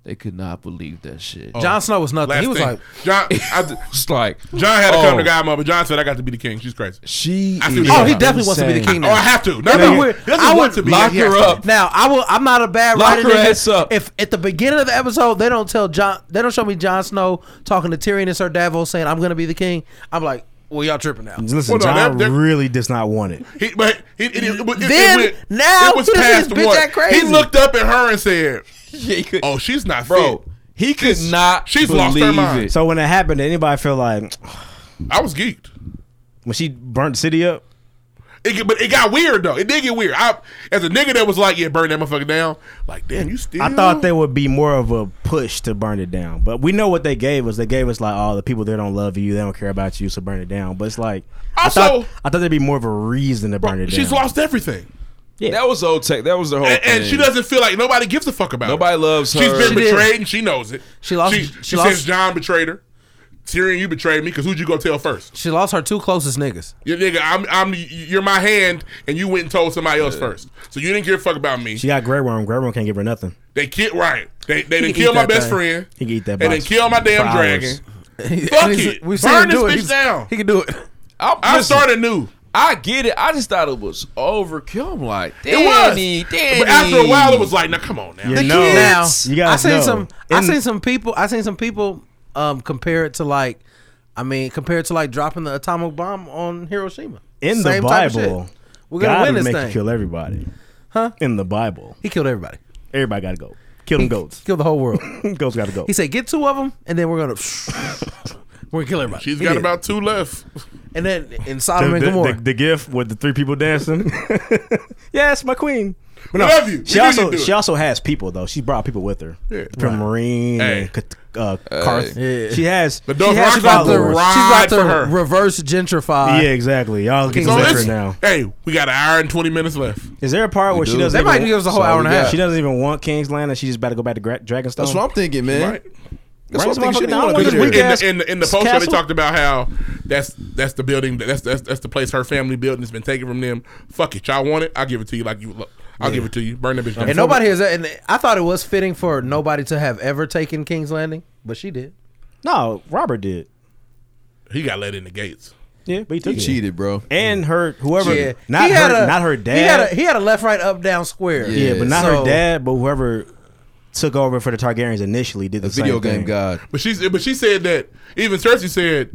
L: they could not believe that shit.
D: Jon Snow was nothing.
H: Last
D: he was
H: thing.
D: like,
H: John. I,
L: Just like
H: John had to come to
L: Oh.
H: Godmother. John said, "I got to be the king." She's crazy.
L: She.
H: I
L: is
H: feel
D: oh, he definitely wants to be the
L: insane.
D: king.
H: Oh,
D: Now.
H: I have to. No,
D: I
H: no,
D: mean,
H: we're- he doesn't
D: I
H: want
D: would
H: to be.
L: lock
H: He has
L: her
H: to.
L: up.
D: Now I will. I'm not a bad
L: Lock
D: writer.
L: her
D: nigga.
L: ass up.
D: If at the beginning of the episode they don't tell John, they don't show me Jon Snow talking to Tyrion and Sir Davos saying, "I'm going to be the king." I'm like, Well, y'all tripping now.
I: Listen,
D: Well, no, that-
I: John
D: that-
I: really does not want it.
H: He, but he, it, it, it,
D: Then,
H: it went,
D: now,
H: it was
D: this
H: past
D: bitch
H: one.
D: act crazy.
H: He looked up at her and said, "Oh, she's not
I: Bro,
H: fit." He could not. She's lost her mind.
I: So when it happened, did anybody feel like
H: I was geeked
I: when she burnt the city up?
H: It, get- but it got weird though. It did get weird. I, as a nigga that was like, "Yeah, burn that motherfucker down." Like, damn, you still.
I: I thought there would be more of a push to burn it down, but we know what they gave us. They gave us like, oh, the people there don't love you, they don't care about you, so burn it down. But it's like, I
L: Also-
I: thought I thought there'd be more of a reason to burn it
H: she's
I: down.
H: lost everything.
L: That was old tech. That was their whole
H: And, and
L: thing.
H: she doesn't feel like nobody gives a fuck about
L: Nobody
H: her.
L: loves her.
H: She's been
L: She did.
H: betrayed and she knows it. She
D: lost-
H: She,
D: she
H: she says
D: lost-
H: John betrayed her. Tyrion, you betrayed me because who'd you go tell first?
D: She lost her two closest niggas.
H: Yeah, nigga, I'm, I'm, you're my hand, and you went and told somebody else first. So you didn't give a fuck about me.
I: She got Grey Worm. Grey Worm can't give her nothing.
H: They killed right. They they
I: He
H: didn't
I: can
H: kill
I: eat
H: my
I: that
H: best
I: thing.
H: friend.
I: He can eat that
H: They didn't
I: box
H: kill my damn
I: for
H: dragon.
I: hours.
H: Fuck it.
D: We've seen
H: Burn
D: him
H: this
D: do it.
H: bitch
D: He's-
H: down.
D: He can do it.
L: I,
H: I started new.
L: I get it. I just thought it was overkill. I'm like,
H: it was.
L: Danny,
H: But after a while, it was like, now come on now.
I: You
D: The
I: know.
D: kids.
I: You guys
D: I seen
I: know.
D: some. I
I: And-
D: seen some people. I seen some people um, compare it to like. I mean, compare it to like dropping the atomic bomb on Hiroshima.
I: In the
D: Same type of shit.
I: Bible,
D: we're gonna
I: God
D: win
I: would
D: this
I: make
D: thing.
I: you kill everybody.
D: Huh?
I: In the Bible,
D: he killed everybody.
I: Everybody got to go. Kill them
D: He
I: goats.
D: Kill the whole world.
I: goats got to go.
D: He said, "Get two of them, and then we're gonna we're gonna kill everybody."
H: She's
D: He
H: got
D: did.
H: about two left.
D: and then in Sodom and
I: the, the,
D: Gomorrah.
I: the, the gift with the three people dancing. yes, my queen. But no,
D: Love you. We
I: She
D: knew
I: also
D: you'd do it.
I: she also has people though. She brought people with her.
D: Yeah.
I: From Marine
D: Hey.
I: and Cat- uh, Carth.
D: Yeah.
I: She has.
D: But
H: those
I: she has
H: rocks about to
I: followers.
H: ride for her.
D: reverse gentrify.
I: Yeah, exactly. Y'all get
H: So
I: so
H: it's-
I: different now.
H: Hey, we got an hour and twenty minutes left.
I: Is there a part
H: We
I: where she
H: do.
I: doesn't?
H: They
I: even-
H: might give us a whole hour and a half.
I: She doesn't even want King's Land, and she's just about to go back to Gra- Dragonstone.
G: That's what I'm thinking, man.
H: Right.
G: That's what I'm thinking. She didn't
I: Right.
G: want to
I: Because
G: be
I: we
G: there.
H: In
I: Yes.
H: the, in the, in the post show, they
I: Castle?
H: talked about how that's that's the building that's that's that's the place her family built and it's been taken from them. Fuck it, y'all want it? I'll give it to you. Like you, look, I'll
D: Yeah.
H: give it to you. Burn that bitch down.
D: and nobody has. And I thought it was fitting for nobody to have ever taken King's Landing, but she did.
I: No, Robert did.
H: He got let in the gates.
I: Yeah, but he took
G: He
I: it.
G: cheated, bro.
I: And her whoever
D: Yeah.
I: not
D: He
I: her
D: had a-
I: not her
D: He had, a,
I: dad.
D: he had a left, right, up, down square.
I: yeah, but not
D: So-
I: her dad, but whoever took over for the Targaryens initially did the, same
G: video game
I: thing.
G: god.
H: But she's but she said that even Cersei said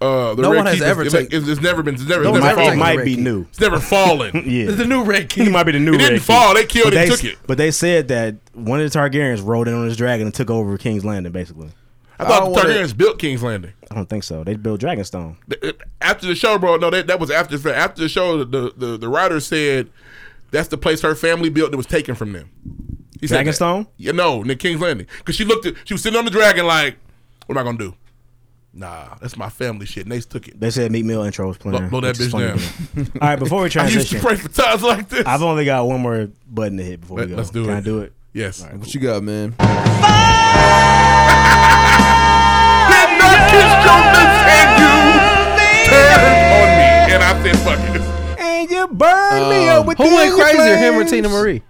H: uh, the
D: No
H: Red
D: one has
H: Keep
D: ever
H: is,
D: take-
H: it's, it's never been it's never,
D: No
H: it's
D: one
H: never
D: has ever
H: fallen.
I: It
D: taken
I: might
D: Red
I: be
D: Keep.
I: new.
H: It's never fallen.
I: Yeah.
D: The new red key.
I: He might be the new.
H: It didn't
I: Red
H: fall.
I: Keep.
H: They killed
I: But
H: it and
I: they-
H: took it.
I: But they said that one of the Targaryens rode in on his dragon and took over King's Landing. Basically,
H: I thought
I: don't
H: the
I: wanna-
H: Targaryens built King's Landing.
I: I don't think so. They built Dragonstone.
H: The- After the show, bro. No, that, that was after after the show. The, the the writer said that's the place her family built that was taken from them. He said that.
I: Dragonstone?
H: Yeah, no, in King's Landing. Because she looked at, she was sitting on the dragon like, what am I going to do? Nah, that's my family shit. And they took it.
I: They said Meat Meal intro was playing.
H: Blow- blow that
I: which is
H: bitch
I: funny
H: down.
I: to me. All right, before we
H: I used to
I: transition,
H: pray for times like this.
I: I've only got one more button to hit before
H: Let-
I: we go.
H: let's do
I: Can
H: it.
I: I do it?
H: Yes.
G: What you got, man?
H: Did not kiss Jonas and you turned on me. And I said, fuck it.
I: And you burn me
D: Um,
I: up with
D: who went crazier, him or Tina Marie?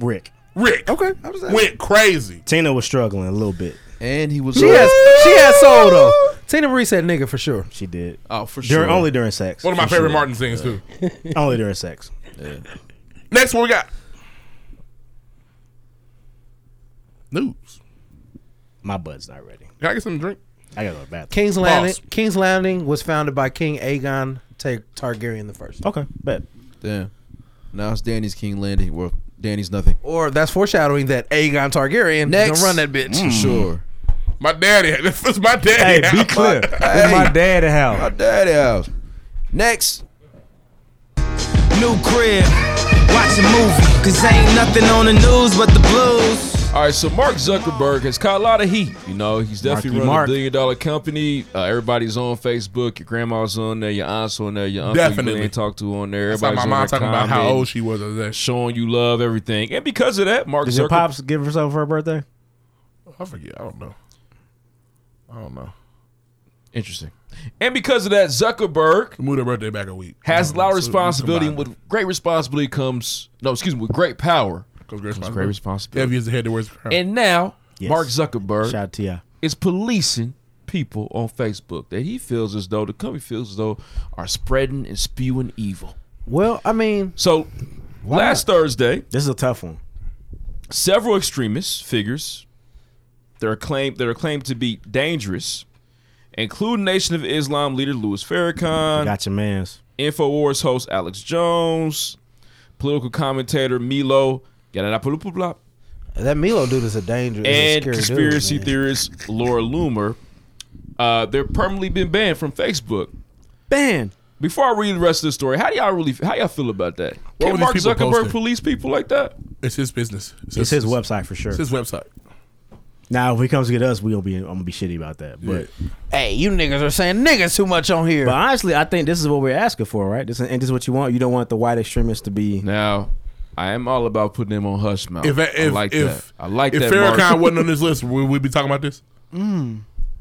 I: Rick.
H: Rick. Okay.
D: I was
H: Went crazy.
I: Tina was struggling a little bit.
G: And he was
D: She has she has soul though. Tina Marie said nigga for sure.
I: She did.
G: Oh, for
I: During, only during sex.
H: One of my
I: for
H: favorite
I: sure.
H: Martin scenes, too.
I: Only during sex.
H: Next one we got. News.
I: My butt's not ready.
H: Can I get some drink?
I: I gotta go to the bathroom.
D: King's
H: Boss.
D: Landing. King's Landing was founded by King Aegon Ta- Targaryen the first.
I: Okay, bet.
G: Damn. Now it's Danny's King Landing. Well, Danny's nothing.
D: Or that's foreshadowing that Aegon Targaryen
G: Next.
D: gonna run that bitch.
H: Mm.
G: For sure.
H: My daddy. This was my
I: Hey,
H: daddy.
I: be clear. It's my daddy house.
G: My daddy house. Next.
R: New crib, watch a movie, cause ain't nothing on the news but the blues.
L: All right, so Mark Zuckerberg has caught a lot of heat. You know, he's definitely
I: Marky
L: running
I: Mark.
L: a billion dollar company. Uh, everybody's on Facebook. Your grandma's on there. Your aunt's on there. Your uncle you
H: Definitely.
L: really ain't talk to on there.
H: That's why
L: Everybody's
H: my mom
L: on there
H: talking about how
L: commenting,
H: old she was. at that.
L: showing you love, everything. And because of that, Mark
I: Did your
L: Zuckerberg.
I: pops give herself her birthday?
H: I forget. I don't know. I don't know.
L: Interesting. And because of that, Zuckerberg
H: Move their birthday back a week.
L: has a lot of
H: So,
L: responsibility. And
H: somebody-
L: with great responsibility comes, no, excuse me, with great power
H: Comes great
L: comes
H: responsibility.
L: great responsibility.
H: Dev is the head that wears the crown.
L: And now,
I: Yes.
L: Mark Zuckerberg
I: Shout out to ya.
L: is policing people on Facebook that he feels as though the company feels as though are spreading and spewing evil.
D: Well, I mean,
L: So last Thursday,
I: This is a tough one.
L: several extremist figures that are claimed that are claimed to be dangerous including Nation of Islam leader Louis
D: uh,
L: Farrakhan.
I: Got your man's.
L: InfoWars host Alex Jones, political commentator Milo Yiannopoulos,
D: That Milo dude is a dangerous
L: and
D: scary dude,
L: conspiracy
D: man.
L: theorist Laura Loomer. Uh, they're permanently been banned from Facebook.
I: Banned.
L: Before I read the rest of the story, how do y'all really how y'all feel about that?
H: What
L: Can
H: were these
L: Mark
H: people
L: Zuckerberg
H: posting?
L: police people like that?
H: It's his business.
I: It's, his website for sure.
H: It's his website.
I: Now if he comes to get us, we gonna be I'm gonna be shitty about that. But
D: hey, you niggas are saying niggas too much on here.
I: But honestly, I think this is what we're asking for, right? This and this is what you want. You don't want the white extremists to be
L: now. I am all about putting them on hush mouth.
H: If
L: I like
H: if,
L: that. I like
H: if
L: that.
H: Farrakhan
L: Mark.
H: wasn't on this list, would we be talking about this?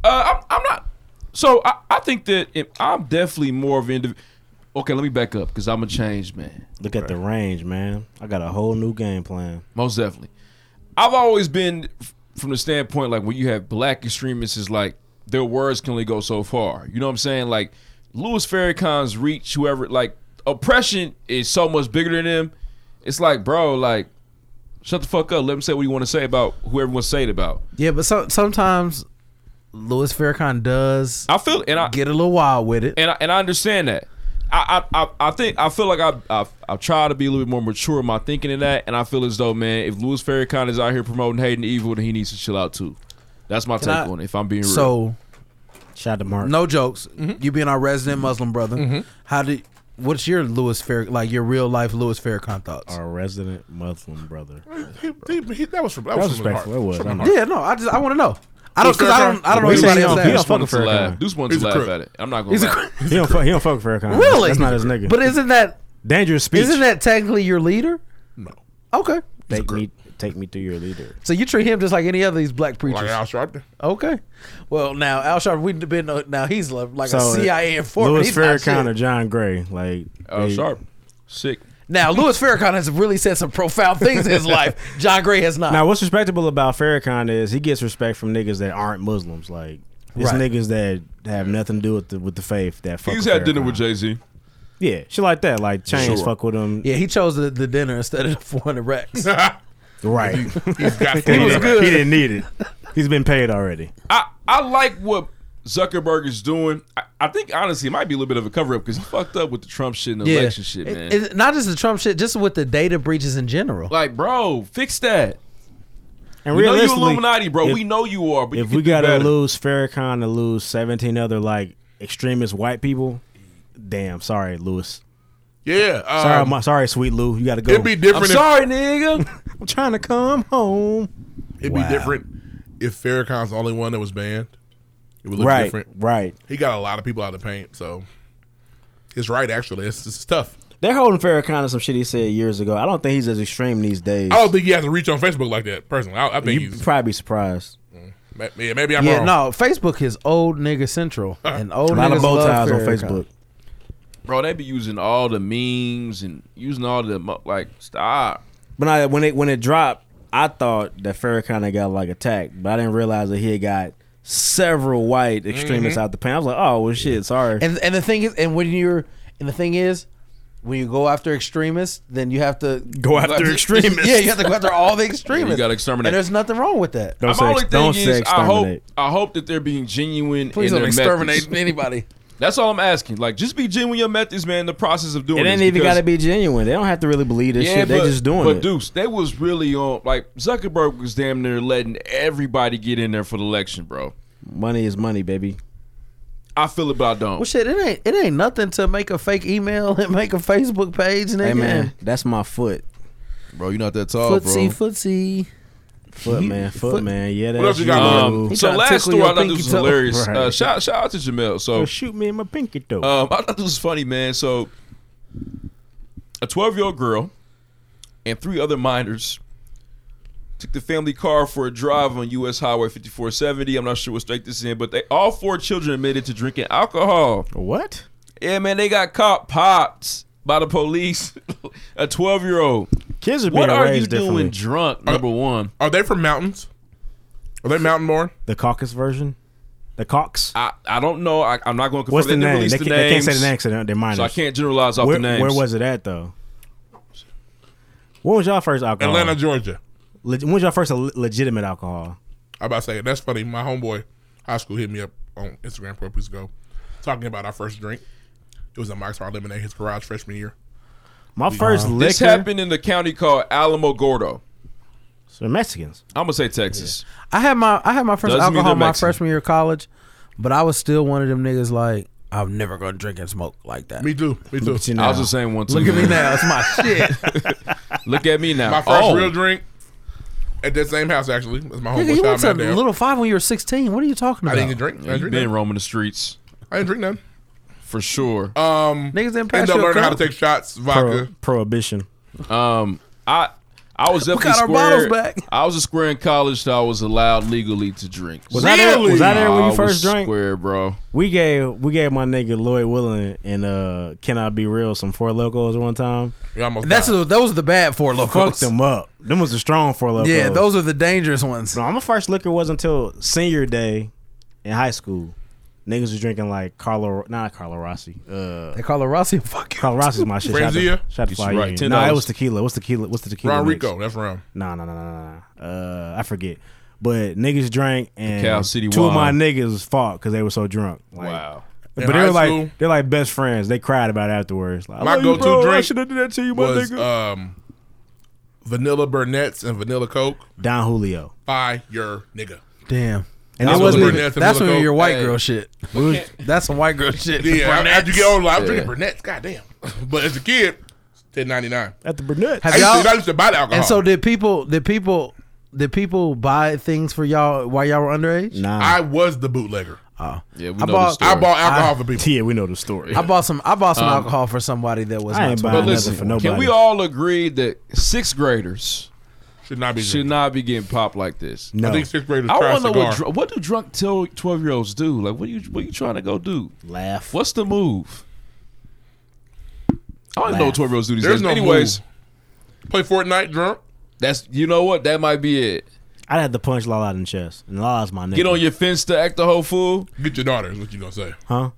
L: Uh, I'm, I'm not. So I, I think that it, I'm definitely more of an indiv- Okay, let me back up because I'm a change man.
I: Look at the range, man. I got a whole new game plan.
L: Most definitely. I've always been f- from the standpoint like when you have black extremists, is like their words can only go so far. You know what I'm saying? Like Louis Farrakhan's reach, whoever, like oppression is so much bigger than them. It's like, bro, like shut the fuck up. Let them say what you want to say about whoever wants to say it about.
D: Yeah, but so, sometimes Louis Farrakhan does.
L: I feel and I
D: get a little wild with it,
L: and I, and I understand that. I, I I- I think I feel like I I I try to be a little bit more mature in my thinking in that, and I feel as though man, if Louis Farrakhan is out here promoting hate and evil, then he needs to chill out too. That's my
D: Can
L: take
D: I- Mm-hmm.
L: on it. If I'm being real,
D: So,
I: shout to Mark.
D: No jokes. You being our resident Muslim brother, how did? What's your Louis Farrakhan like? Your real life Louis Farrakhan thoughts?
I: Our resident Muslim brother.
H: He, he, he, that was from that,
I: That
H: was,
I: was
H: from the heart.
I: respectful. It was.
H: From the
I: I'm
H: heart.
D: Yeah, no, I just I want to know. I don't because I don't I don't know
I: He said
D: anybody
I: he
D: else.
I: don't-
D: that-
L: Deuce wanted
I: he don't fuck with
L: to laugh.
I: Farrakhan.
L: Deuce wanted
I: He's
L: to
I: a
L: laugh
I: crook.
L: at it. I'm not gonna.
D: He's a
L: lie.
D: cr-
I: He don't fuck. He don't fuck with Farrakhan.
D: Really?
I: That's not his nigga.
D: But isn't that
I: dangerous speech?
D: isn't that technically your leader?
H: No.
D: Okay.
I: take me take me to your leader?
D: So you treat him just like any other of these black preachers.
H: Like Al Sharpton.
D: Okay. Well, now Al Sharpton, we've been uh, now he's lo- like
I: So, uh,
D: a CIA informant.
I: Louis
D: He's not
I: Farrakhan
D: shit.
I: or John Gray, like
L: Oh,
I: they-
L: sharp, sick.
D: Now Louis Farrakhan has really said some profound things in his life. John Gray has not.
I: Now, what's respectable about Farrakhan is he gets respect from niggas that aren't Muslims. Like it's
D: Right.
I: niggas that have nothing to do with the with the faith. That fuck
L: He's
I: with
L: had dinner
I: Farrakhan.
L: with Jay Z.
I: Yeah, shit like that. Like chains
L: Sure.
I: fuck with him.
D: yeah, he chose the, the dinner instead of the 400 racks.
I: Right.
D: He-
H: got
I: he,
H: food.
I: didn't, he didn't need it. He's been paid already.
L: I I like what Zuckerberg is doing. I, I think honestly, it might be a little bit of a cover up because he fucked up with the Trump shit and the election shit,
D: It-
L: man.
D: it- not just the Trump shit, just with the data breaches in general.
L: like, bro, fix that.
I: And
L: we know you
I: realistically,
L: Illuminati, bro.
I: if-
L: we know you are. But you
I: if
L: can
I: we
L: do
I: gotta
L: better.
I: lose Farrakhan to lose seventeen other like extremist white people, damn. Sorry, Louis.
H: Yeah.
I: sorry,
H: um,
I: my, sorry, sweet Lou. You gotta go.
H: It'd be different. if-
I: nigga. I'm trying to come home.
H: It'd
I: Wow.
H: be different if Farrakhan's the only one that was banned. It would look
I: Right,
H: different.
I: right.
H: He got a lot of people out of the paint, so it's right. Actually, it's, it's tough.
I: They're holding Farrakhan to some shit he said years ago. I don't think he's as extreme these days.
L: Oh,
H: I don't think he has to reach on Facebook like that. Personally, I, I think
I: You'd
H: he's.
I: probably be surprised.
H: ma- Yeah, maybe I'm
D: yeah,
H: wrong.
D: no, Facebook is old nigga central. And old
I: A lot
D: niggas
I: of bow
D: love
I: ties on
D: Farrakhan.
I: Facebook.
L: bro. They be using all the memes and using all the mo- like stop.
I: But I, when it when it dropped, I thought that Farrakhan had got like attacked, but I didn't realize that he had got several white extremists
D: Mhm.
L: Mm-hmm.
I: out the pan. I was like, oh well, shit, sorry.
D: And and the thing is, and when you're and the thing is, when you go after extremists, then you have to
I: Go after extremists.
D: yeah, you have to go after all the extremists.
L: You gotta exterminate.
D: And there's nothing wrong with that.
I: Don't
L: My
I: say,
L: only
I: ex- don't
L: thing
I: say
L: is, I hope
I: exterminate.
L: I hope that they're being genuine.
D: Please
L: in
D: don't
L: their
D: exterminate
L: methods.
D: anybody.
L: That's all I'm asking. Like, just be genuine in your methods, man. in The process of doing
I: It ain't
L: this,
I: even
L: because-
I: got to be genuine. They don't have to really believe this shit. They just doing
L: but
I: it.
L: Deuce, they was really on. Like Zuckerberg was damn near letting everybody get in there for the election, bro.
I: money is money, baby.
L: I feel about don't.
D: Well, shit, it ain't it ain't nothing to make a fake email and make a Facebook page, nigga.
I: Hey man, that's my foot,
G: Bro, you're not that tall,
D: Footsie, footsie.
I: foot man, foot, man. Yeah, that's
L: What else you got?
I: you.
L: Um, so
D: He tryna
L: last
D: tickle
L: story
D: your
L: I thought this
D: pinky
L: was
D: toe.
L: hilarious.
I: Right.
L: Uh, shout shout out to Jamel. So
I: Well, shoot me in my pinky toe.
L: Um, I thought this was funny, man. So, a 12 year old girl and three other minors took the family car for a drive on U.S. Highway 5470. I'm not sure what state this is in, but they all four children admitted to drinking alcohol.
I: what?
L: Yeah, man, they got caught popped by the police. a 12 year old.
I: Kids are
L: What
I: being
L: are
I: raised
L: you
I: differently.
L: doing
I: Uh,
L: drunk? Number one.
H: Are they from mountains? Are they mountain born?
I: The caucus version, the cocks.
L: I, I don't know. I, I'm not going to confirm.
I: What's the
L: they didn't
I: name?
L: release
I: They,
L: the
I: ca- they can't say
L: names,
I: the name because they're minors.
L: So I can't generalize off
I: where,
L: the names.
I: Where was it at though? When was y'all first alcohol?
H: Atlanta, Georgia.
I: Leg- when was y'all first a le- legitimate alcohol?
H: I'm about to say that's funny. My homeboy, high school hit me up on Instagram four weeks ago, talking about our first drink. It was a Mike's Hard Lemonade, his garage freshman year.
I: My
H: We-
I: first
L: Uh, This
I: liquor-
L: happened in the county called Alamo Gordo.
I: So Mexicans.
L: I'm gonna say Texas.
D: I had my I had my first
L: Doesn't mean
D: alcohol
L: they're
D: my
L: Mexican.
D: freshman year of college, but I was still one of them niggas like I'm never gonna drink and smoke like that.
H: Me too. Me too.
L: I was the same one too.
D: Look at me now. It's my shit.
L: Look at me now.
H: My first
L: Oh.
H: real drink at that same house actually. That's my
D: Nigga,
H: homeboy.
D: you
H: Shout
D: went
H: out
D: to
H: Mandel.
D: Little Five when you were 16. What are you talking
H: I
D: about?
H: didn't get drink. I
L: Yeah,
H: didn't
L: you
H: drink
L: been
H: none.
L: roaming the streets
H: I didn't drink none.
L: for sure.
H: Um,
D: Niggas didn't
H: Ended
D: pass
H: up
D: your
H: learning how to
D: cup.
H: take shots, vodka.
I: prohibition.
L: Um, I I was
D: We
L: definitely
D: got our bottles
L: square.
D: back.
L: I was a square in college that I was allowed legally to drink.
I: Was I there? Was I there when
L: I
I: you
L: was
I: first drank?
L: Square, bro.
I: We gave we gave my nigga Lloyd Willing and uh Can I Be Real some four locos one time.
D: That's the those are the bad four locos.
I: Fucked them up. Them was the strong four locos.
D: Yeah, those are the dangerous ones.
I: No, my first liquor was until senior day in high school. Niggas was drinking like Carlo, not Carlo Rossi. Uh,
D: They call her Rossi. Fuck you.
I: Carlo Rossi's my shit. Shout out
H: Franzia?
I: to- Shout out to
H: You
I: Fly
H: should write
I: Union.
H: $10.
I: Nah, it was tequila. What's tequila? What's the tequila?
H: Ron
I: mix?
H: Rico, that's rum.
I: Nah, nah, nah, nah, nah, nah. Uh, I forget. But niggas drank and
L: Cal City
I: two of my
L: wine.
I: niggas fought because they were so drunk. Like,
L: Wow.
I: But
L: In
I: they were
L: high
I: like
L: school?
I: they're like best friends. They cried about it afterwards. Like, I
H: My
I: love you,
H: go-to
I: bro. I
H: drink
I: shoulda did that to you, my
H: was
I: nigga.
H: um, vanilla Burnett's and vanilla Coke.
I: Don Julio.
H: By your nigga.
D: Damn. And
H: That's
D: that
H: what
D: wasn't
H: Burnett
D: even,
H: and
D: that's
H: Miller
D: when your
H: Coke-
D: white
H: Hey.
D: girl shit. That's some white girl shit.
H: Yeah, after you
D: Burnett's.
H: get older, I'm
D: Yeah.
H: drinking Burnett's. Goddamn. But as a kid, ten ninety nine.
I: At the Burnett's.
H: I, used to, I used to buy the alcohol.
D: And
I: Oh.
D: so did people? Did people? Did people buy things for y'all while y'all were underage?
H: I was the bootlegger.
D: Oh.
L: Yeah,
D: we I know the bought- story.
H: I bought alcohol
D: I-
H: for people.
I: Yeah, we know the story.
D: I bought some. I bought some
L: Um,
D: alcohol for somebody that was.
L: I
D: not
L: ain't
D: 12.
L: buying But nothing listen, for nobody. can we all agree that sixth graders
H: should not be
L: should not be getting popped like this?
H: No. I think sixth graders
L: I
H: try a
L: wanna know what,
H: cigar.
L: dr- what do drunk twelve year olds do? Like, what are you what are you trying to go do?
I: Laugh.
L: What's the move? I don't even know what
H: Laugh.
L: twelve year olds do these
H: There's
L: days.
H: no
L: Anyways,
H: play Fortnite drunk.
L: That's you know what that might be it.
I: I'd have to punch Lala in the chest, and Lala's my nigga.
L: Get on your fence to act the whole fool.
H: Get your daughter is what you gonna say.
I: huh?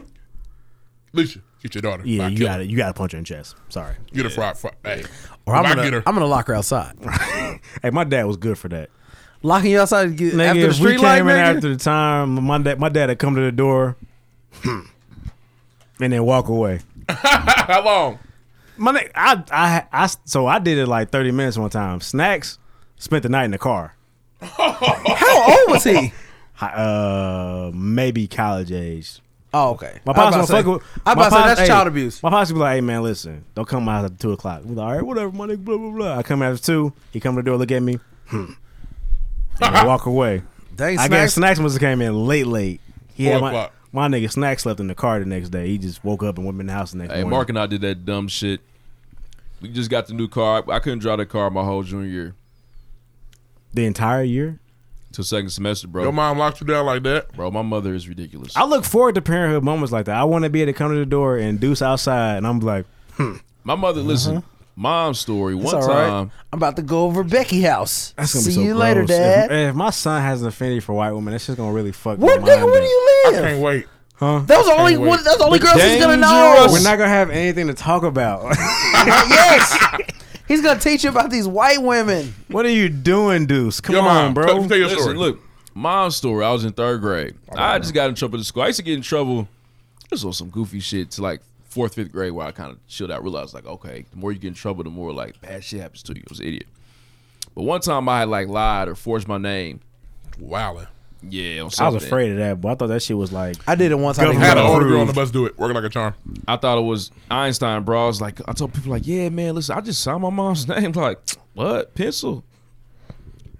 H: Lucia, get your daughter.
I: Yeah, you got to You got to punch her in the chest. Sorry.
H: Get a fried fry. Hey.
I: Or
H: If
I: I'm
H: I
I: gonna,
H: get her-
D: I'm gonna lock her outside.
I: hey, my dad was good for that.
D: Locking you outside to get,
I: Nigga,
D: after the
I: if we
D: street
I: came
D: light,
I: in
D: nigga.
I: after the time, my dad, my dad would come to the door, and then walk away.
H: How long?
I: My nigga, I, I, I, so I did it like thirty minutes one time. Snacks spent the night in the car.
D: How old was he?
I: Hi- Uh, maybe college age.
D: Oh, okay.
I: My
D: I was
I: pops don't
D: about to
I: fuck
D: say-
I: with.
D: I was about
I: my
D: to say,
I: pops-
D: that's child abuse.
I: My pops be like, "Hey man, listen, don't come out at two o'clock." We like, all right, whatever, my nigga, blah blah blah. I come after two. He come to the door, look at me, hmm, and I walk away.
D: Dang,
I: I
D: Snacks.
I: guess snacks must have came in late, late. He had
L: Four
I: my,
L: o'clock.
I: my nigga snacks slept in the car the next day. He just woke up and went in the house the next
L: Hey,
I: morning.
L: Mark and I did that dumb shit. We just got the new car. I, I couldn't drive the car my whole junior year
I: the entire year.
L: to second semester, bro.
I: Your
H: mom locked you down like that,
L: bro. My mother is ridiculous.
I: I look forward to parenthood moments like that. I want to be able to come to the door and deuce outside, and I'm like, hmm.
L: My mother, listen, mom's story.
I: It's
L: One
I: all right.
L: time,
D: I'm about to go over Becky house.
I: uh, That's gonna
D: See
I: be so
D: you later,
I: gross. If-
D: Dad.
I: If, my son has an affinity for white women, that's just gonna really fuck.
D: What,
I: my mind
D: nigga, where do
I: up.
D: you live? I
H: can't wait.
I: Huh?
D: That was the
I: I can't
D: only
I: wait.
D: one- that was the only
I: But
D: girls he's gonna
I: dangerous.
D: know.
I: We're not gonna have anything to talk about.
D: yes. He's gonna teach you about these white women.
I: what are you doing, Deuce? Come
L: Your
I: on,
L: mom,
I: bro.
L: tell- tell your Listen, story. look, mom's story. I was in third grade. I just got in trouble at school. I used to get in trouble just on some goofy shit to like fourth, fifth grade where I kind of chilled out, realized like, okay, the more you get in trouble, the more like bad shit happens to you. I was an idiot. But one time I had like lied or forged my name.
H: Wow.
L: Yeah, on
I: I
L: something.
I: was afraid of that, but I thought that shit was like
D: I did it once.
H: I had an older girl on the bus do it, working like a charm.
L: I thought it was Einstein, bro. I was like, I told people like, yeah, man, listen, I just signed my mom's name. Like, what? Pencil.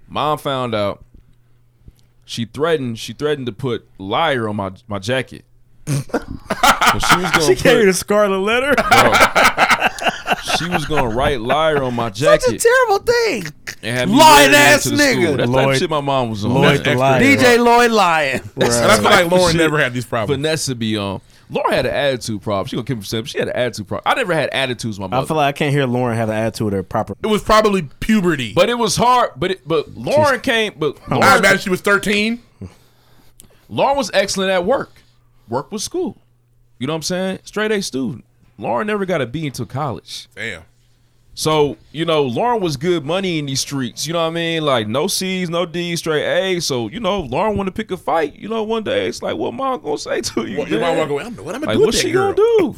L: Mom found out. She threatened. She threatened to put liar on my my jacket. So she was gonna
I: She
L: put-
I: gave you the scarlet letter.
L: she was gonna write liar on my jacket.
D: terrible thing.
L: and have me
D: Lying
L: wearing it
D: ass
L: to the
D: nigga.
L: school. That's the type
D: Lloyd-
L: of shit my mom was on.
D: Lloyd
L: That's
D: the
L: extra.
D: liar. DJ Lloyd lying. Right.
L: the
D: That's why
L: type of
D: Lauren
L: shit
D: never
H: had these problems.
L: Vanessa be on. Lauren had an attitude problem. She gonna keep it simple. She had an attitude problem. I never had attitudes. My mother.
I: I feel like I can't hear Lauren have an attitude or proper.
H: It was probably puberty.
L: But it was hard. But it, but Lauren came. But
I: I
L: Lauren,
H: imagine she was thirteen.
L: Lauren was excellent at work. Work was school. You know what I'm saying? Straight A student. Lauren never got a B until college.
H: Damn.
L: So, you know, Lauren was good money in these streets. You know what I mean? Like no C's, no D's, straight A's. So, you know, Lauren wanted to pick a fight. You know, one day it's like, what mom gonna say to you?
H: What- your mom
L: man?
H: walk away, "I'm- what I'ma
L: Like,
H: do with
L: What
H: that
L: she
H: girl?"
L: gonna do?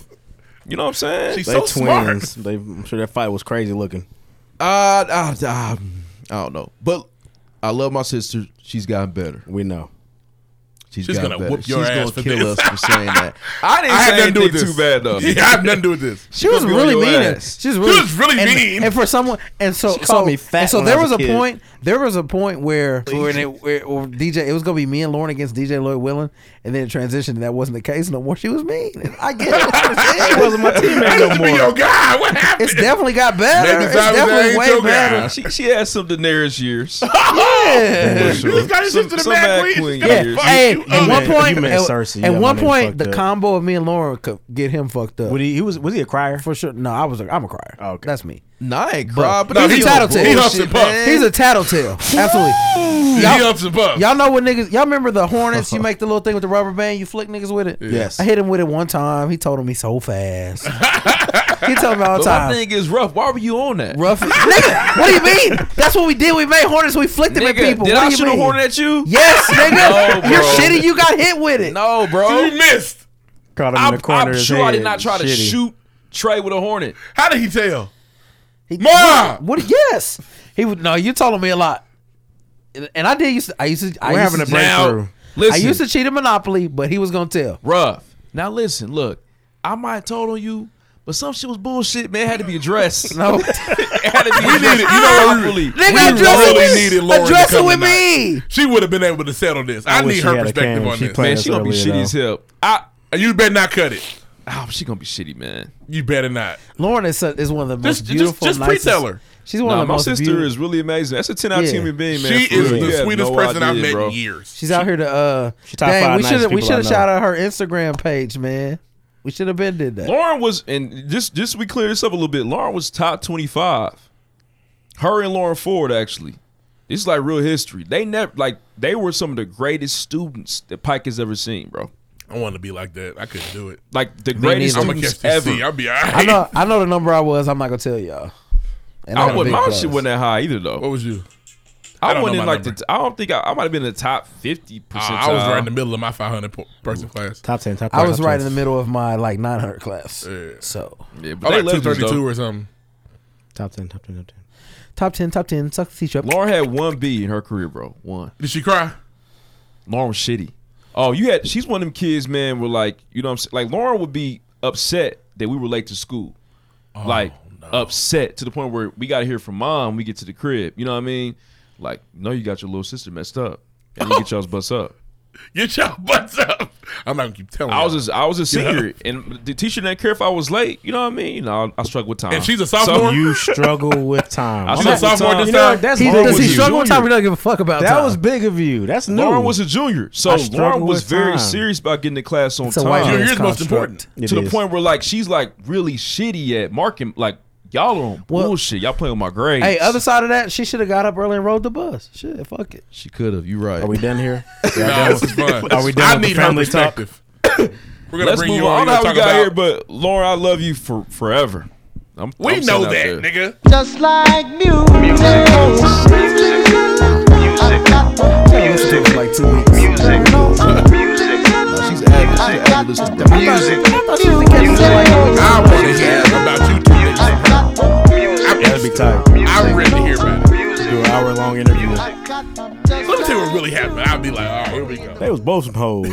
L: You know what I'm saying?
I: they twins. They, I'm sure that fight was crazy looking.
G: Uh, I, I, I don't know, but I love my sister. She's gotten better.
I: We know.
H: She's
G: gotten
H: gonna
G: better.
H: whoop your
G: She's
H: ass
G: gonna
H: for
G: kill
H: this.
G: us for saying that.
L: I didn't say
H: nothing to do with
L: anything
H: this.
L: too bad, though.
H: Yeah, I have nothing to do with this.
D: She was
L: Just be on
D: really
L: your
D: mean.
L: ass.
D: She was really,
H: She was really
D: and,
H: mean.
D: And for someone, and so
I: She
D: so,
I: called me fat
D: and so
I: when
D: there
I: I
D: was,
I: was a
D: a
I: kid.
D: point. There was a point where where,
I: Please.
D: it, where, where DJ, it was gonna be me and Lauren against DJ Lloyd Willen, and then it transitioned. and That wasn't the case no more. She was mean. And I get it. She wasn't my teammate
H: no more. Your guy, what happened?
D: It's definitely got better.
L: Maybe
D: it's
L: Simon
D: definitely
L: Zane
D: way
L: your
D: better.
L: guy. She, she had some Daenerys years.
D: Yeah.
L: For sure. Some- some bad queen
D: Yeah.
L: years.
D: Hey,
L: You-
D: at
L: you
D: one
L: meant-
D: point,
L: you meant
D: at,
L: Cersei.
D: at
L: Yeah,
D: one
L: my name
D: point,
L: fucked
D: the
L: up.
D: combo of me and Lauren could get him fucked up.
I: Was he, he was was he a crier?
D: For sure. No, I was. A, I'm a
L: Oh,
D: crier.
I: oh,
D: okay, that's me.
G: Nah, I ain't cry, but
D: he's a
G: that's
D: tattletale.
G: bullshit, He huffs and puffs.
D: He's a tattletale. Absolutely.
G: He huffs
H: and puffs.
D: Y'all know what niggas? Y'all remember the hornets? You make the little thing with the rubber band. You flick niggas with it.
L: Yes.
D: I hit him with it one time. He told him he's so fast. he told me all the
L: But
D: time.
L: my thing is rough. Why were you on that?
D: Rough. nigga, what do you mean? That's what we did. We made hornets. We flicked them at
L: Nigga,
D: people.
L: did
D: what
L: I
D: do you
L: shoot a
D: mean?
L: hornet at you?
D: Yes, nigga.
L: No,
D: You're
L: bro.
D: shitty. You got hit with it.
L: No, bro.
H: You missed.
I: Caught him in
L: I'm,
I: the corner.
L: I'm
I: of his
L: sure I did
I: head.
L: not try to
I: Shitty.
L: shoot Trey with a hornet.
H: How did he tell?
D: He,
H: Ma!
D: What, what- Yes. He would. No, you told me a lot. And- And I did. Used to, I used to. I
L: We're
D: used
L: having
D: to,
L: a breakthrough. Now, listen.
D: I used to cheat at Monopoly, but he was gonna tell.
L: Rough. Now listen, look, I might have told on you, but some shit was bullshit, man. It had to be addressed.
D: no.
L: it had to be
H: We needed, you know, what we,
L: properly.
H: we really needed Lauren. to come tonight. She would have been able to settle this. I,
L: I wish
H: need
L: she
H: her
L: had a
H: perspective
L: camera.
H: on
L: She
H: this. Uh,
L: played Man, us she gonna be earlier, shitty though. as hell. I,
H: you better not cut it.
L: Oh, she gonna be shitty, man.
H: You better not.
D: Lauren is, a, is one of the most
H: Just- just-
D: beautiful.
H: just
D: nicest-
H: pre-tell her.
D: She's one
L: Nah,
D: of the
L: my
D: most
L: sister
D: beautiful.
L: is really amazing. That's a ten out of
D: Yeah.
L: human being, man.
H: She
L: for
H: is
L: real.
H: the
L: You have
H: sweetest
L: no
H: person I've
L: idea,
H: met
L: bro.
H: in years.
D: She's out here to uh.
L: top
D: Dang,
L: five
D: we should
L: nicest
D: have we
L: people I
D: should have
L: know.
D: shouted out her Instagram page, man. We should have been did that.
L: Lauren was, and just just we clear this up a little bit. Lauren was top twenty five. Her and Lauren Ford actually. This is like real history. They never like they were some of the greatest students that Pike has ever seen, bro.
H: I want to be like that. I couldn't do it.
L: Like the greatest
H: I'm gonna
L: students
H: catch this
L: ever.
H: C. I'll be all right.
D: I know I know the number I was. I'm not gonna tell y'all. And
L: I
D: got a
L: would,
D: big
L: my
D: class.
L: shit wasn't that high either though. What
H: was you? I
L: I,
H: don't know
L: wasn't in
H: my
L: like the. I don't think I, I might have been in the top fifty percent.
H: I was right in the middle of my 500 po- person class.
I: Top ten. Top
D: I was right in the middle of my like 900 class. So
L: Yeah,
H: I was like 232 or something.
I: Top ten. Top ten. Top ten.
D: top ten, top ten, suck the teacher up.
L: Lauren had one B in her career, bro. One.
H: Did she cry?
L: Lauren was shitty. Oh, you had. She's one of them kids, man. Where like, you know, what I'm saying? like Lauren would be upset that we were late to school,
H: Oh,
L: like upset to the point where we got to hear from mom. We get to the crib. You know what I mean? Like, no, you got your little sister messed up. And you get y'all's butts up.
H: Get your butts up. I'm not gonna keep telling.
L: I was just, I was a
H: You know?
L: senior, and the teacher didn't care if I was late. You know what I mean? You know, I, I struggled with time.
H: And she's a
L: So-
H: sophomore?
I: You struggle with time.
L: I was a sophomore this
I: You know,
L: time.
I: that's
L: He-
I: Lauren
L: does
I: was
L: he
I: a
L: struggle with
I: junior.
L: time? He
D: don't give a fuck about
I: That
L: time.
I: was big of you. That's new.
L: Lauren was a junior, so
I: I
L: Lauren
I: struggle
L: was
I: with
L: very
I: time.
L: serious about getting to class on
I: It's a
L: time.
I: white man's Junior is most construct. important. It
L: to the
I: is.
L: point where like she's like really shitty at marking. Like y'all are on bullshit. Y'all playing with my grades.
D: Hey, other side of that, she should have got up early and rode the bus. Shit, fuck it.
L: she could have. You right. Are
I: we done here?
H: Nah, this is fun.
I: Are we done
H: I
I: with the
H: need her
I: family talk?
H: perspective. We're gonna
L: Let's
H: bring
L: move
H: you
L: on.
H: on.
L: I
H: You're
L: don't know
H: gonna
L: how we got
H: talk
L: here,
H: about-
L: but Lauren, I love you for forever. I'm,
H: We
L: I'm
H: know
L: sitting
H: that,
L: out there.
H: nigga.
S: Just like music. Music. Music.
D: Music. Like two weeks.
S: Music. Music.
G: She's avid. She's avid listener, bro.
S: Music.
H: I want to hear about you.
I: That'd be tight.
H: I'm ready to hear about it.
I: Do an hour long interview.
H: Let me tell you what really happened. I'll be like, oh, here we go.
I: They was both some hoes.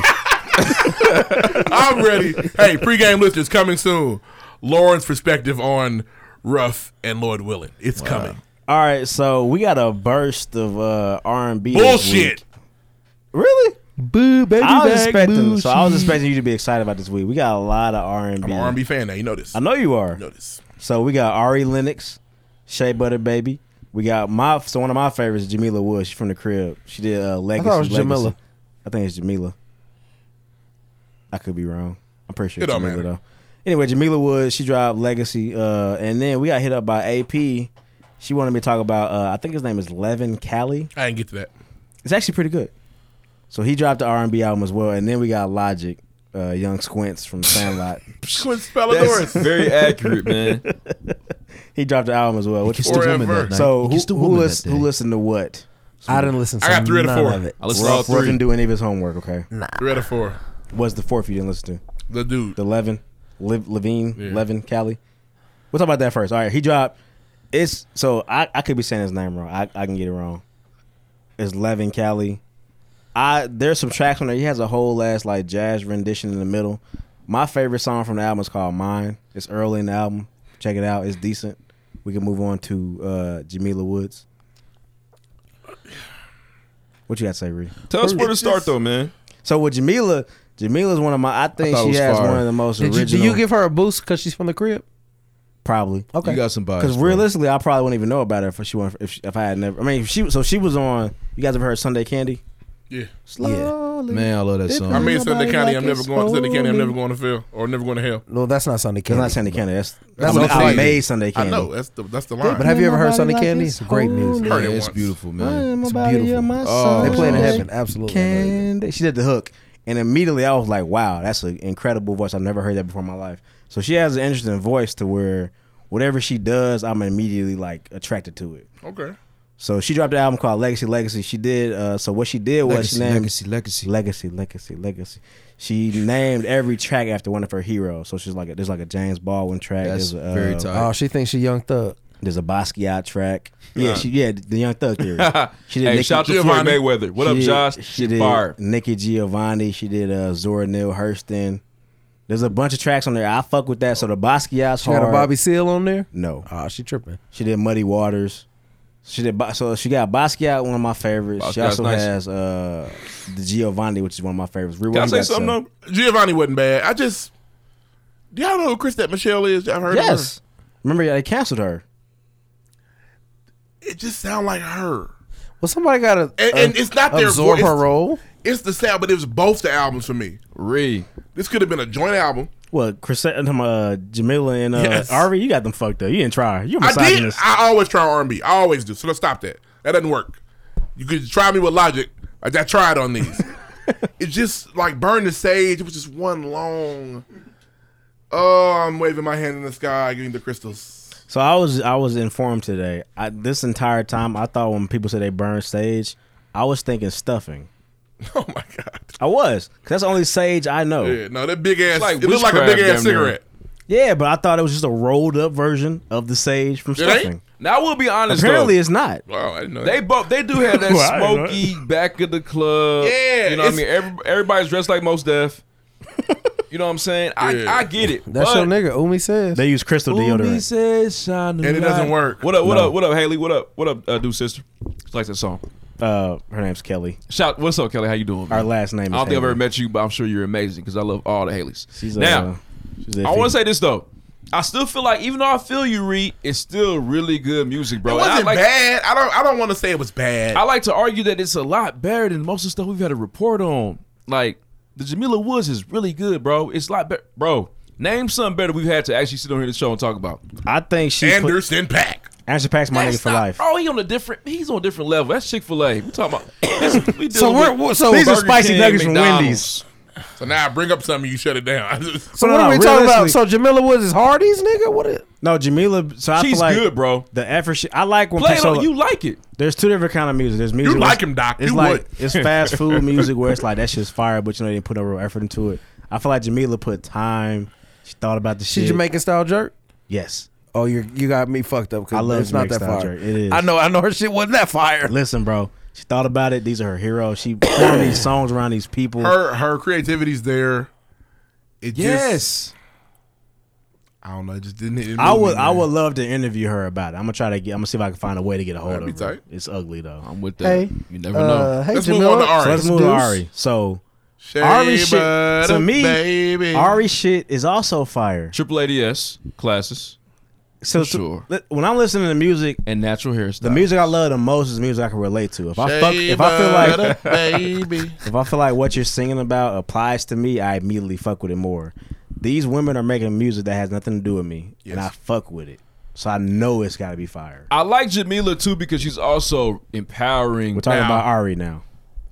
H: I'm ready. Hey, pregame listeners, coming soon. Lauren's perspective on Ruff and Lord Willing. It's coming.
I: All right, so we got a burst of uh, R and B.
H: Bullshit.
I: Really?
D: Boo, baby.
I: I was
H: back
I: expecting. So I was
H: bougie.
I: expecting you to be excited about this week. We got a lot of R and
H: I'm
I: B.
H: an R&B fan now. You know this.
I: I know you are.
H: Notice.
I: So we got Ari Lennox, Shea Butter Baby. We got my so one of my favorites, Jamila Wood. She's from the crib. She did uh, Legacy.
D: thought it was
I: Legacy.
D: Jamila.
I: I think it's Jamila. I could be wrong. I'm pretty
H: It
I: sure it's
H: don't
I: Jamila
H: matter.
I: though. Anyway, Jamila Wood. She dropped Legacy, uh, and then we got hit up by AP. She wanted me to talk about. Uh, I think his name is Levin Cali.
H: I didn't get to that.
I: It's actually pretty good. So he dropped the R and B album as well, and then we got Logic, uh, Young Squints from Sandlot.
H: Quinn Spelladores.
L: That's very accurate, man.
I: He dropped the album as well. Which
D: kissed the Or woman that adverse. night.
I: So
D: He
I: who,
D: kissed the
I: who,
D: woman
I: lis-
D: that
I: who
D: day.
I: listened to what?
D: I didn't listen to
I: I got three
D: none
I: out of four.
D: of it.
I: I listened to all three. Didn't do any of his homework. Okay.
D: Nah.
H: Three out of four.
I: What's the fourth you didn't listen to?
H: The dude.
I: The Levin, Liv, Levine, Levin, Cali. We'll talk about that first. All right. He dropped. It's so I, I could be saying his name wrong. I, I can get it wrong. It's Levin Cali. I there's some tracks on there. He has a whole ass like jazz rendition in the middle. My favorite song from the album is called Mine. It's early in the album. Check it out. It's decent. We can move on to uh Jamila Woods. What you got to say, Ree?
L: Tell us where to start though, man.
I: So with Jamila, Jamila's one of my. I think
L: thought it
I: she
L: was
I: has
L: fire.
I: one of the most
D: Did you,
I: original.
D: do you give her a boost because she's from the crib?
I: probably?
D: Okay. You got some bias,
I: Because
D: bro.
I: realistically, I probably wouldn't even know about her if she weren't. If, she, if I had never. I mean, if she. So she was on. You guys ever heard Sunday Candy?
H: Yeah.
I: Slowly.
G: Man, I love that
H: I mean, Sunday County. I'm never going to Sunday County. I'm
I: slowly.
H: never going to fail or never going to hell.
D: No, that's not Sunday
I: It's
D: Candy.
I: not Sunday Candy. That's
D: That's
I: I,
D: what I'm
I: I
D: saying.
I: made Sunday
H: I
I: Candy.
H: know that's the that's the line.
D: But have you ever heard Sunday Candy? It's great music.
H: Heard it once.
G: beautiful,
I: man.
D: It's beautiful. Oh, they play it in heaven. Absolutely.
I: Candy. She did the hook, and immediately I was like, "Wow, that's an incredible voice. I've never heard that before in my life." So she has an interesting voice to where whatever she does, I'm immediately like attracted to it.
H: Okay.
I: So she dropped an album called Legacy Legacy. She did uh so what she did
G: Legacy,
I: was she named
G: Legacy,
I: Legacy Legacy Legacy Legacy. She named every track after one of her heroes. So she's like a, there's like a James Baldwin track.
G: That's
I: there's a,
G: very
I: uh,
G: tight.
D: Oh, she thinks she Young Thug.
I: There's a Basquiat track. Yeah,
G: Uh.
I: she yeah the Young Thug theory.
L: Uh-huh. Hey, shout out to Floyd Mayweather. What up,
I: did-
L: Josh?
I: She did
L: Fire.
I: Nikki Giovanni. She did uh, Zora Neale Hurston. There's a bunch of tracks on there. I fuck with that. So the Basquiat's
D: She got a
I: hard.
D: Bobby Seal on there.
I: No.
D: Ah, she tripping.
I: She did Muddy Waters. She did Ba- so she got Basquiat, one of my favorites. she
L: Basquiat's
I: also
L: nice.
I: has uh the Giovanni, which is one of my favorites. Rewind
H: Can I say
I: got
H: something
I: some.
H: though? Giovanni wasn't bad. I just do y'all know who Chrisette Michelle is? I've heard
I: Yes. Remember yeah, they canceled her.
H: of her. It just sound like her.
D: Well, somebody got to
H: And, and it's not their
D: absorb
H: voice.
D: her role.
H: It's the sound, but it was both the albums for me.
L: Re.
H: This could have been a joint album.
I: What Chris and um, uh, Jamila and uh,
H: Yes.
I: Ari, you got them fucked up. You didn't try. You a
H: I did.
I: misogynist.
H: I always try R&B. I always do. So let's stop that. That doesn't work. You could try me with Logic. I, I tried on these. it's just like Burn the Sage. It was just one long. Oh, I'm waving my hand in the sky, giving the crystals.
I: So I was I was informed today. I, this entire time I thought when people say they burn sage, I was thinking stuffing. Oh my god. I was. 'cause that's the only sage I know.
H: Yeah, no, that big ass.
L: It's like
H: it looked like a
L: witchcraft
H: big ass
L: down there.
H: cigarette.
I: Yeah, but I thought it was just a rolled up version of the sage from
L: It ain't?
I: stuffing.
L: Now we'll be honest.
I: Apparently
L: though.
I: it's not.
H: Wow, I didn't know.
L: They
H: that.
L: both they do have that
I: Well, I know
L: smoky back of the club.
H: Yeah,
L: you know what I
H: it's-
L: mean. Every, everybody's dressed like most deaf. you know what I'm saying?
H: Yeah.
L: I, I get it.
D: That's
L: but
D: your nigga. Umi says.
I: They use crystal deodorant.
H: and it doesn't work.
L: What up? What
I: No.
L: up? What up, Haley? What up? What up, uh, dude, sister? She likes that song.
I: Uh, her name's Kelly.
L: Shout. What's up, Kelly? How you doing? man?
I: Our last name. Is
L: I don't think I've
I: Haley.
L: ever met you, but I'm sure you're amazing because I love all the Haleys.
I: She's, uh,
L: now,
I: she's iffy.
L: I want to say this though. I still feel like, even though I feel you, Reed, it's still really good music, bro.
H: It
L: And I
H: wasn't
L: like-
H: bad. I don't. I don't want to say it was bad.
L: I like to argue that it's a lot better than most of the stuff we've had to report on. Like the Jamila Woods is really good, bro. It's a lot better, bro. Name something better we've had to actually sit on here the show and talk about.
I: I think she. Put,
H: Anderson Pack.
I: Anderson Pack's my nigga for life.
L: Oh, he on a different. He's on a different level. That's Chick Fil A. We talking about. that's- we
I: So
L: dealing
I: we're-
L: with
I: we're- so- These are
L: Burger
I: spicy
L: King,
I: nuggets from
L: McDonald's.
I: Wendy's.
H: So now I bring up something, you shut it down. I just-
D: So
I: No,
D: what
I: no,
D: are we talking about?
I: realistically-
D: So Jamila Woods is Hardy's nigga. What? Is,
I: No, Jamila. So I
L: She's
I: feel like
L: good, bro.
I: The effort. She, I like when
L: Play it.
I: so-
L: on- You like it?
I: There's two different kind of music. There's music.
H: like
I: that's-
H: him, Doc.
I: It's
H: You
I: like
H: would.
I: it's fast food music where it's like that shit's fire, but you know they didn't put no real effort into it. I feel like Jamila put time. She thought about the
D: she
I: shit.
D: Jamaican style jerk.
I: Yes.
D: Oh, you you got me fucked up. 'cause
I: I love
D: it's not that
I: Jamaican style
D: fire.
I: jerk. It is.
D: I know. I know her shit wasn't that fire.
I: Listen, bro. She thought about it. These are her heroes. She formed these songs around these people.
H: her her creativity's there. It just
L: Yes.
H: I don't know. It just didn't hit. it
I: I
H: moved me,
I: would I
H: man.
I: would love to interview her about it. I'm gonna try to get. I'm gonna see if I can find a way to get a hold
H: That'd be
I: of her.
H: tight.
I: It's ugly though.
L: I'm with that.
D: Hey,
L: you never
D: uh,
L: know.
D: hey,
H: Let's move
D: Jamila.
H: on to Ari.
I: So let's move to Ari. So Ari shit to me, Ari shit is also fire.
L: Triple ADS classes
I: So,
L: For sure.
I: so when I'm listening to music,
L: and natural hairstyle.
I: The music I love the most is music I can relate to. If I fuck, if I feel like,
H: baby,
I: if I feel like what you're singing about applies to me, I immediately fuck with it more. These women are making music that has nothing to do with me, and I fuck with it, so I know it's got to be fire.
L: I like Jamila too because she's also empowering.
I: We're talking
L: now.
I: about Ari now.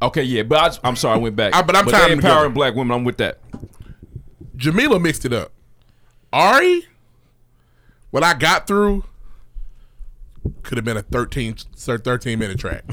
L: Okay, yeah, but I, I'm sorry, I went back.
H: I- but I'm
L: they
H: tying them
L: empowering
H: together.
L: black women. I'm with that.
H: Jamila mixed it up. Ari, what I got through could have been a 13, sir, 13 minute track.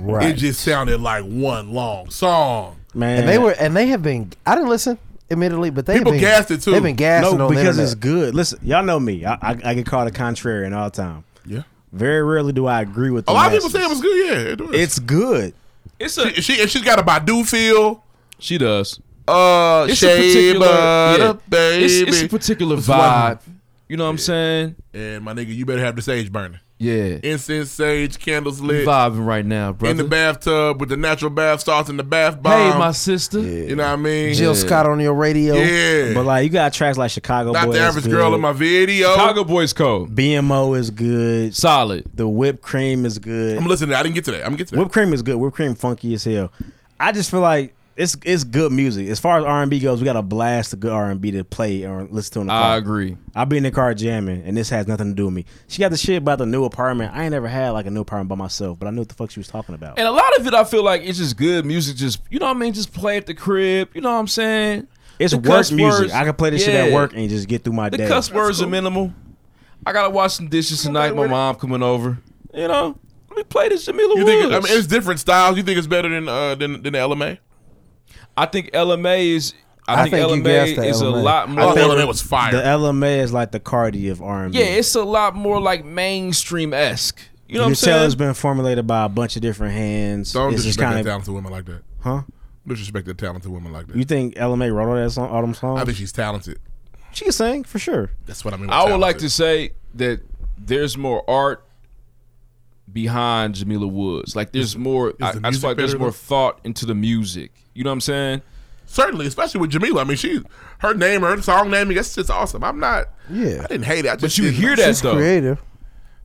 D: Right.
H: It just sounded like one long song.
D: And they were, and they have been. I didn't listen, admittedly, but they
H: People
D: have been,
H: gassed it, too.
D: They've been gassing
I: no,
D: on
I: because
D: the
I: it's
D: internet.
I: good. Listen, y'all know me. I, I, I get called a contrarian all the time.
H: Yeah.
I: Very rarely do I agree with. The
H: A lot
I: masses.
H: of people say it was good. Yeah, it was.
I: It's good.
L: It's a
H: she, she. and She's got a Badu feel.
L: She does.
H: Uh,
L: It's a
H: shea
L: particular-
H: butter,
L: yeah.
H: baby.
L: It's- it's a particular
H: That's why-
L: vibe. You know what I'm saying?
H: And my nigga, you better have the sage burning.
L: Yeah.
H: Incense, sage, candles
L: We
H: lit.
L: vibing right now, brother.
H: In the bathtub with the natural bath salts and the bath bomb.
L: Hey, my sister.
H: You know what I mean?
D: Jill Scott on your radio.
H: Yeah.
I: But like you got tracks like Chicago
H: Not
I: Boy.
H: the
I: is
H: average
I: good.
H: girl in my video.
L: Chicago Boys Code.
I: BMO is good.
L: Solid.
I: The whipped cream is good.
H: I'm listening. I didn't get to that. I'm getting to that.
I: Whipped cream is good. Whipped cream funky as hell. I just feel like it's it's good music. As far as R and B goes, we got a blast of good R and B to play or listen to in the car.
L: I agree.
I: I be in the car jamming, and this has nothing to do with me. She got the shit about the new apartment. I ain't never had like a new apartment by myself, but I knew what the fuck she was talking about.
L: And a lot of it, I feel like it's just good music. Just you know what I mean. Just play at the crib. You know what I'm saying?
I: It's
L: The
I: work
L: cuss
I: music.
L: words-
I: I can play this shit at
L: yeah.
I: work and just get through my
L: The
I: day.
L: cuss words are minimal. I gotta wash some dishes tonight. My mom coming over. You know, let me play this Jamila
H: You
L: Woods.
H: think? I mean, it's different styles. You think it's better than uh than than the LMA?
L: I think LMA is. I,
I: I
L: think,
I: think you gassed the
L: LMA is a
I: LMA.
L: lot more.
H: I think LMA was fire.
I: The LMA is like the Cardi of R and B.
L: yeah, it's a lot more like mainstream esque. You know
I: you
L: what I'm
I: can tell
L: saying?
I: it's been formulated by a bunch of different hands.
H: Don't
I: it's just
H: disrespect
I: kind
H: that
I: of
H: talented women like that.
I: huh?
H: Disrespect that talented women like that.
I: You think LMA wrote all that song, all them songs?
H: I think she's talented.
I: she can sing for sure.
H: That's what I mean. with
L: I would like
H: talented.
L: to say that there's more art behind Jamila Woods. Like there's more. I,
H: the
L: I just
H: music
L: feel like there's
H: better
L: more
H: though?
L: thought into the music. You know what I'm saying?
H: Certainly, especially with Jamila. I mean, she, her name, her song naming, that's just awesome. I'm not.
D: Yeah.
H: I didn't hate it. I just
L: But you
H: didn't-
L: hear that though.
D: Creative.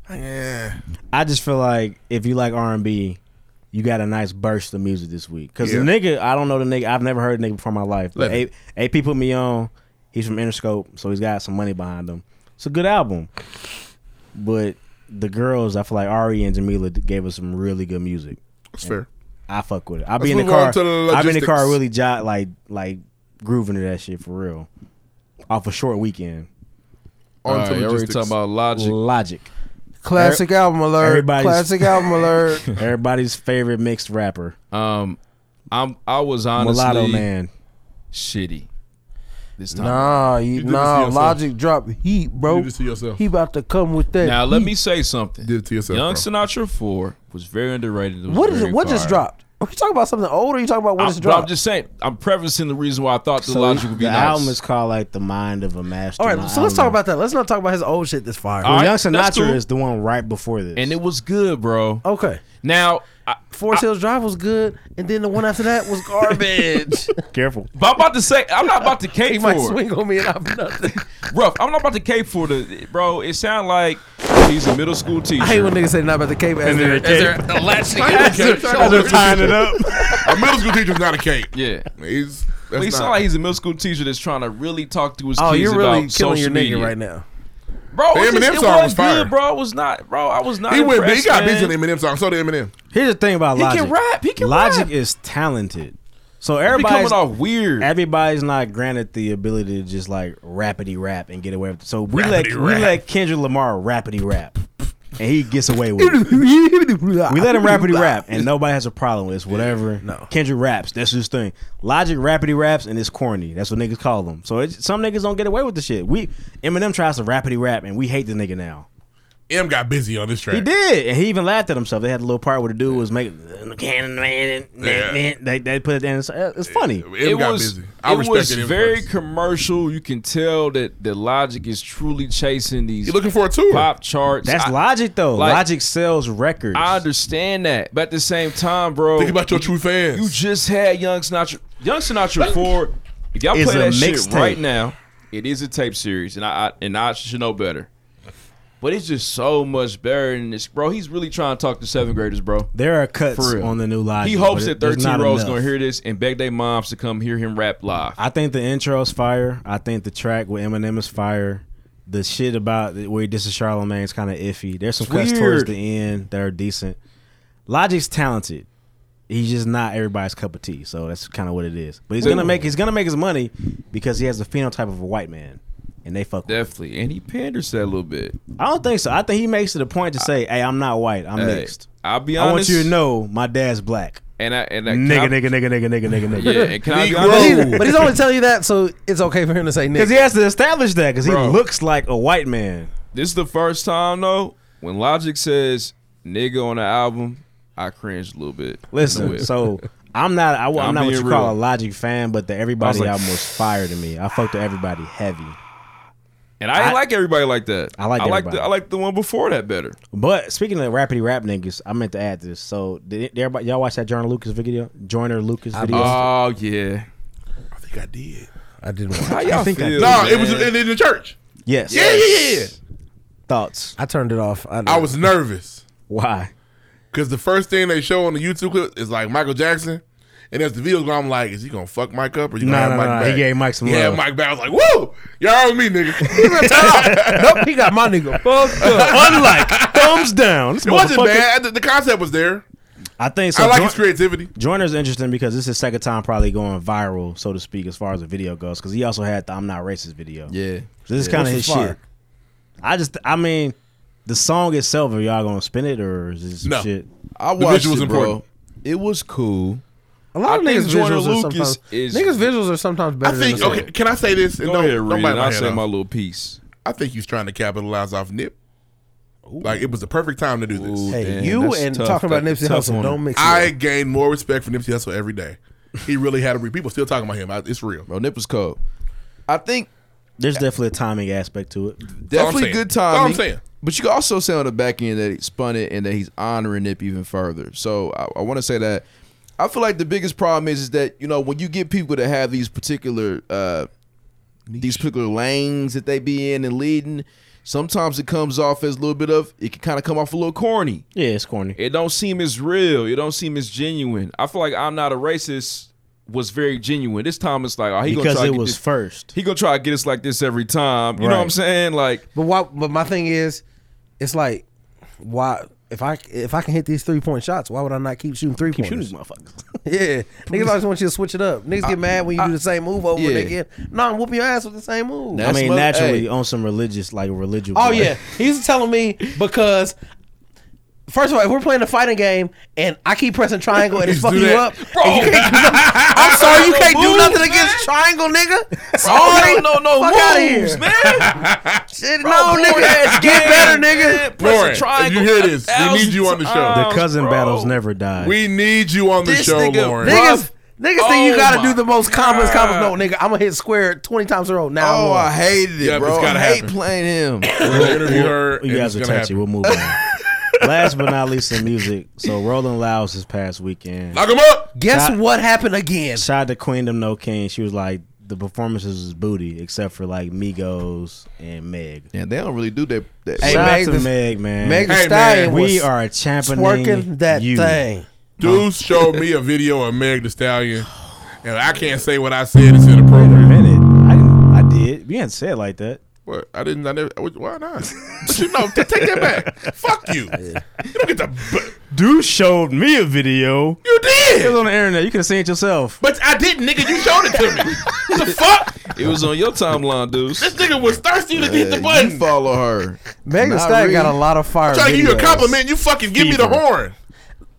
H: Er, Yeah.
I: I just feel like if you like R and B, you got a nice burst of music this week. Cause
H: Yeah.
I: the nigga, I don't know the nigga. I've never heard a nigga before in my life. But
H: Let
I: AP, AP put me on. He's from Interscope, so he's got some money behind him. It's a good album. But the girls, I feel like Ari and Jamila d- gave us some really good music.
H: That's fair.
I: I fuck with it. I
H: Let's
I: be in the
H: move on
I: car.
H: to the
I: I be in the car
H: logistics.
I: really jot like like grooving to that shit for real. Off a short weekend.
H: On
L: All
H: to
L: right, y'all already
H: logistics.
L: talking about logic.
I: Logic.
D: Classic album alert.
I: Everybody's-
D: Classic album alert.
I: Everybody's favorite mixed rapper.
L: Um, I'm. I was honestly
I: Mulatto man.
L: shitty this time.
D: Nah, you,
H: You did this to
D: nah.
H: yourself.
D: Logic drop heat, bro.
H: You did this to yourself.
D: He about to come with that.
L: Now let
D: heat.
L: me say something.
H: Did it to yourself,
L: Young
H: bro.
L: Sinatra Four was very underrated. It was
D: What is
L: very
D: it? What just
L: fire.
D: dropped? Are you talking about something old? Or are you talking about what
L: I'm,
D: just
L: but I'm
D: dropped?
L: just saying. I'm prefacing the reason why I thought the
I: So
L: logic would be
I: the
L: nice.
I: album is called like the mind of a master.
D: All
I: and I
D: right, so let's
I: don't
D: talk
I: know.
D: about that. Let's not talk about his old shit this fire.
L: All right,
I: Young
L: that's
I: Sinatra
L: cool.
I: is the one right before this.
L: and it was good, bro.
D: Okay.
L: Now, I,
D: Forest Hills Drive was good, and then the one after that was garbage.
I: Careful.
L: but I'm about to say, I'm not about to
D: he
L: cape for
D: might
L: it.
D: swing on me and I'm nothing.
L: rough. I'm not about to cape for the bro. It sound like he's a middle school teacher.
D: I hate when niggas say not about the cape. As
L: then
D: they're,
L: they
D: as they're,
E: They're the last
H: As they're- as they're tying it
I: up.
H: A middle school teacher's not a cake.
L: yeah.
H: He's.
L: But
H: That's
L: he sound
H: not,
L: like he's a middle school teacher that's trying to really talk to his
D: oh,
L: kids
D: you're really
L: about
D: killing
L: social
D: your nigga
L: media.
D: right now.
L: bro.
H: The
L: it just-
H: Eminem
L: it
H: song
L: wasn't
H: was fire.
L: good, bro. It was not, bro. I was not.
H: he went. big. He
L: impressed,
H: got
L: man.
H: beats in Eminem song. So did Eminem.
I: Here's the thing about
L: He
I: logic.
L: can rap. He can
I: logic
L: rap.
I: is talented. So
L: He be coming
I: everybody's
L: off weird.
I: everybody's not granted the ability to just like rapidy rap and get away with it. So we let
H: Rapidy
I: we
H: rap.
I: let Kendrick Lamar rapidy rap, and he gets away with it. We let him rapidy rap, and nobody has a problem with it. It's whatever.
D: No.
I: Kendrick raps. That's his thing. Logic rapidy raps, and it's corny. That's what niggas call them. So it's, some niggas don't get away with the shit. We Eminem tries to rapidy rap, and we hate the nigga now.
H: M got busy on this track.
I: He did, and he even laughed at himself. They had a little part where the dude was making cannon man.
H: Yeah.
I: They they put it down. It's, it's funny.
H: M
L: It
H: got
L: was,
H: busy. I
L: it
H: respected
L: was
H: him
L: very
H: first.
L: commercial. You can tell that the logic is truly chasing these
H: You looking for a tour?
L: pop charts.
I: That's
L: I,
I: logic though.
L: like-
I: logic sells records.
L: I understand that, but at the same time, bro,
H: Think about your true fans.
L: You just had Young Sinatra. Young Sinatra four. If y'all
I: It's
L: play
I: a
L: that shit
I: mixtape.
L: right now, it is a tape series, and I, I and I should know better. But it's just so much better than this, bro. He's really trying to talk to seventh graders, bro.
I: there are cuts
L: For real.
I: on the new logic.
L: He
I: but
L: hopes
I: it-
L: that
I: there's
L: thirteen year
I: not
L: olds
I: enough.
L: gonna hear this and beg their moms to come hear him rap live.
I: I think the intro's fire. I think the track with Eminem is fire. The shit about where he disses Charlamagne is kind of iffy. There's some
L: It's
I: cuts towards
L: weird.
I: the end that are decent. Logic's talented. He's just not everybody's cup of tea. So that's kind of what it is. But he's gonna make he's gonna make his money because he has the phenotype of a white man. and they fuck.
L: Definitely, and he panders that a little bit.
I: I don't think so. I think he makes it a point to say, "Hey, I'm not white. I'm
L: Hey,
I: mixed.
L: I'll be
I: I want
L: honest.
I: you to know my dad's black.
L: And I and I, can
I: Nigga,
L: I-
I: nigga, nigga, nigga, nigga, nigga, nigga.
L: Yeah, and can I be
D: But he's,
L: honest?
D: but he's only telling you that, so it's okay for him to say nigga.
I: Because he has to establish that because he
L: Bro.
I: looks like a white man.
L: This is the first time though when Logic says "nigga" on the album, I cringe a little bit.
I: Listen, so I'm not I, am
L: I'm
I: not what you
L: being
I: call
L: real.
I: a Logic fan, but the Everybody
L: like-
I: album was fire to me. I fucked with Everybody heavy.
L: and I, ain't like everybody like that. I
I: like
L: I like
I: everybody.
L: the, I like the one before that better.
I: But speaking of rapidy rap niggas, I meant to add this. So did it- did everybody y'all watch that Joyner Lucas video? Joyner Lucas video.
L: Oh yeah,
H: I think I did.
D: I didn't.
L: How y'all feel,
H: No, it was
L: man?
H: in, in the church.
I: Yes.
H: Yeah, yeah, yeah.
I: Thoughts.
D: I turned it off. I,
H: I was nervous.
I: Why?
H: Because the first thing they show on the YouTube clip is like Michael Jackson. And as the video's going, I'm like, is he gonna fuck Mike up or you gonna
I: Nah,
H: have
I: nah,
H: Mike
I: nah,
H: back?
I: he gave Mike some
H: Yeah,
I: love.
H: Mike back. I was like, woo, y'all with me, nigga.
D: nope, he got my nigga. Fuck up.
I: Unlike thumbs down. This
H: it wasn't
I: motherfucker-
H: bad. The, the concept was there.
I: I think so.
H: I like
I: Joy-
H: his creativity.
I: Joyner's interesting because this is his second time probably going viral, so to speak, as far as the video goes. Because he also had the "I'm Not Racist" video.
L: Yeah.
I: so this is
L: Yeah.
I: kind of
L: Which
I: his
L: is fire.
I: shit. I just, I mean, the song itself. Are y'all gonna spin it or is this some
G: No.
I: shit?
G: I watched it, bro. It was cool.
D: A lot of
G: I think
D: niggas
G: Jordan
D: visuals, are
G: Lucas
D: sometimes,
G: is-
D: niggas visuals are sometimes
H: I
D: better.
H: think.
D: than the
H: Okay, can I say this?
L: Go ahead, Reed,
H: bite
L: and
H: my
L: I'll
H: head
L: say
H: off.
L: my little piece.
H: I think he's trying to capitalize off Nip. Like it was the perfect time to do this.
D: Hey, damn, you that's and tough. talking about That's Nipsey tough Hussle, on don't him. mix it
H: I gain more respect for Nipsey Hussle every day. He really had a re- people still talking about him. I, it's real.
G: Bro, Nip was cold. I think
I: there's definitely a timing aspect to it.
G: Definitely good
H: That's all I'm
G: timing.
H: saying.
G: But you can also say on the back end that he spun it and that he's honoring Nip even further. So I, I want to say that I feel like the biggest problem is is that you know when you get people to have these particular uh, these particular lanes that they be in and leading, sometimes it comes off as a little bit of it can kind of come off a little corny.
I: Yeah, it's corny.
L: It don't seem as real. It don't seem as genuine. I feel like I'm not a racist was very genuine. This time it's like oh, he gonna
I: Because
L: try
I: it
L: to get
I: was
L: this-
I: first.
L: He gonna try to get us like this every time. You know
D: Right.
L: what I'm saying? Like
D: But why? But my thing is, it's like, why? If I if I can hit these three point shots, why would I not keep shooting three keep pointers?
I: shooting motherfuckers.
D: yeah, niggas always want you to switch it up. Niggas get mad when you do the same move over and
I: yeah.
D: again. No, I'm whooping your ass with the same move.
I: I mean, naturally on some religious, like religious.
D: Oh
I: like-
D: yeah, he's telling me because. First of all, if we're playing a fighting game and I keep pressing triangle and it's
S: Just do
D: fucking you
S: that.
D: up, and you can't do nothing- I'm sorry, you can't do
S: Move,
D: nothing
S: man.
D: against triangle, nigga.
S: Sorry,
D: Sorry,
S: no, no,
D: fuck out of here.
S: moves, man.
D: Shit,
S: Bro,
D: no,
S: boring ass
D: nigga, get
S: game.
D: better, nigga.
S: Press a
H: Lauren, if you
S: triangle
H: hear
S: a
H: this, we need you on the show.
I: The cousin battles never die.
H: We need you on the
D: This
H: show,
D: nigga,
H: Lauren.
D: Niggas, niggas think you
H: Oh
D: gotta
H: my
D: do the most complex combos. No, nigga, I'm gonna hit square 20 times in a row. Now
G: Oh,
D: I'm
G: I hated it,
H: Yep,
G: bro.
H: it's gotta
G: I hate
H: happen.
G: playing him.
H: We're gonna interview her.
I: You
H: and
I: guys
H: it's
I: are
H: gonna
I: touchy.
H: happen.
I: We'll move on. Last but not least, in music. So Rolling Louds this past weekend.
H: Knock 'em up.
D: Guess what happened again?
I: Shout to Queendom No King. She was like the performances was booty, except for like Migos and Meg.
G: Yeah, they don't really do that. that
I: Hey, Shout out to Meg, man.
D: Meg Thee Stallion was
I: we are championing
D: twerking that
I: you.
D: thing.
H: Dudes showed me a video of Meg the Stallion, and I can't say what I said. It's inappropriate.
I: I did. You didn't say it like that.
H: What? I didn't. I never. I was- Why not? But you know, t- take that back. Fuck you. You don't get the.
I: Dude showed me a video.
H: You did. It
I: was on the internet. You could have seen it yourself.
H: But I didn't, nigga. You showed it to me. the fuck?
L: It was on your timeline, dudes.
H: This nigga was thirsty to hit the button.
G: You follow her.
D: Meg Thee
G: Not
D: Stallion got a
G: really.
D: lot of fire.
H: I'm trying to give you a
D: videos.
H: compliment. You fucking give me the
D: Fever.
H: horn.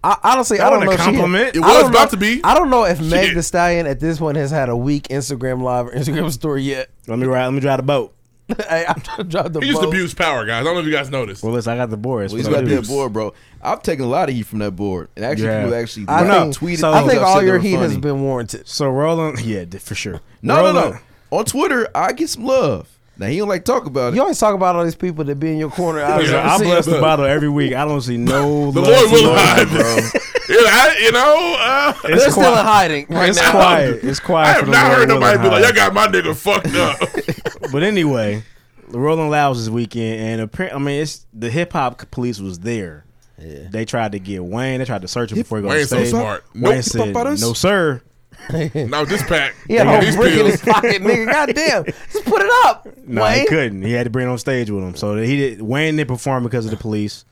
D: I, honestly,
H: That
D: I don't know.
H: wasn't a
D: if she-
H: compliment. It
D: I
H: was
D: don't know-
H: about to be.
D: I don't know if Meg Thee Stallion at this point has had a weak Instagram live or Instagram story yet.
I: Let me ride. Let me drive the boat.
D: hey, I'm trying to drive the
H: He just
D: boat.
H: abused power, guys. I don't know if you guys noticed.
I: Well, listen, I got the board.
G: Well, he's got that board, bro. I've taken a lot of heat from that board, and actually,
I: Yeah.
G: people actually
I: I
G: like,
I: know.
G: tweeted.
I: So-
G: things
I: I think
G: I've
I: all
G: said that
I: your
G: were
I: heat has
G: funny.
D: been warranted.
I: So Roland, yeah, d- for sure.
G: No, no,
I: Roland-
G: no. On Twitter, I get some love. Now he don't like talk about it.
D: You always talk about all these people that be in your corner. I,
I: Listen, I bless the bottle every week. I don't see no.
D: The
I: love
D: Lord will
I: from Roland,
D: hide.
I: bro.
H: You know, I- you know, uh,
I: It's They're still quiet. in hiding right It's now. quiet. It's quiet
H: I
I: for
H: have
I: the
H: not
I: Lord
H: heard nobody be
I: willing
H: like, "Y'all
I: hide.
H: got my nigga fucked up."
I: but anyway, Rolling Louds this weekend, and apparently, I mean, it's the hip hop police was there. They tried to get Wayne. They tried to search him before he got
H: Wayne's so
I: stage.
H: smart.
I: Wayne
H: Nope.
I: said,
H: Papadas.
I: "No, sir."
H: no, this pack.
D: He had a
H: They got
D: whole
H: these
D: brick in
H: pills.
D: his pocket, nigga. Goddamn, just put it up.
I: No,
D: Wayne.
I: he couldn't. He had to bring it on stage with him. So he did. Wayne didn't perform because of the police.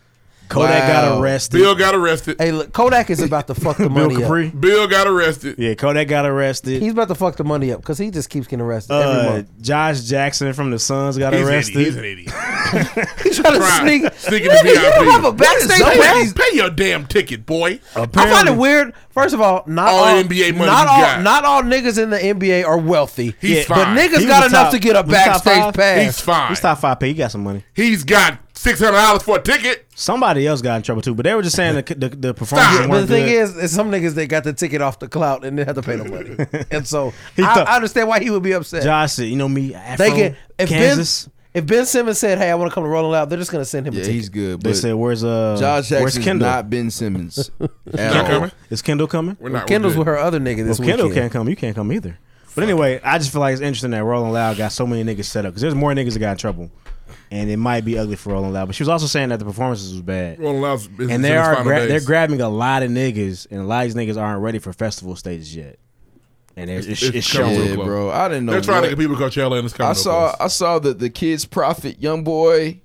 I: Kodak got arrested.
H: Bill got arrested.
D: Hey, look, Kodak is about to fuck the
I: Bill
D: money
I: Capri?
D: up.
H: Bill got arrested.
I: Yeah, Kodak got arrested.
D: He's about to fuck the money up because he just keeps getting arrested every
I: Uh,
D: month.
I: Josh Jackson from the Suns got
D: He's an
I: arrested.
D: idiot. He's an He's trying to
H: Right.
D: sneak.
H: Sneak in the
D: You don't
H: VIP.
D: have a backstage
H: Pay-
D: pass.
H: Pay your damn ticket, boy.
D: I find it weird. First of all, not all,
H: All NBA money
D: not
H: you
D: all,
H: got.
D: not all niggas in the NBA are wealthy.
H: He's
D: but
H: fine.
D: niggas
H: He
D: got
H: was
D: enough
H: top-
D: to get a
H: he was top
D: backstage
H: five?
D: pass.
H: He's fine.
I: He's top five. P. He got some money.
H: He's got six hundred dollars for a ticket.
I: Somebody else got in trouble too, but they were just saying the the, the performance.
D: Yeah, but the thing is, is, some niggas they got the ticket off the clout and they have to pay the money, and so
I: He
D: I,
I: thought-
D: I understand why he would be upset.
I: Josh said, "You know me, Afro,
D: they get if
I: Kansas."
D: Ben if Ben Simmons said, "Hey, I want to come to Rolling Loud," they're just gonna send him. a
G: Yeah,
D: ticket.
G: he's good.
I: they
G: But
I: said, "Where's uh,
G: Josh
I: where's
G: Jackson's
I: Kendall?
G: not Ben Simmons. at
I: Not
G: all.
I: coming? Is Kendall coming?
G: We're not-
D: Kendall's with her other nigga this
I: Well, Kendall
D: weekend.
I: can't come. You can't come either. But anyway, I just feel like it's interesting that Rolling Loud got so many niggas set up because there's more niggas that got in trouble, and it might be ugly for Rolling Loud. But she was also saying that the performances was bad.
H: Rolling Loud's business
I: and
H: in
I: they
H: its
I: are
H: final
I: gra-
H: days.
I: they're grabbing a lot of niggas, and a lot of these niggas aren't ready for festival stages yet. And it's, it's, it's,
G: coming
I: showing,
G: to a close. bro. I didn't know
H: They're trying
G: what-
H: to get people to Coachella and it's coming.
G: I
H: to a
G: saw
H: close.
G: I saw that the kids prophet young boy.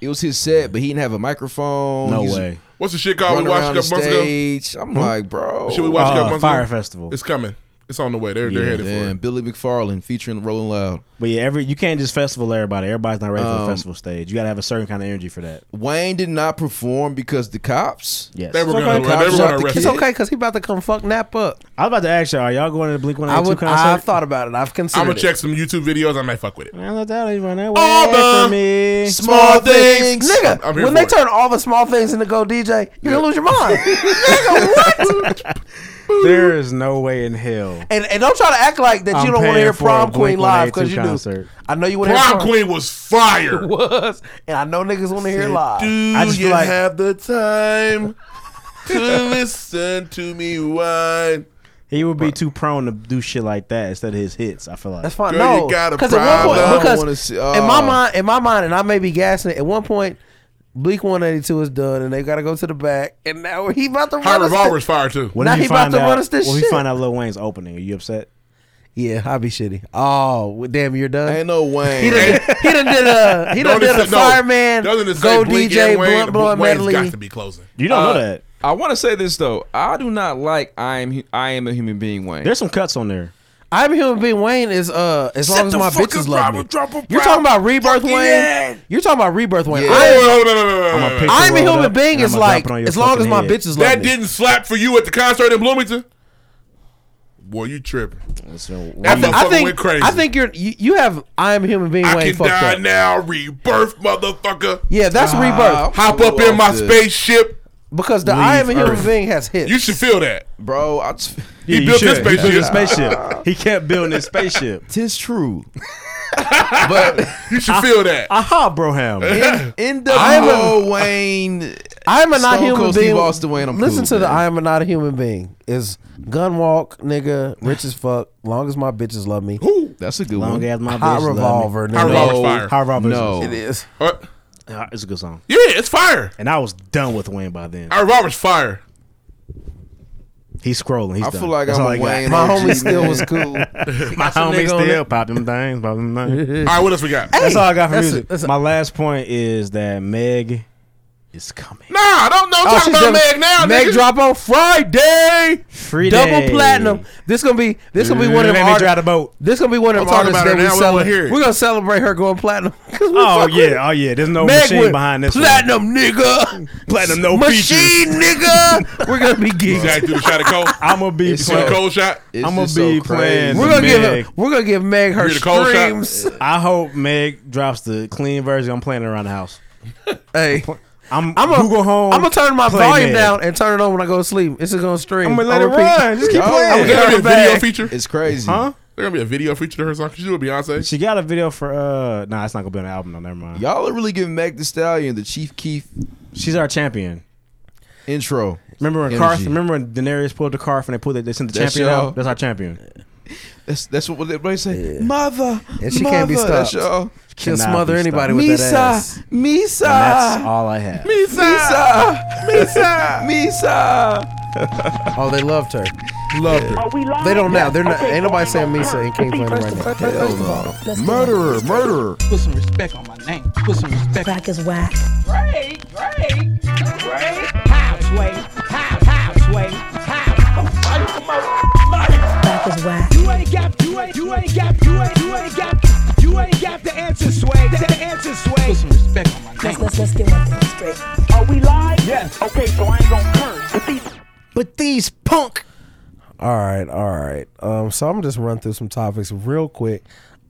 G: It was his set, but he didn't have a microphone.
I: No
G: He's
I: way.
H: What's the shit called we
G: running
H: watched
G: around
H: a couple
G: the
H: months ago?
G: stage. I'm
H: Hmm?
G: like, bro.
H: Should we watch a couple
I: Uh,
H: months
I: Fire
H: ago?
I: Festival.
H: It's coming. It's on the way. They're they're headed for it.
G: man, uh, Billy McFarland featuring Rolling Loud.
I: But yeah, every you can't just festival everybody. Everybody's not ready for
G: Um,
I: the festival stage. You got to have a certain kind of energy for that.
G: Wayne did not perform because the cops.
I: Yes.
H: They were
G: It's
H: gonna-
G: okay.
H: they were
G: Cops shot
H: gonna
G: the
H: arrest
G: kid.
D: It's okay because he about to come fuck Nap up.
I: I was about to ask y'all. Are y'all going to Blink One
D: I
I: Eighty Two
D: would.
I: concert?
D: I've thought about it. I've considered.
H: I'm gonna
D: it.
H: check some YouTube videos. I might fuck with it.
I: Man, let that even run away
D: the
I: from me.
G: small things.
D: nigga.
H: I'm here
D: when
H: for
D: they
H: it.
D: turn all the small things into go DJ, you're gonna lose your mind, nigga. What?
I: There is no way in hell.
D: And, and don't try to act like that
I: I'm
D: you don't want to
I: paying
D: hear
I: for a
D: prom queen live because you
I: Blink-182
D: do.
I: concert.
D: I know you want to hear
H: Prom Queen was fire.
D: was, and I know niggas want to hear live.
H: Do
I: I just feel
H: you
I: like-
H: have the time to listen to me whine?
I: He would be too prone to do shit like that instead of his hits. I feel like
D: That's fine.
H: Girl, you
D: no,
H: got a
D: because at one
H: problem. I
D: point,
H: don't
G: wanna
D: because
G: see-
D: in my
G: oh.
D: mind, in my mind, and I may be gassing it. At one point, Bleak One Eighty Two is done, and they got to go to the back, and now he about to
H: High
D: run. us th-
H: Revolver's fire too.
I: When
D: Now
I: did
D: he
I: you
D: about
I: find
D: to
I: out,
D: run us this
I: when
D: shit.
I: we find out Lil Wayne's opening, are you upset?
D: Yeah, I be shitty. Oh, well, damn, you're done.
G: Ain't no
D: He
G: Wayne.
D: done, he done did a he done
H: Don't it
D: did a
H: say- no.
D: fireman
H: Doesn't it say
D: go
H: Blink
D: DJ
H: and Wayne?
D: blunt blowing
H: Wayne's
D: medley.
H: got to be closing.
I: You don't
G: Uh,
I: know that.
L: I want to say this though. I do not like I am hu- I am a human being Wayne.
I: There's some cuts on there.
D: I'm human being Wayne is uh as long as my bitches love me. You're talking about rebirth Wayne. You're talking about rebirth Wayne.
H: Wait,
D: I
H: wait,
D: am,
H: hold on, no, no, no, no, no, no.
I: pick the
D: I'm a
I: road
D: human
I: up,
D: being
I: and
D: is
I: I'ma drop
D: like
I: it on your
D: as long as
I: fucking
D: my
I: head.
D: bitches love
H: That
D: me.
H: didn't slap for you at the concert in Bloomington. Boy, you tripping? That
D: I thi- I
H: motherfucker
D: think
H: went crazy.
D: I think you're you, you have I am human being
H: I
D: Wayne
H: can
D: fucked
H: die
D: up.
H: now, rebirth, motherfucker.
D: Yeah, that's rebirth
H: Hop up in my
G: off the-
H: spaceship.
D: because the I am a human
H: Earth.
D: being has hits.
H: You should feel that.
G: bro. I just,
I: Yeah,
H: he built this
I: He built his
H: spaceship.
I: spaceship. he kept building his spaceship.
G: tis true. but
H: You should feel that.
I: Aha, Broham.
G: N-
D: I'm
G: NWO Oh, Wayne.
D: I'm a not
G: Stone
D: human
G: Cold
D: being.
G: Steve Austin Wayne, I'm
D: Listen
G: cool,
D: to the
G: man.
D: I am a not a human being is Gunwalk nigga rich as fuck long as my bitches love me.
G: That's a good
I: Long
G: one.
I: as my
D: Hot
I: bitch
D: revolver.
H: High
D: Nigga.
H: Revolver's fire.
I: Hot revolver.
G: No.
D: It is.
H: Uh,
I: It's a good song.
H: yeah, it's fire.
I: And I was done with Wayne by then.
H: High Revolver's fire.
I: He's scrolling. He's
G: I
I: done.
G: feel like
I: That's
G: I'm
I: all I
G: a
I: got.
G: Wayne.
D: My
G: OG,
D: homie still
G: man.
D: was cool.
I: My
D: some
I: homie
D: nigga on
I: still
D: it.
I: pop them things, pop them things.
H: All right, what else we got?
I: That's all I got for
D: that's
I: music.
D: a- that's a-
I: My last point is that Meg is coming.
H: Nah, don't don't talk
D: she's
H: about
D: done-
H: Meg now.
D: Oh, Meg
H: nigga.
D: drop on Friday.
I: Free
D: Double
I: day.
D: platinum. This gonna be this gonna be one of
I: Let
D: them
I: me drive the
D: artists.
I: boat.
D: This gonna be one of
H: Don't
D: them
H: talk
D: artists
H: about her
D: that we
H: now, we wanna hear
D: celebrate.
H: it.
D: We're gonna celebrate her going platinum. 'Cause we
I: Oh
D: fuck with her.
I: yeah, oh yeah. There's no
D: Meg
I: machine
D: went
I: behind this. one.
D: platinum, nigga.
I: platinum, no features.
D: Machine, nigga. We're gonna be geeks.
H: Jack through the shot of Cole.
I: I'm gonna be
G: It's
I: playing.
H: Sweet
G: so-
H: cold shot.
G: It's
I: I'ma
G: just
I: be
G: so
I: playing
G: crazy.
D: We're gonna give
I: Meg.
D: her, we're gonna give Meg her
H: Hear the cold shot?
D: screams.
I: I hope Meg drops the clean version. I'm playing around the house.
D: Hey,
I: I'm.
D: I'm
I: I'm
D: gonna
I: gonna go home.
D: I'm gonna turn my
I: play
D: volume
I: Meg.
D: down and turn it on when I go to sleep. It's just gonna stream.
I: I'm gonna let
D: on
I: it
D: repeat.
I: run. Just keep
G: Oh,
H: Is
I: playing.
H: there gonna be a video
D: Bag.
H: feature? There's
G: It's crazy.
I: Huh?
H: gonna be a video feature to her song. 'Cause She do a Beyonce.
I: She got a video for. uh Nah, it's not gonna be on the album. No, never mind.
G: Y'all are really giving Meg the Stallion the Chief Keef
I: She's our champion.
G: intro.
I: Remember when
G: Energy.
I: Karth? Remember when Daenerys pulled the Karth and they pulled it? They sent the
G: That's
I: champion
G: y'all?
I: out. That's our champion.
G: That's that's what everybody say. Mother,
D: And she can't be
G: mother. That's
D: stopped.
G: y'all.
D: She'll
I: Cannot
D: smother
I: be
D: anybody
I: stopped.
D: with that ass.
G: Misa,
I: That's
T: Ah.
G: Misa,
I: all I have.
G: Misa, Misa, Misa.
D: Oh, they loved her. Loved her.
T: Are we live?
D: They don't now. They're not.
T: Okay,
D: Ain't nobody saying me saying King Flamer right now.
T: Hell no.
D: Murderer, murderer.
T: Put some respect on my name. Put some respect. Crack is whack. Great, great, great. Halfway, half, halfway, half. I'm fighting for my life. Crack is whack. You ain't got, you ain't, you ain't got, you ain't, you ain't got, you ain't got the answer, Sway. The, the answer, Sway. Put some respect on my name. Let's, let's, let's get one thing straight. Are we live? Yes. Okay, so I ain't gonna curse. But these, but these punk.
D: All right, all right. Um, so I'm gonna just run through some topics real quick.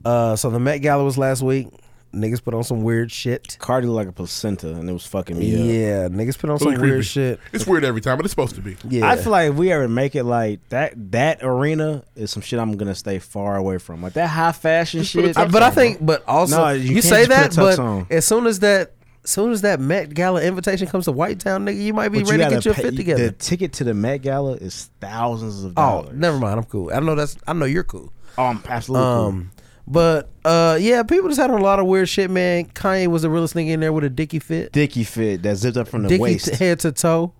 D: Uh, so the Met Gala was last week. Niggas put on some weird shit.
I: Cardi like a placenta, and it was fucking me up.
D: Yeah, niggas put on
I: Really
D: some
I: creepy.
D: weird shit.
H: It's weird every time, but it's supposed to be.
D: Yeah.
I: I feel like if we ever make it like that, that arena is some shit I'm gonna stay far away from. Like that high fashion
D: But
I: shit.
D: I- but I think, but also,
I: No,
D: you,
I: can't
D: say that,
I: just put a tux
D: but
I: on.
D: as soon as that, as soon as that Met Gala invitation comes to White Town, nigga, you might be
I: But you
D: ready to
I: gotta
D: get your
I: pay-
D: fit together.
I: The ticket to the Met Gala is thousands of
D: oh,
I: dollars.
D: never mind. I'm cool. I know that's. I know you're cool.
I: Oh, I'm absolutely cool.
D: um, But uh, yeah, people just had a lot of weird shit, man. Kanye was the realest nigga in there with a dicky fit,
I: Dicky fit that zipped up from the
D: dicky
I: waist.
D: t- head to toe,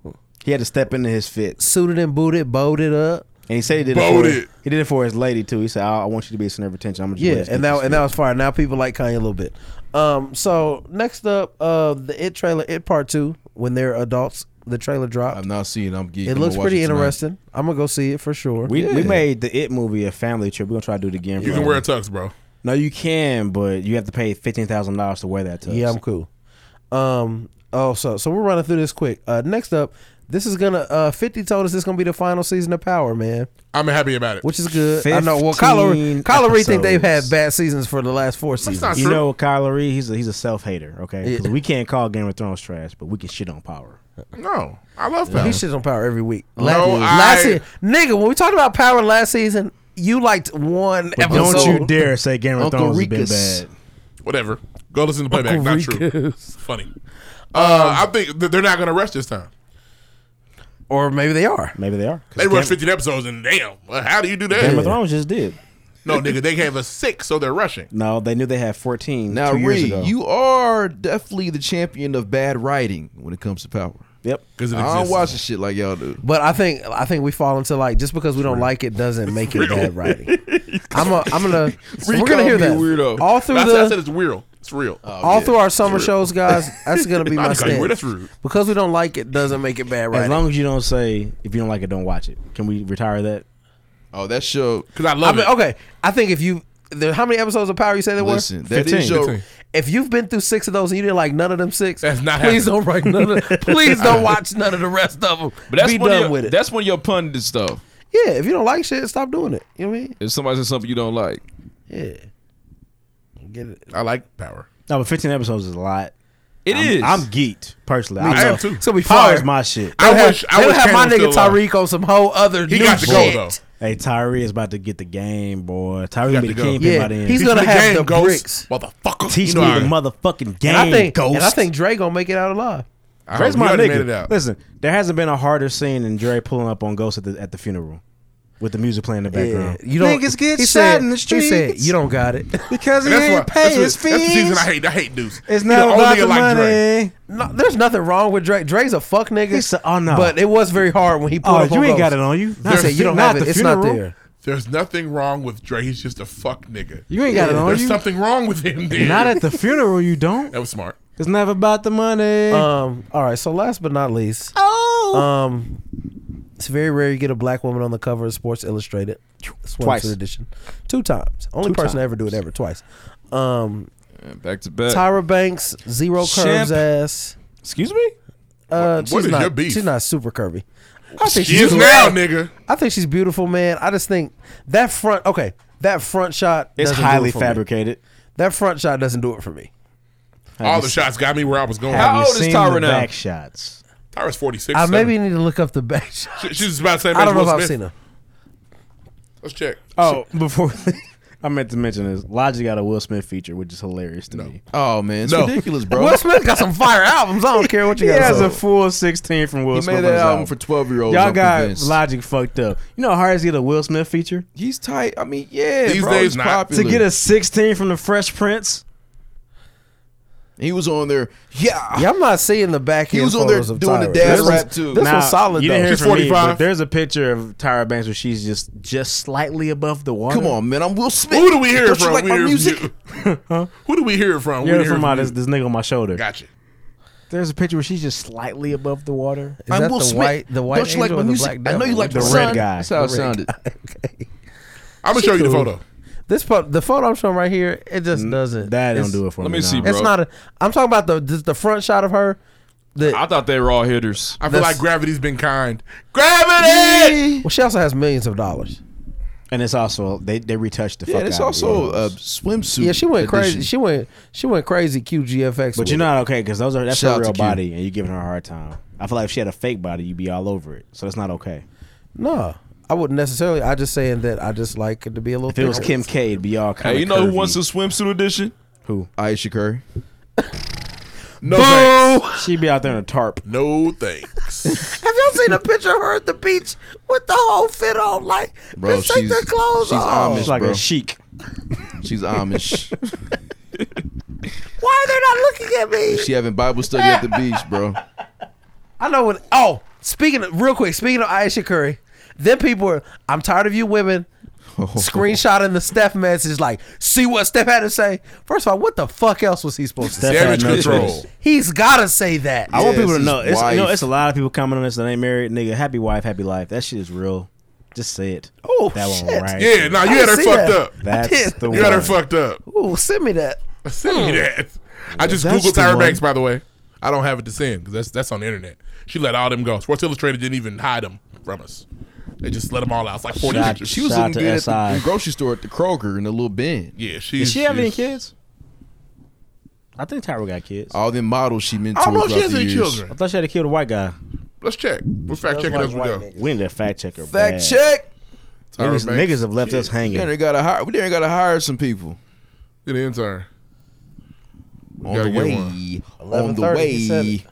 I: he had to step into his fit,
D: suited and booted, bowed it up.
I: and he said he did
D: Bowed
I: it. For,
D: it.
I: He did it for his lady too. He said, "I, I want you to be a center of attention." I'm gonna just wear
D: Yeah,
I: this
D: and
I: Dickie
D: that and that
I: fit."
D: was fire. Now people like Kanye a little bit. Um, so next up, uh, the It trailer, It Part Two, when they're adults, the trailer dropped.
G: I've not seen. it. I'm geeking.
D: It looks pretty interesting. I'm gonna go see it for sure.
I: We, we made the It movie a family trip. We're gonna try to do it again.
H: You
I: for
H: can
I: that
H: wear a
I: one.
H: tux, bro.
I: No, you can, but you have to pay fifteen thousand dollars to wear that tux.
D: Yeah, I'm cool. Um. Oh, so so we're running through this quick. Uh, next up, this is gonna. Uh, Fifty told us this is gonna be the final season of Power, man.
H: I'm happy about it.
D: Which is good. I know. Well, Kyler,
I: 15
D: Kyler Reed think they've had
I: episodes.
D: bad seasons for the last four seasons.
I: you know Kyler Reed, he's a, he's a self hater. Okay, 'Cause
D: Yeah.
I: we can't call Game of Thrones trash, but we can shit on Power.
H: No, I love
D: He
H: power.
D: shits on Power every week.
I: No,
D: last,
I: I-
D: last se- nigga, when we talked about Power last season, you liked one
I: But
D: episode.
I: don't you dare say Game of Thrones has been bad.
H: Whatever. Go listen to playback.
D: Uncle
H: Not true. Funny. Uh, I think th- they're not going to rush this time.
D: Or maybe they are.
I: Maybe they are.
H: They rushed 15 episodes and damn, well, how do you do that?
I: Game of Thrones just did.
H: No, nigga, they gave us six, so they're rushing.
I: No, they knew they had fourteen
G: Now,
I: two years
G: Reed,
I: ago.
G: you are definitely the champion of bad writing when it comes to power.
I: Yep,
G: because
D: it
G: I don't
D: exists.
G: watch the shit like y'all do.
D: But I think I think we fall into like just because we don't like it doesn't make it bad writing. I'm a, I'm gonna we're gonna hear
H: Reed
D: that
H: called me a Weirdo.
D: all through
H: I said, I said
D: the
H: it's real. It's real.
D: all through our summer shows, guys. That's gonna be
H: I
D: my
H: call you weird. That's
D: stance.
H: rude.
D: Because we don't like it doesn't make it bad
I: As
D: writing.
I: long as you don't say if you don't like it, don't watch it. Can we retire that?
G: Oh, that show because
H: I
D: I mean, okay. I think if you there, how many episodes of Power you say there
G: Listen,
D: were?
G: that is 15. your-
D: If you've been through six of those and you didn't like none of them six, that's
H: not
D: Please
H: happening.
D: don't write none. Of, please don't watch none of the rest of them.
L: But that's
D: be
L: one
D: done
L: of your,
D: with it.
L: That's one of your pundit stuff.
D: Yeah, if you don't like shit, stop doing it. You know what I mean?
L: If somebody says something you don't like,
D: Yeah. Get it.
H: I like Power.
I: No, but fifteen episodes is a lot.
L: It
I: It
L: is.
I: I'm geeked personally.
D: Me
I: know-
D: am too.
I: So we
D: Fire.
I: fire is my shit.
D: I They'll wish- have- I they'll wish have my Cam was nigga still alive. Tyreek on some whole other He new got to go, shit. though.
I: Hey, Tyree is about to get the game, boy. Tyree
D: got
I: be
D: to
I: the
D: go.
I: kingpin
D: Yeah,
I: by then.
D: he's Teach gonna me the have game, the Ghost. bricks.
H: motherfucker.
I: Teach
D: You know
I: me
D: I-
I: the motherfucking game,
D: And I think,
I: ghost.
D: and I think Dre gonna make it out alive.
I: Dre's my nigga. Listen, there hasn't been a harder scene than Dre pulling up on Ghost at the at the funeral with the music playing in the background.
D: you don't.
I: Niggas get
D: he
I: shot
D: said-
I: in the
D: He said
I: streets.
D: you don't got it
I: because he ain't pay his
H: that's, what- That's the season
I: fees.
H: I hate. I hate dudes.
I: It's
H: You
I: not
H: know,
I: about
H: only
I: the
H: like Dre.
I: money.
D: No, there's nothing wrong with Drake. Dre's a fuck nigga.
I: He's a- oh, no.
D: But it was very hard when he pulled
I: Oh,
D: up. on
I: you ain't got
D: Ghost.
I: it on you.
D: He said you don't have it. It's not there.
H: There's nothing wrong with Dre. He's just a fuck nigga.
I: You ain't got it on
H: There's
I: you.
H: something wrong with him. Then.
I: Not at the funeral, you don't.
H: That was smart.
I: It's never about the money.
D: Um. All right. So last but not least.
I: Oh.
D: Um. It's very rare you get a black woman on the cover of Sports Illustrated. It's one
L: Twice.
D: edition. Two times. Only
L: Two
D: person to
L: times.
D: ever do it ever. Twice. Um.
L: back to back.
D: Tyra Banks zero curves
L: Shimp.
D: ass.
L: Excuse me.
D: Uh,
L: What-
D: she's
L: what is
D: not,
L: your beef?
D: She's not super curvy.
L: She is now,
D: I-
L: nigga.
D: I think she's beautiful, man. I just think that front. Okay, that front shot.
I: It's
D: doesn't do
I: highly
D: it for me.
I: fabricated.
D: That front shot doesn't do it for me.
H: All the shots got me where I was going.
D: Have How you old is seen Tyra the now? back
I: shots.
H: Tyra's 46.
D: I
H: seven.
D: maybe need to look up the back shot.
H: She- she's about the same
D: I
H: age
D: don't know
H: Will
D: if I've
H: Smith.
D: seen her.
H: Let's check.
I: Oh, before I meant to mention this, Logic got a Will Smith feature, which is hilarious to me.
G: Oh man, it's
I: No.
G: ridiculous, bro.
D: Will Smith got some fire albums. I don't care what you
I: He
D: got.
I: has a full sixteen from Will
G: He
I: Smith.
G: made
I: on
G: that
I: his
G: album for 12-year-olds,
I: Y'all
G: I'm
I: got
G: convinced.
I: Logic fucked up. You know how hard it is to get a Will Smith feature?
G: He's tight. I mean, yeah,
I: These
G: bro,
I: days
G: he's
I: not.
G: popular.
I: To get a sixteen from the Fresh Prince.
G: He was on there. Yeah.
D: Yeah, I'm not seeing the back
G: He
D: end.
G: was on there
D: photos of
G: doing the
D: Tyra.
G: dad
D: This
G: rap
D: was-
G: too.
D: This
G: Now,
D: was solid
I: you
D: though.
I: didn't hear it from me, but there's a picture of Tyra Banks where she's just just slightly above the water.
G: Come on, man. I'm Will Smith.
H: Who do we hear
G: Don't
H: it from?
G: You like
H: we
G: my
H: hear it
G: music?
H: From you. Who do we hear it from?
I: Yeah,
H: we hear it
I: from my,
H: from
I: this,
H: you.
I: this nigga on my shoulder.
H: Gotcha.
I: There's a picture where she's just slightly above the water.
D: Is I'm that Will the Smith. white- the white
G: Don't you like
D: angel
G: my
D: or the
G: music?
D: black
G: I know you
D: devil?
G: like
I: The
G: the
I: red
G: sun.
I: guy.
G: That's how it
I: The red
G: sounded.
H: I'm gonna
D: She
H: show you the
D: cool.
H: photo.
D: This photo, the photo I'm showing right here, it just doesn't.
I: That don't
D: it's-
I: do it for
L: Let
I: me.
L: me see,
D: It's
L: bro.
D: not a. I'm talking about the this, the front shot of her. The,
L: I thought they were all hitters.
H: I feel
D: That's-
H: like gravity's been kind. Gravity.
D: well, she also has millions of dollars.
I: And it's also they they retouched the
G: Yeah,
I: fuck
G: it's
I: out of
G: also
I: it.
G: a swimsuit.
D: Yeah, she went
G: edition.
D: crazy. She went she went crazy. QGFX,
I: But you're not okay because those are that's
G: Shout out
I: her real
G: to Q.
I: body, and you're giving her a hard time. I feel like if she had a fake body, you'd be all over it. So that's not okay.
D: no. I wouldn't necessarily. I just saying that I just like it to be a little.
I: If it was
D: thicker.
I: Kim K, it'd be all kind
L: Hey,
I: of
L: you know
I: curvy.
L: who wants a swimsuit edition?
I: Who?
G: Aisha Curry.
H: No thanks.
I: She'd be out there in a tarp.
H: No thanks.
D: Have y'all seen a picture of her at the beach with the whole fit on? Like,
G: Bro,
D: just take
G: she's-
D: their clothes
G: she's
D: off.
G: Amish.
I: It's like
G: oh. Bro.
I: a chic.
G: She's Amish.
D: Why are they not looking at me?
G: she having Bible study at the beach, bro.
D: I know what. Oh, speaking of, real quick, speaking of Aisha Curry, then people are, I'm tired of you women screenshotting the Steph message, like, see what Steph had to say. First of all, what the fuck else was he supposed to say?
I: Steph had
H: Damage
I: no
H: control.
I: choice.
D: He's got to say that.
I: I want
G: Yeah,
I: people to
G: it's
I: know.
G: his
I: It's, you know,
G: wife.
I: it's a lot of people commenting on this that ain't married. Nigga, happy wife, happy life. That shit is real. Just say it.
D: Oh,
I: that
D: shit.
I: right.
H: Yeah, nah, you
D: I
H: had her
D: see
H: fucked
D: that.
H: up.
I: That's the
H: You had her
I: one.
H: fucked up.
D: Ooh, send me that.
H: Send
D: Hmm.
H: me that. I just
I: That's
H: googled
I: the
H: Tyra
I: one.
H: Banks, by the way. I don't have it to send because that's that's on the internet. She let all them go. Sports Illustrated didn't even hide them from us. They just let them all out. It's like forty
I: Shot.
H: pictures.
G: She was
I: Shout out
G: looking
I: to
G: good at
I: SI.
G: the grocery store at the Kroger in the little bin.
H: Yeah, she's.
I: Does she have any
H: she's-
I: kids? I think Tyra got kids.
G: All them models she mentored
H: I don't know
G: throughout
H: if she has
G: the
H: any
G: years.
H: children.
I: I thought she had to kill the white guy.
H: Let's check. We'll fact check it as we go.
I: We need to fact check her.
G: Fact
I: bad.
G: check.
H: Tyra
I: Niggas, niggas
H: Banks.
I: have left us hanging.
G: Yeah, they gotta hire. We didn't gotta hire some people
H: Get an intern.
G: on
H: gotta
G: the
H: get
G: way. On the
D: 11:30, he said
G: way.
D: it.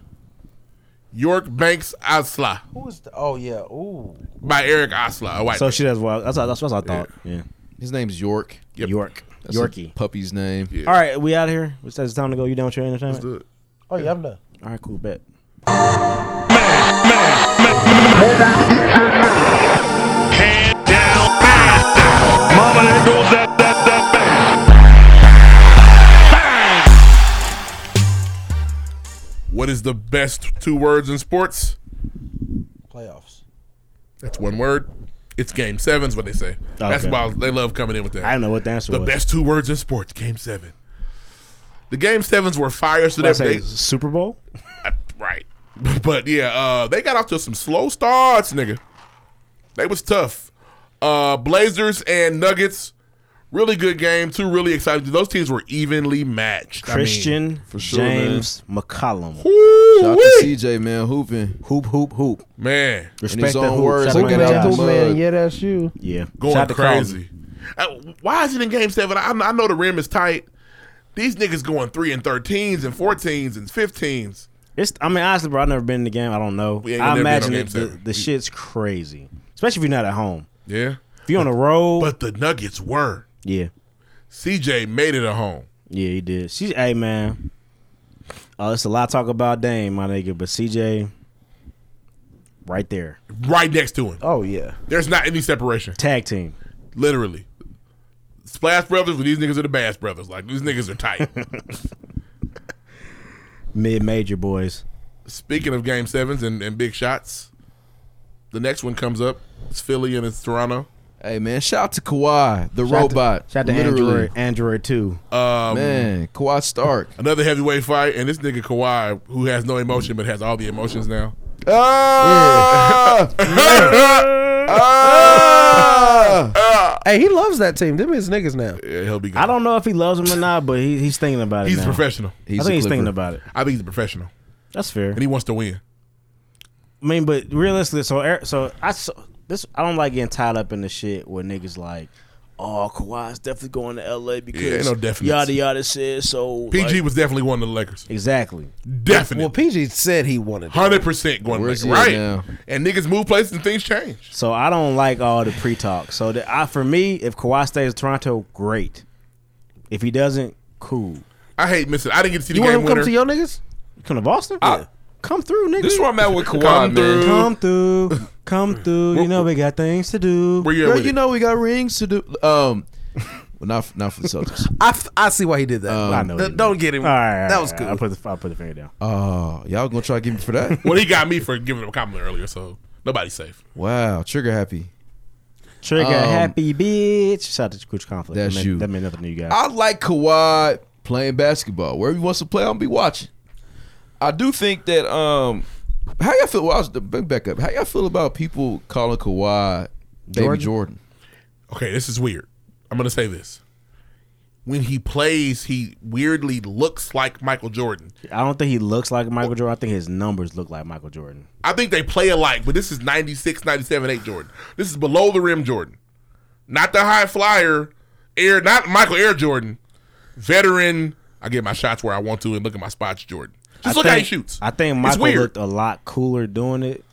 H: York Banks Asla
D: Who is the, oh, yeah. Ooh.
H: by Eric Asla. A white.
I: So she does well. That's, what- that's what I thought. Yeah.
G: His name's York.
H: Yep.
I: York.
G: That's a
I: Yorkie.
G: puppy's name.
H: Yeah.
I: All right, we out of here. It's it's time to go. You done with your entertainment?
H: Let's do it.
D: Oh, yeah, I'm done.
I: All right, cool. Bet.
S: Mama, there goes that, that, that bang.
H: What is the best two words in sports?
D: Playoffs.
H: That's one word. It's game seven's what they say. That's
I: Okay.
H: why they love coming in with that.
I: I don't know what the answer
H: The
I: was.
H: best two words in sports, game seven. The game sevens were fire, so
I: What I
H: that
I: say,
H: they
I: Super Bowl.
H: right. But yeah, uh, they got off to some slow starts, nigga. They was tough. Uh, Blazers and Nuggets, really good game. Two really exciting. Those teams were evenly matched. I mean,
I: Christian
G: sure,
I: James McCollum.
G: Shout out to
H: woo-wee.
G: CJ, man, hooping.
I: Hoop, hoop, hoop.
H: man,
I: Respect
G: his
I: the
G: own
I: hoop.
G: words,
I: Shout out
G: look
I: to
G: at
I: Mike
G: that
I: Johnson.
G: hoop. man, yeah,
D: that's you.
I: Yeah,
H: going
I: Shout out to Carlton.
H: crazy. Uh, why is it in game seven? I, I know the rim is tight. These niggas going three and thirteens and fourteens and fifteens.
I: It's. I mean, honestly, bro, I've never been in the game. I don't know.
H: We ain't
I: I
H: never been on
I: imagine
H: game
I: it, the,
H: seven.
I: the shit's crazy, especially if you're not at home.
H: Yeah,
I: If you're on the road,
H: but the Nuggets were.
I: yeah,
H: CJ made it a home.
I: yeah, he did. She's hey man. Uh, it's a lot of talk about Dame, my nigga, but CJ, right there,
H: right next to him.
D: Oh, yeah.
H: There's not any separation.
I: tag team.
H: Literally. Splash Brothers, but these niggas are the Bass Brothers. Like, these niggas are tight.
I: mid major boys.
H: Speaking of game sevens and, and big shots, the next one comes up. It's Philly and it's Toronto.
G: Hey, man, shout out to Kawhi, the robot.
I: Shout out to
G: literally.
I: Android Android two.
H: Um,
G: Man, Kawhi Stark.
H: Another heavyweight fight, and this nigga Kawhi, who has no emotion but has all the emotions now.
G: Ah! Ah!
D: Hey, he loves that team. Them his niggas now.
H: Yeah, he'll be good.
I: I don't know if he loves him or not, but he, he's thinking about it.
H: He's a
I: now.
H: professional.
I: I think
G: a
I: he's
G: Clipper.
I: thinking about it.
H: I think he's a professional.
I: That's fair.
H: And he wants to win.
I: I mean, but realistically, so Eric- so I so, this I don't like getting tied up in the shit where niggas like, oh Kawhi's definitely going to L.A. because
H: ain't no definites.
I: yada yada said so.
H: PG
I: like-
H: was definitely one of the Lakers.
I: exactly.
H: Definitely.
D: Well, PG said he wanted it.
H: Hundred percent going
G: Where's
H: back,
G: he at
H: right?
G: now?
H: And niggas move places and things change.
I: So I don't like all the pre talk. So that I for me, if Kawhi stays in Toronto, great. If he doesn't, cool.
H: I hate missing. I didn't get to see
D: You
H: the
D: want him
H: game
D: to come
H: winner.
D: to your niggas?
I: Come to Boston?
H: I-
I: Come through, nigga.
H: This is where I'm at with Kawhi,
I: come
H: man.
I: Through. Come through. Come through. You know we got things to do.
G: Girl, you know we got rings to do. Um, well, not f- not for the Celtics.
D: I, f- I see why he did that.
G: Um,
D: I know. don't get him. that was
I: cool. I put the I put the finger down.
G: Oh, y'all gonna try to give me for that?
H: well, he got me for giving him a compliment earlier, so nobody's safe.
G: Wow, trigger happy.
I: Trigger
G: Um,
I: happy bitch. Shout out to Coach Conflict.
G: That's
I: that meant,
G: you.
I: That meant nothing to you guys.
G: I like Kawhi playing basketball. Wherever he wants to play, I'll be watching. I do think that um how y'all feel well, I was bring back up. How y'all feel about people calling Kawhi baby
H: Jordan?
G: Jordan?
H: Okay, this is weird. I'm gonna say this. When he plays, he weirdly looks like Michael Jordan.
I: I don't think he looks like Michael Jordan. I think his numbers look like Michael Jordan.
H: I think they play alike, but this is 96, 97, 8 Jordan. This is below the rim Jordan. Not the high flyer, air, not Michael Air Jordan. Veteran, I get my shots where I want to and look at my spots, Jordan. Just
I: I
H: look how he
I: think-
H: shoots.
I: I think
H: It's
I: Michael
H: weird.
I: looked a lot cooler doing it.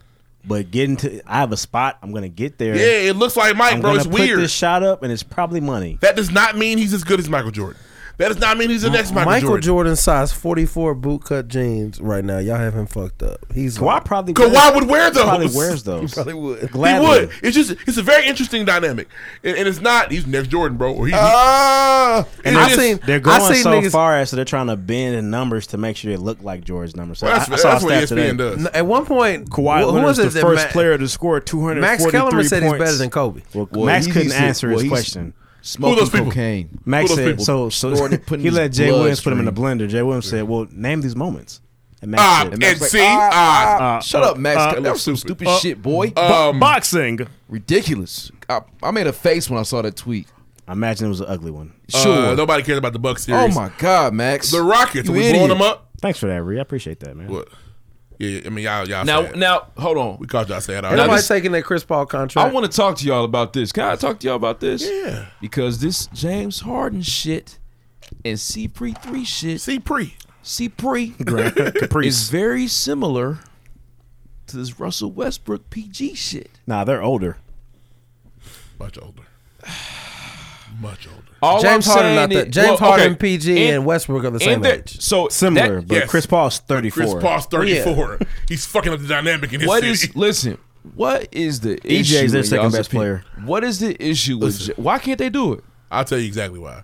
I: But getting to, I have a spot. I'm gonna get there.
H: Yeah, it looks like Mike,
I: I'm
H: bro.
I: gonna
H: It's
I: put
H: weird.
I: This shot up, and it's probably money.
H: That does not mean he's as good as Michael Jordan. That does not mean he's the next Michael,
D: Michael Jordan.
H: Jordan.
D: size 44 bootcut jeans right now. Y'all have him fucked up. He's
I: Kawhi
D: like-
I: probably
H: Kawhi wears- would wear those.
I: Probably wears those.
D: He probably would.
H: He would. It's just it's a very interesting dynamic, and, and it's not he's next Jordan, bro. Or he,
D: Uh,
H: It's
I: And I've
H: just-
I: seen they're going so far as to they're trying to bend the numbers to make sure they look like Jordan's numbers. So
H: Well, that's-
I: I, I saw
H: that's
I: a
H: what E
I: stat
H: ESPN
I: today.
H: does.
D: At one point,
I: Kawhi
D: who- who
I: Leonard
D: was
I: was
D: it
I: the
D: that
I: first
D: Ma-
I: player to score 243
D: Max Kellerman
I: points.
D: said he's better than Kobe.
I: Well, Max
G: he's-
I: couldn't
G: he's-
I: answer
G: well,
I: his
G: he's
I: question.
G: smoking Who those people? cocaine.
I: Max
G: Who those
I: said
G: people?
I: so. So
G: Jordan putting
I: he
G: his
I: let Jay
G: blood
I: Williams put him in the blender. Jay Williams said, "Well, name these moments." And Max
G: Ah,
I: said-
G: and Max was like, see? ah, Ah, ah, shut up, Max. That was some stupid
H: Uh,
G: shit, boy.
I: bo-
G: Um,
I: boxing,
G: ridiculous. I, I made a face when I saw that tweet.
I: I imagine it was an ugly one.
H: Uh,
G: ah. Sure.
H: nobody cares about the Bucks
G: oh
H: series.
G: my God, Max.
H: The Rockets,
G: You
H: we
G: idiot.
H: blowing them up.
I: Thanks for that, Ree. I appreciate that, man.
H: What? Yeah, I mean y'all y'all.
L: Now-
H: sad.
L: now hold on.
H: We called y'all sad.
L: Now
D: Everybody's
L: this-
D: taking that Chris Paul
L: I
D: contract.
L: want to talk to y'all about this. Can I talk to y'all about this? Yeah. Because this James Harden shit and C pre three shit.
H: C pre.
L: C pre
I: Grand Caprice.
L: is very similar to this Russell Westbrook PG shit.
I: Nah, they're older.
H: Much older. Much older.
L: All
D: James
L: oh, I'm
D: Harden,
L: saying
D: not
L: is-
D: that. James
L: well, okay.
D: Harden, PG, and,
L: And-
D: Westbrook are the
L: and
D: same
L: they're-
D: age.
L: So
I: Similar, but Chris Paul's 34.
H: Chris Paul's 34. He's fucking up the dynamic in his
L: What
H: city.
L: is listen? What is the
D: E
I: EJ is
L: issue?
I: their
L: with
I: second
L: y'all's
I: best
L: opinion? What is the issue with? J- why can't they do it?
H: I'll tell you exactly why.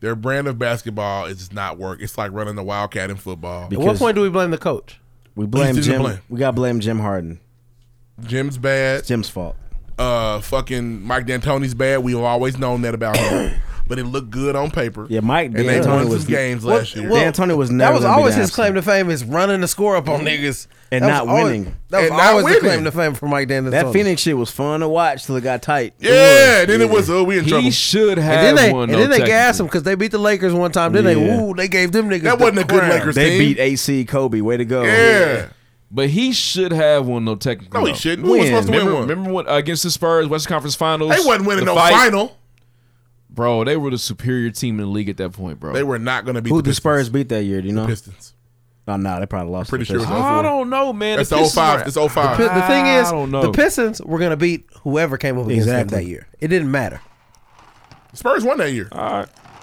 H: Their brand of basketball is just not work. It's like running the wildcat in football.
D: At what point do we blame the coach?
I: We blame
H: He's in the
I: Jim.
H: blame.
I: We got to blame Jim Harden.
H: Jim's bad.
I: Jim's fault.
H: Uh, fucking Mike D'Antoni's bad. We've always known that about him, but it looked good on paper.
I: Yeah, Mike
H: And they
I: D'Antoni
H: won
I: was
H: some games
I: Well,
H: last year.
I: well, D'Antoni was
D: That
I: never.
D: was
I: gonna be
D: always
I: the
D: his
I: answer.
D: claim to fame is running the score up on niggas
I: And
D: That was
I: not
D: always-
I: winning.
D: That was
H: And not
D: always the claim
H: winning.
D: to fame for Mike D'Antoni.
I: That Phoenix shit was fun to watch till it got tight.
H: Yeah, then it was, oh, we in
L: He
H: trouble.
L: should have
D: And then they,
L: one.
D: and
L: though,
D: then they
L: technically.
D: gassed him because they beat the Lakers one time. Then they,
I: Yeah.
D: ooh, they gave them niggas.
H: That
D: the
H: wasn't a good
D: crown.
H: Lakers
I: They
H: team.
I: beat AC Kobe. Way to go.
H: yeah.
L: But he should have one though. Technically,
H: No, he
L: though.
H: shouldn't. Who was
I: When?
H: supposed to
L: Remember,
H: win one?
L: remember when uh, against the Spurs, Western Conference Finals?
H: They wasn't winning
L: the
H: no
L: fight?
H: final.
L: bro. They were the superior team in the league at that point, bro.
H: They were not going to beat
I: Who
H: the
I: the
H: Pistons.
I: Spurs beat that year? Do you know?
H: Pistons.
I: Oh no, they probably lost.
H: Pretty
I: to
H: sure
I: the
H: it was
I: Pistons.
L: I don't know, man.
H: That's
L: the
H: the old
L: Pistons
H: five.
L: were-
H: That's old
D: The
H: five.
D: pi- the thing is,
L: I don't
D: the
L: know.
D: Pistons were gonna beat whoever came up against
I: Exactly.
D: them that year. It didn't matter,
H: Spurs won that year.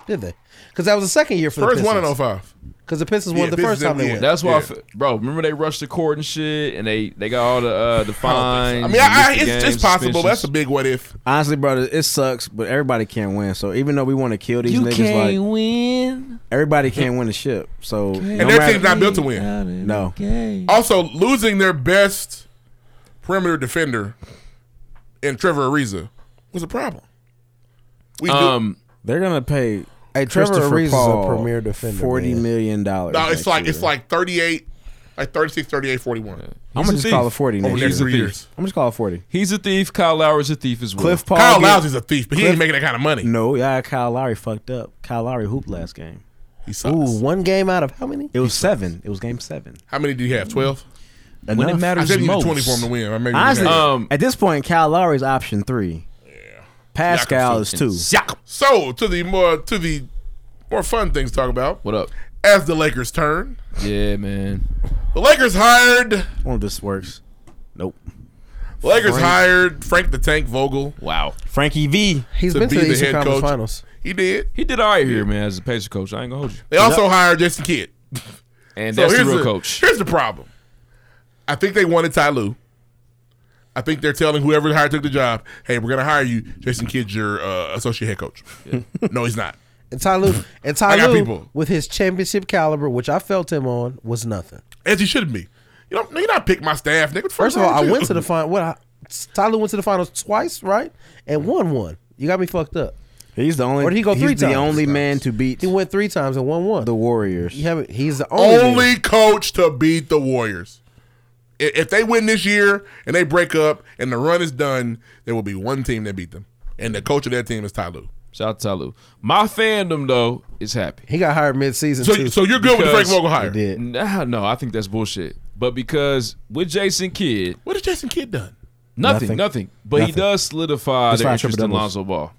D: did they? Because that was the second year for
H: Spurs
D: the
H: won
D: Pistons.
H: in 05.
D: Because the Pistons won
H: Yeah,
D: the
H: Pistons
D: first time they went.
H: didn't win.
L: That's why, I
H: Yeah.
L: f- bro. Remember they rushed the court and shit, and they they got all the uh, the fines.
H: I
L: and
H: mean, I, I,
L: missed the
H: it's, it's
L: games,
H: possible. That's a
L: suspensions.
H: big what if.
I: Honestly, brother, it sucks, but everybody can't win. So even though we want to kill these
L: You
I: niggas,
L: can't
I: like
L: win.
I: everybody can't win the ship. So
H: And their team's not built to win.
I: No,
H: Also, losing their best perimeter defender in Trevor Ariza was a problem. We
L: Um,
I: they're gonna pay.
D: Hey, Trevor
I: Christopher
D: Ariza's a
I: Paul
D: premier defender,
I: Forty
D: man.
I: million dollars.
H: do. No, it's
I: next
H: like
I: year.
H: it's like 38, like 36, 38, 41.
I: I'm
L: He's a
I: gonna just
L: thief.
I: call it forty.
H: Over
I: Next
H: the
I: year.
H: next three
L: thief.
H: years.
I: I'm just call it forty.
L: He's a thief. Kyle Lowry's a thief as well.
I: Cliff Paul.
H: Kyle
I: get-
H: Lowry's a thief, but he ain't
I: Cliff-
H: making that kind of money.
I: No, yeah, Kyle Lowry fucked up. Kyle Lowry hooped last game.
H: He
D: Ooh,
H: sucks.
D: one game out of how many?
I: It was seven. It was game seven.
H: How many did he have? 12?
L: When it
I: Enough.
H: I
L: matters
H: said he needed
L: most.
H: 20 for him to win. I maybe
I: Honestly,
L: Um,
I: at this point, Kyle Lowry's option three. Yeah. Pascal is two.
H: So to the more to the more fun things to talk about.
L: What up?
H: As the Lakers turn,
L: Yeah, man.
H: the Lakers hired
I: One of this works. Nope.
H: Lakers
D: Frank-
H: hired Frank the Tank Vogel.
L: Wow.
I: Frankie V.
D: He's
H: to
D: been to
H: be
D: the
H: the
D: Eastern
H: head
D: Conference
H: coach.
D: Finals.
H: He did.
L: He did all right here, man, as a Pacer coach. I ain't gonna hold you.
H: They also hired Jason Kidd.
L: And that's the
H: here's
L: real coach.
H: Here's the problem. I think they wanted Ty Lue. I think they're telling whoever hired took the job, hey, we're gonna hire you, Jason Kidd, your uh, associate head coach. no, he's not.
D: And Ty Lue, and Ty
H: I got
D: Lue,
H: people.
D: with his championship caliber, which I felt him on, was nothing.
H: As you shouldn't be. You know, you're not pick my staff, nigga.
D: First of all, I
H: round,
D: went
H: too.
D: to the final. What? I, Ty Lue went to the finals twice, right? And won one. You got me fucked up.
I: He's the only.
D: Or did he go
I: he's
D: three
I: the
D: times?
I: only man to beat. He
D: went three times and won one.
I: The Warriors.
D: You haven't. He's the only.
H: only,
D: man.
H: coach to beat the Warriors. I- If they win this year and they break up and the run is done, there will be one team that beat them, and the coach of that team is Ty Lue.
L: Shout out to Ty Lue. My fandom though is happy.
D: He got hired mid-season.
L: So,
D: too.
L: so you're good with the Frank Vogel hire?
D: He did.
L: Nah, no, I think that's bullshit. But because with Jason Kidd,
H: what has Jason Kidd done?
L: Nothing, nothing.
H: Nothing.
L: But he
H: Nothing.
L: does solidify
I: That's
L: their
I: why I
L: interest in
I: triple doubles.
L: Lonzo Ball.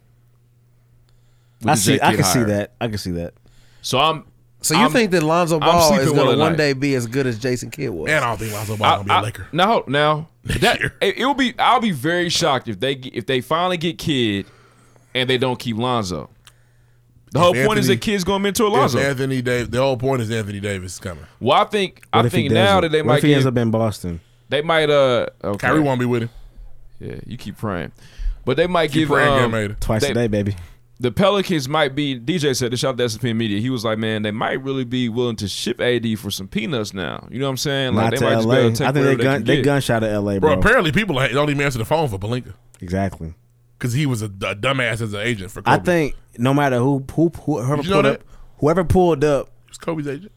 L: With
I: I
L: the
I: see.
L: Jay
I: I
L: Kidd
I: can see
L: hire.
I: that. I can see that.
L: So I'm.
D: So you
L: I'm-
D: think that Lonzo
L: I'm
D: Ball is
L: sleeping
D: going
L: well at
D: to one
L: night.
D: day be as good as Jason Kidd was?
H: And I don't think Lonzo Ball gonna be a Laker.
L: No, no. That it, it'll be. I'll be very shocked if they get- if they finally get Kid, and they don't keep Lonzo. The whole
H: If
L: point is that
H: Anthony-
L: Kid's going to mentor
H: if
L: Lonzo.
H: Anthony Davis. The whole point is Anthony Davis is coming.
L: Well, I think
I: What
L: I
I: if he
L: think now
I: doesn't?
L: that they
I: What
L: might
I: if he
L: get,
I: ends up in Boston.
L: they might uh okay.
H: Kyrie won't be with him.
L: Yeah, you keep praying, but they might
H: Keep
L: give
H: praying,
L: um,
H: Gary Mater.
I: Twice
L: they-
I: a day, baby.
L: The Pelicans might be. DJ said this. Shout out to S&P Media. He was like, man, they might really be willing to ship AD for some peanuts now. You know what I'm saying? Like
I: Not
L: they
I: to
L: might
I: LA.
L: go
I: I think they
L: whatever
I: gun
L: can
I: they,
L: get.
I: gunshot at LA, bro.
H: apparently people ha- don't even answer the phone for Palinka
I: Exactly.
H: because he was a, d- a dumbass as an agent for Kobe.
I: I think no matter who who, who whoever
H: Did you know
I: pulled
H: that?
I: up, whoever pulled up,
H: He was Kobe's agent.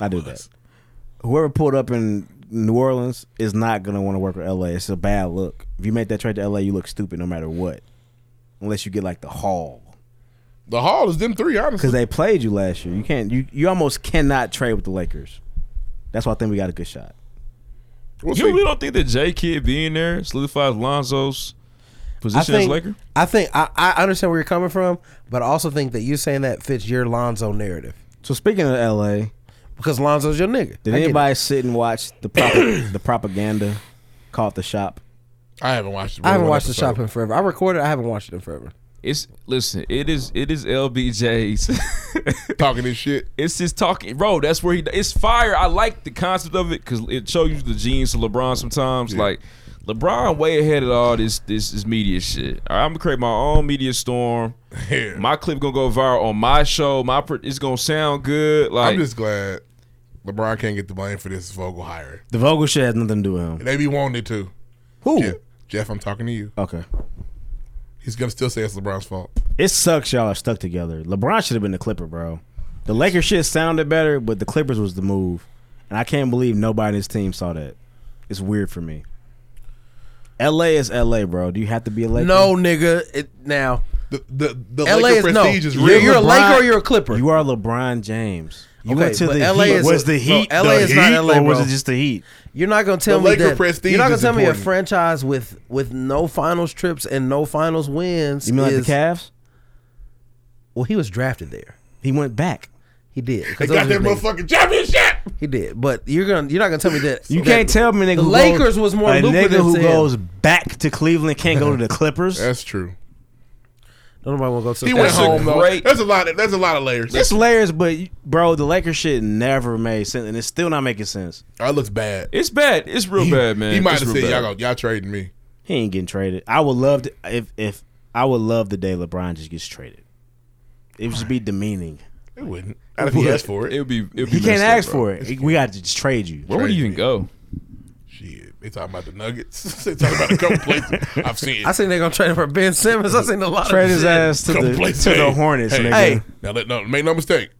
I: I do that. Whoever pulled up in New Orleans is not gonna want to work with LA. It's a bad look. If you make that trade to LA, you look stupid no matter what, unless you get like the haul.
H: The haul is them three, honestly.
I: Because they played you last year. You can't. You you almost cannot trade with the Lakers. That's why I think we got a good shot.
H: We'll
L: you really don't think that J Kid being there solidifies Lonzo's position
D: I
L: as
D: think,
L: Laker?
D: I think I, I understand where you're coming from, but I also think that you saying that fits your Lonzo narrative.
I: So speaking of LA,
D: because Lonzo's your nigga.
I: Did
D: I get
I: anybody sit and watch the prop- the propaganda called the shop?
H: I haven't watched.
D: it. I haven't watched the shop in forever. I recorded. I haven't watched it in forever.
L: It's listen. It is. It is LBJ's
H: talking this shit.
L: It's just talking, bro. That's where he. It's fire. I like the concept of it because it shows you the genes of LeBron. Sometimes, like LeBron, way ahead of all this this, this media shit. All right, I'm gonna create my own media storm. My clip gonna go viral on my show. My pr- it's gonna sound good. Like
H: I'm just glad LeBron can't get the blame for this Vogel hire.
I: The Vogel shit has nothing to do with him.
H: They be wanting it to.
I: Who?
H: Jeff, Jeff, I'm talking to you.
I: Okay.
H: He's gonna still say it's LeBron's fault.
I: It sucks y'all are stuck together. LeBron should have been the Clipper, bro. The Lakers shit sounded better, but the Clippers was the move. And I can't believe nobody in this team saw that. It's weird for me. LA is LA, bro. Do you have to be a Laker?
D: No, nigga. It, now
H: the the, the
D: LA is no. You're, you're a Laker or you're a Clipper.
I: You are LeBron James. You
D: Okay,
I: went to
D: but LA
I: the LA Heat.
D: is-
I: was the
D: bro,
I: Heat
D: LA
I: the
D: is not
I: Heat,
D: LA,
I: or was
D: bro.
I: it just the Heat?
D: You're not gonna tell
I: The
D: me
I: Laker
D: that.
I: prestige
D: you're not gonna
I: is
D: tell me a
I: important.
D: franchise with with no finals trips and no finals wins.
I: You mean like the
D: is-
I: Cavs?
D: Well, he was drafted there.
I: He went back.
D: He did. 'cause
H: They
D: those
H: got
D: are his
H: that
D: niggas.
H: motherfucking championship.
D: He did, but you're gonna you're not gonna tell me that.
I: You
D: that
I: can't tell me nigga
D: The
I: who
D: Lakers
I: goes,
D: was more
I: a
D: lucrative.
I: nigga who
D: to him.
I: goes back to Cleveland can't go to the Clippers.
H: That's true.
D: Nobody want to go to.
H: He
D: the
H: went
D: Clippers.
H: home though. There's a lot. Of, there's a lot of layers.
I: It's layers, but bro, the Lakers shit never made sense, and it's still not making sense.
H: Oh, it looks bad.
L: It's bad. It's real bad, man.
H: He might
L: It's
H: have
L: real
H: said y'all,
L: bad.
H: go- y'all trading me.
I: He ain't getting traded. I would love to if if I would love the day LeBron just gets traded. It would just be demeaning.
H: It wouldn't. Not if he asked for it.
L: It would be. It would
I: He
L: be
I: can't
L: messed up,
I: ask
L: bro.
I: for it. We got to just trade you.
L: Where would he even go?
H: Shit, they talking about the Nuggets. they talking about a couple places. I've seen.
D: I seen they're gonna trade him for Ben Simmons. I seen a lot
I: Trade
D: of
I: his
D: shit.
I: ass to
H: Couple
I: the-
H: places.
I: to the Hornets,
H: Hey,
I: nigga.
H: hey.
I: Hey.
H: now let, no, make no mistake.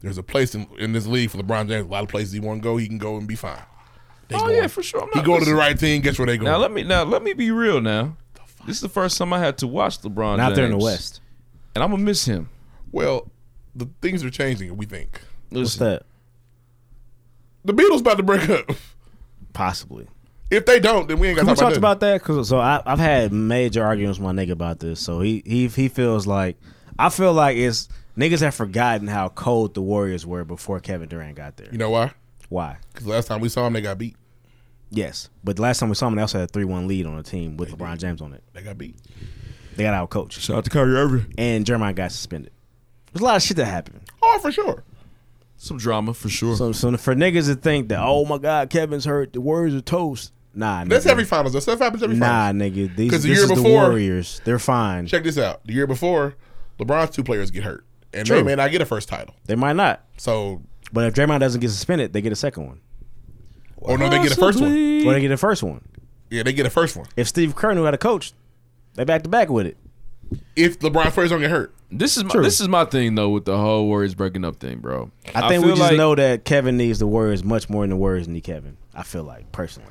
H: There's a place in, in this league for LeBron James. A lot of places he want to go, he can go and be fine. They
L: oh
H: going.
L: yeah, for sure. I'm
H: He
L: not
H: go to the
L: listening.
H: right team. Guess where they go?
L: Now let me now let me be real. Now this is the first time I had to watch LeBron.
I: Not there in the
L: James.
I: West.
L: and I'm gonna miss him.
H: Well, the things are changing. We think
I: What's that?
H: the Beatles about to break up.
I: Possibly.
H: If they don't, then we ain't got
I: Can we
H: to
I: talked
H: talk about
I: about that? 'Cause- so I, I've had major arguments with my nigga about this. So he he he feels like I feel like it's niggas have forgotten how cold the Warriors were before Kevin Durant got there.
H: You know why?
I: Why?
H: Because last time we saw him, they got beat.
I: Yes, but last time we saw him, they also had a three-one lead on the team with LeBron James on it.
H: They got beat.
I: They got out coached.
L: Shout out to Kyrie Irving.
I: And Jeremiah got suspended. There's a lot of shit that happened.
H: Oh, for sure.
L: Some drama for sure.
I: So, so for niggas to think that, oh my God, Kevin's hurt. The Warriors are toast. Nah,
H: That's
I: nigga.
H: every finals. That stuff happens every
I: Mm-hmm. Nah,
H: finals.
I: nigga. These
H: 'Cause the
I: this
H: year
I: is the
H: before-
I: Warriors. They're fine.
H: Check this out. The year before, LeBron's two players get hurt, and they
I: True.
H: may not get a first title.
I: They might not.
H: So,
I: but if Draymond doesn't get suspended, they get a second one.
H: Oh no, they get a first one.
I: Or they get a first one.
H: Yeah, they get a first one.
I: If Steve Kerr knew how to coach, they back to back with it.
H: If LeBron players don't get hurt,
L: This is my,
I: True.
L: this is my thing though with the whole Warriors breaking up thing, bro.
I: I think we
L: feel
I: just
L: like-
I: know that Kevin needs the Warriors much more than the Warriors need Kevin. I feel like personally.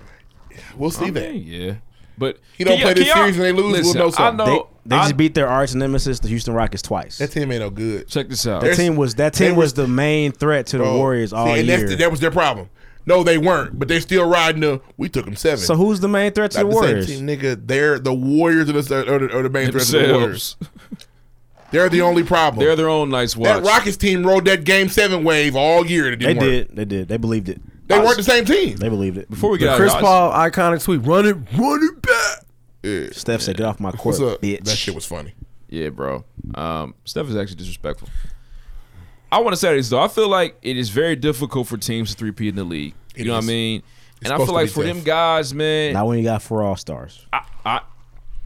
H: We'll see
L: I
H: that.
L: mean, yeah, but
H: He don't
L: Can
H: play
L: y'all-
H: this
L: can y'all-
H: series and they lose, we'll
L: Listen,
H: know something.
L: I know.
I: they
L: Oh, I-
I: just beat their arch nemesis, the Houston Rockets, twice.
H: That team ain't no good.
L: Check this out.
I: That team was that team was the main threat to the Warriors all
H: oh, and
I: year.
H: That's, that was their problem. No, they weren't, but they're still riding the. We took them seven.
I: So who's the main threat to
H: Not
I: the
H: same
I: Warriors?
H: team, nigga? They're the Warriors are the, are the, are the main threat to the Warriors.
L: Themselves.
H: They're the only problem.
L: They're their own nice watch.
H: that Rockets team rode that Game Seven wave all year. and It
I: they
H: didn't work.
I: did. They did. They believed it.
H: They weren't the same team.
I: They believed it.
L: Before we
D: The Chris Paul iconic tweet. Run it, run it back.
I: Steph said, "Get off my court,
L: What's up?
I: bitch."
L: That
H: shit was funny.
L: Yeah, bro. Um, Steph is actually disrespectful. I want to say this though. I feel like it is very difficult for teams to three in the league. You know what I mean? and I feel like for them guys, man,
I: Not when you got four all stars.
L: I, I,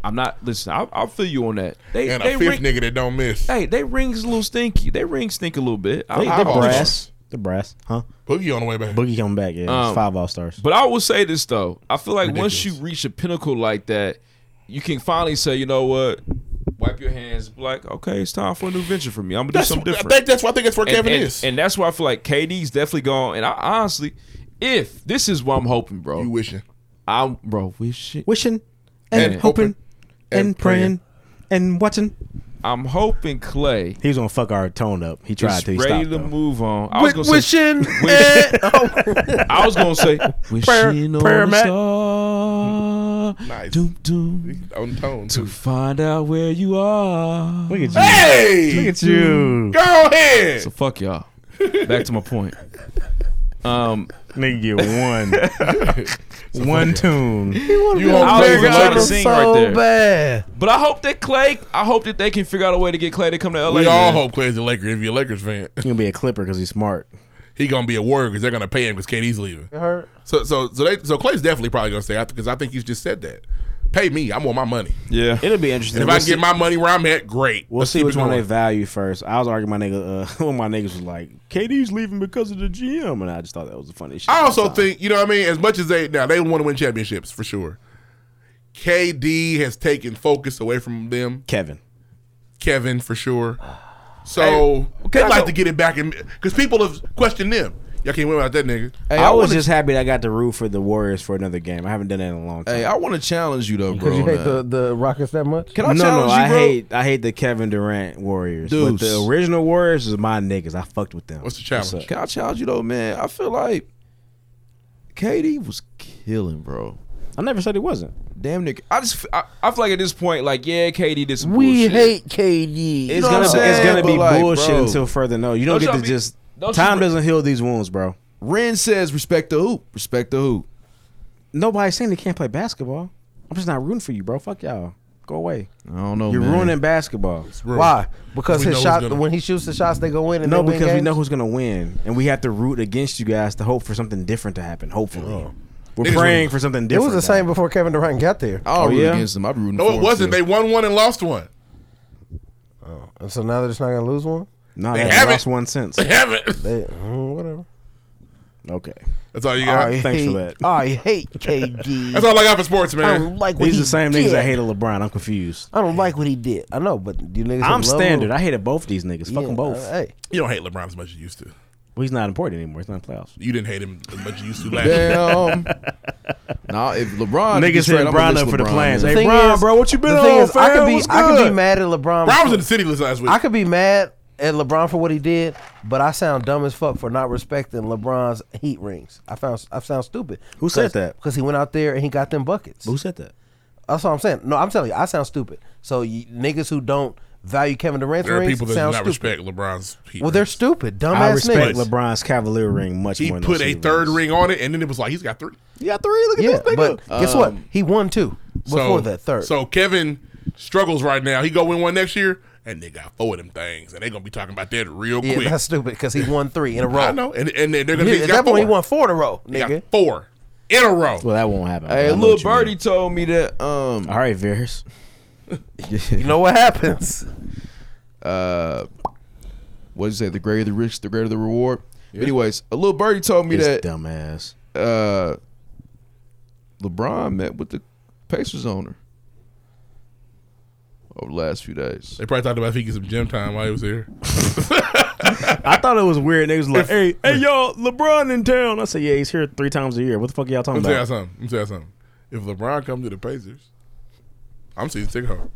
L: I'm not. Listen, I, I'll feel you on that. They,
H: and
L: they
H: a fifth
L: ring-
H: nigga that don't miss.
L: Hey, they rings a little stinky. They rings stink a little bit.
I: They,
L: I-
I: they
L: I've always-
I: brass. The brass, huh?
H: Boogie on the way back.
I: Boogie coming back. Yeah, it's
L: Um,
I: five all stars.
L: But I will say this though. I feel like once you reach a pinnacle like that, you can finally say, you know what? Wipe your hands. be Like, okay, it's time for a new venture for me. I'm gonna
H: That's-
L: do something
H: I
L: different.
H: think that's why- I think that's where
L: And-
H: Kevin
L: and-
H: is.
L: and that's why I feel like KD's definitely gone. And I honestly, if this is what I'm hoping, bro, you
H: wishing,
L: I'm bro wishing,
I: wishing, and,
L: And
I: hoping, and,
L: and
I: praying, and watching.
L: I'm hoping Clay
I: He was gonna fuck our tone up. He tried
L: is
I: to. He
L: ready
I: stopped.
L: to
I: though.
L: move on. I was
I: Wi-
L: gonna say-
I: wishing
L: wish- I was gonna say wishing on
I: prayer
L: a
I: mat.
L: star.
H: Nice.
L: Doom doom.
H: On tone.
L: To find out where you are. Look at
I: you.
H: Hey!
I: Look at you.
H: Go ahead.
L: So fuck y'all. Back to my point. Um,
I: nigga, get one, one tune.
H: You
L: I
H: hope
L: was
H: Clay
L: gonna
H: got
L: try to
H: him
L: sing
H: so
L: right there.
D: bad.
L: But I hope that Clay. I hope that they can figure out a way to get Clay to come to LA.
H: We all
L: man.
H: hope Clay's a Laker. If you're a Lakers fan,
I: He gonna be a Clipper because he's smart.
H: he gonna be a warrior because they're gonna pay him because KD's leaving.
D: hurt.
H: So so so they so Clay's definitely probably gonna stay because I think he's just said that. Pay me, I want my money.
L: Yeah,
I: it'll be interesting.
H: And if I can get my money where I'm at, great.
I: We'll
H: Let's
I: see
H: keep
I: which
H: it
I: one they
H: going.
I: value first. I was arguing my nigga. Uh, one of my niggas was like, "KD's leaving because of the GM," and I just thought that was the funniest. shit
H: I
I: of all
H: also
I: time.
H: think you know what I mean. As much as they now they want to win championships for sure. KD has taken focus away from them.
I: Kevin,
H: Kevin for sure. So they like to get it back in because people have questioned them. Y'all can't win without that nigga.
I: I, was just happy that I got to root for the Warriors for another game. I haven't done that in a long time.
G: Hey, I want to challenge you though, bro.
D: Because you hate
G: man.
D: the, the Rockets that much?
G: Can I
I: no, no,
G: challenge you,
I: I
G: bro?
I: hate I hate the Kevin Durant Warriors.
G: Dudes.
I: But the original Warriors is my niggas. I fucked with them.
H: What's the
I: What's
H: challenge?
G: Can I challenge you though, man? I feel like KD was killing, bro.
I: I never said he wasn't.
G: Damn nigga.
L: I just I, I feel like at this point, like yeah, KD did some
D: We
L: bullshit.
D: hate KD.
I: It's
G: know
I: gonna
G: what I'm
I: it's
G: saying?
I: gonna be
G: But, like,
I: bullshit
G: bro.
I: until further no. You don't,
L: Don't
I: get
L: y'all
I: to
L: be-
I: just
L: don't
I: time
L: you-
I: doesn't heal these wounds, bro.
G: Ren says respect the hoop. Respect the hoop.
I: Nobody's saying they can't play basketball. I'm just not rooting for you, bro. Fuck y'all. Go away.
G: I don't know.
I: You're
G: Oh, man.
I: ruining basketball.
D: Why? Because
I: We know
D: his
I: who's
D: shot
I: gonna-
D: when he shoots the shots, they go in. And
I: No,
D: they win
I: because we
D: games?
I: know who's gonna win, and we have to root against you guys to hope for something different to happen. Hopefully, we're
H: Niggas
I: praying
H: root.
I: for something
D: It was
I: different.
D: the same before Kevin Durant got there.
G: I don't
I: Oh,
G: root
I: yeah?
G: against them. I'm rooting for
H: No, it
G: them,
H: wasn't.
G: too.
H: They won one and lost one.
D: And so now they're just not gonna lose one.
I: No,
H: They
I: they
H: haven't.
I: lost one since.
H: They haven't.
D: They, mm, whatever.
I: Okay,
H: That's all you got.
D: I
I: thanks for
D: hate-
I: that.
D: I hate KD.
H: That's all I got for sports,
D: I
H: man.
D: don't like what
I: These are
D: he
I: the same
D: did.
I: niggas that hated LeBron. I'm confused.
D: I don't like what he did. I know, but you niggas.
I: I'm
D: that love
I: standard.
D: him-
I: I hated both of these niggas. Fuck them both.
D: uh, hey,
H: You don't hate LeBron as much as you used to.
I: Well, he's not important anymore. He's not in the playoffs.
H: You didn't hate him as much as you used to last year.
G: Damn. nah, if LeBron
I: Niggas
G: gets
I: hitting
G: straight, I'ma
I: Bron
G: miss
I: up for the
G: LeBron,
I: plans.
G: man.
I: Hey, Bron, bro, what you been
D: the thing
I: on,
D: is, I could
I: fam?
D: be,
I: What's
D: I could be
I: good?
D: mad at LeBron.
H: Bron was in the city this last week.
D: I could be mad at LeBron for what he did, but I sound dumb as fuck for not respecting LeBron's heat rings. I found I sound stupid.
I: Who said that?
D: Because he went out there and he got them buckets.
I: Who said that?
D: That's what I'm saying. No, I'm telling you, I sound stupid. So you, niggas who don't value Kevin Durant's
H: There are
D: rings
H: people that do
D: sounds
H: not
D: stupid.
H: respect LeBron's. Heat
D: well, they're
H: rings.
D: stupid, dumbass
I: I respect
D: niggas.
I: LeBron's Cavalier ring much
H: He
I: more.
H: put
I: than
H: a
I: those
H: third ring on it, and then it was like he's got three.
I: He got three. Look at
D: yeah, but guess what?
H: Um,
D: He won two before that third.
H: So Kevin struggles right now. He go win one next year, and they got four of them things, and they gonna be talking about that real
D: yeah,
H: quick.
D: that's stupid because he won three in a row.
H: I know, and and they're
D: Yeah,
H: gonna be
D: at
H: got
D: that
H: four.
D: point he won four in a row,
H: He got
D: nigga.
H: four in a row.
I: Well, that won't happen.
G: Hey, little birdie told me that. Um,
I: all right, Veers.
G: you
D: know what happens.
G: Uh, what did you say? The greater the risk, the greater the reward.
I: Yeah.
G: Anyways, a little birdie told me
I: This
G: that
I: dumbass
G: uh, LeBron met with the Pacers owner over the last few days.
H: They probably talked about if he gets some gym time while he was there.
I: I thought it was weird. They was like, "Hey, hey, y'all, LeBron in town." I said, "Yeah, he's here three times a year. What the fuck y'all
H: Let
I: talking
H: me tell you
I: about?"
H: something. Let me tell you something. If LeBron comes to the Pacers, I'm seeing ticket home.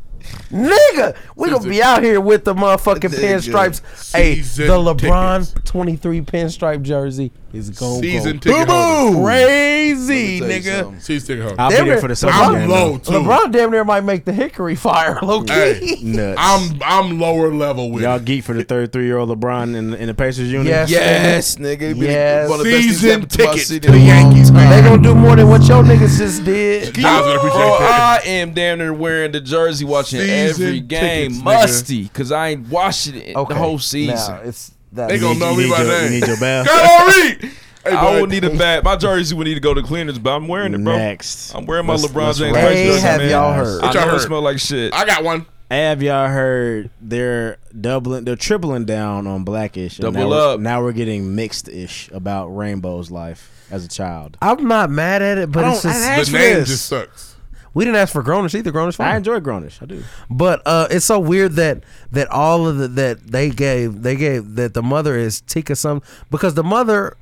D: Nigga, we gonna be out here with the motherfucking
H: Nigga.
D: pinstripes. Hey,
H: Season
D: the LeBron twenty-three pinstripe jersey is going go.
H: Season ticket holders.
D: crazy,
H: Let me tell you
D: nigga.
H: something. Season ticket holders.
I: I'll be
D: Damn
I: there
D: it.
I: for the
D: LeBron-
I: Celtics game.
H: low, too.
D: LeBron damn near might make the Hickory fire, low key.
H: Hey,
I: Nuts.
H: I'm I'm lower level with
I: Y'all geek for the 33 year old LeBron in, in the Pacers unit?
D: Yes,
G: Yes, nigga. He been
D: Yes.
G: one of the best things
H: Season
G: happened to my
H: tickets
G: city
H: to the
G: in a long
H: Yankees,
G: time.
D: They gonna do more than what your niggas just did.
H: I was gonna appreciate
G: Bro,
H: that.
G: Oh, I am damn near wearing the jersey watching
H: Season
G: every game.
H: tickets, nigga.
G: Musty, because I ain't watching it the whole season.
D: Now, it's that
H: They gonna know me by
I: your,
H: name.
I: You need your bath.
H: Kyrie! Hey,
L: I
H: bud.
L: would need a bag. My jersey would need to go to cleaners, but I'm wearing it, bro.
I: Next.
L: I'm wearing my
I: Let's-
L: LeBron
I: let's
L: James.
I: wrap
L: Lakers
I: this
L: jersey,
I: up.
D: have
L: man.
D: y'all heard?
L: I
H: What y'all
L: know it
H: heard?
L: smell like shit.
H: I got one.
I: Have y'all heard they're doubling, they're tripling down on blackish. and
G: Double
I: now we're-
G: up.
I: Now we're getting mixed ish about Rainbow's life as a child.
D: I'm not mad at it, but
I: I
D: it's
I: don't- I
D: just
I: didn't ask
H: The
I: for
H: name
I: this.
H: just sucks.
D: we didn't ask for Grownish either. Grownish
I: I
D: fine,
I: enjoy Grownish. I do.
D: but uh, it's so weird that that all of the that they gave they gave that the mother is Tika some because the mother,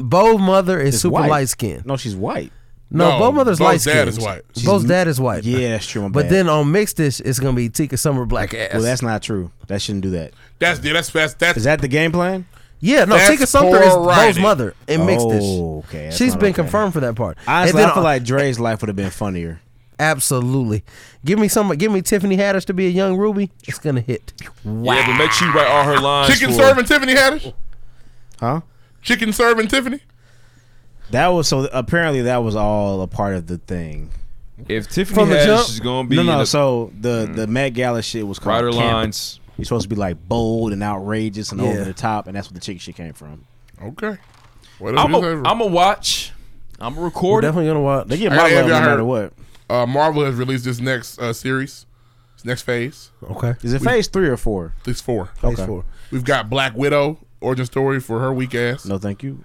D: Bo mother is
I: It's
D: super
I: white.
D: light skinned.
I: No, she's white.
D: No,
H: No,
D: Bo mother's
H: Bo's
D: light skinned.
H: dad is white.
D: Bo's dad is white.
I: Yeah, that's true. my
D: But
I: bad.
D: then on mixed dish, it's gonna be Tika Summer black ass.
I: Well, that's not true. That shouldn't do that.
H: That's yeah, that's that's that's
I: Is that the game plan?
D: yeah, no,
H: that's
D: Tika Summer is Bo's
H: variety.
D: mother in mixed dish.
I: Oh, okay. That's
D: She's
I: not
D: been
I: okay.
D: confirmed for that part.
I: Honestly,
D: then
I: I feel
D: on-
I: like Dre's life would have been funnier.
D: absolutely. Give me some. Give me Tiffany Haddish to be a young Ruby. It's gonna hit.
L: Yeah, but make sure you write all her lines.
H: chicken
L: for-
H: serving Tiffany Haddish.
I: Huh?
H: Chicken serving Tiffany.
I: That was so. Apparently, that was all a part of the thing.
L: If Tiffany
D: From the
L: Haddish
D: jump?
L: is gonna be
I: No,
L: in
I: no.
L: the
I: So the the Met Gala shit was called
L: writer
I: camp.
L: lines,
I: You're supposed to be like bold and outrageous and
D: Yeah.
I: over the top, and that's where the chicken shit came from.
H: Okay.
L: I'm
H: Whatever.
L: a, I'm a watch. I'm a
D: We're
L: record. it.
D: definitely gonna watch.
I: They get
H: I
I: my
H: gotta have
I: love no
H: y'all
I: matter
H: heard-
I: what.
H: uh, Marvel has released this next uh, series, this next phase.
D: Okay.
I: Is it phase three or four?
H: At least four.
D: Phase four.
H: We've got Black Widow origin story for her weak ass.
I: No, thank you.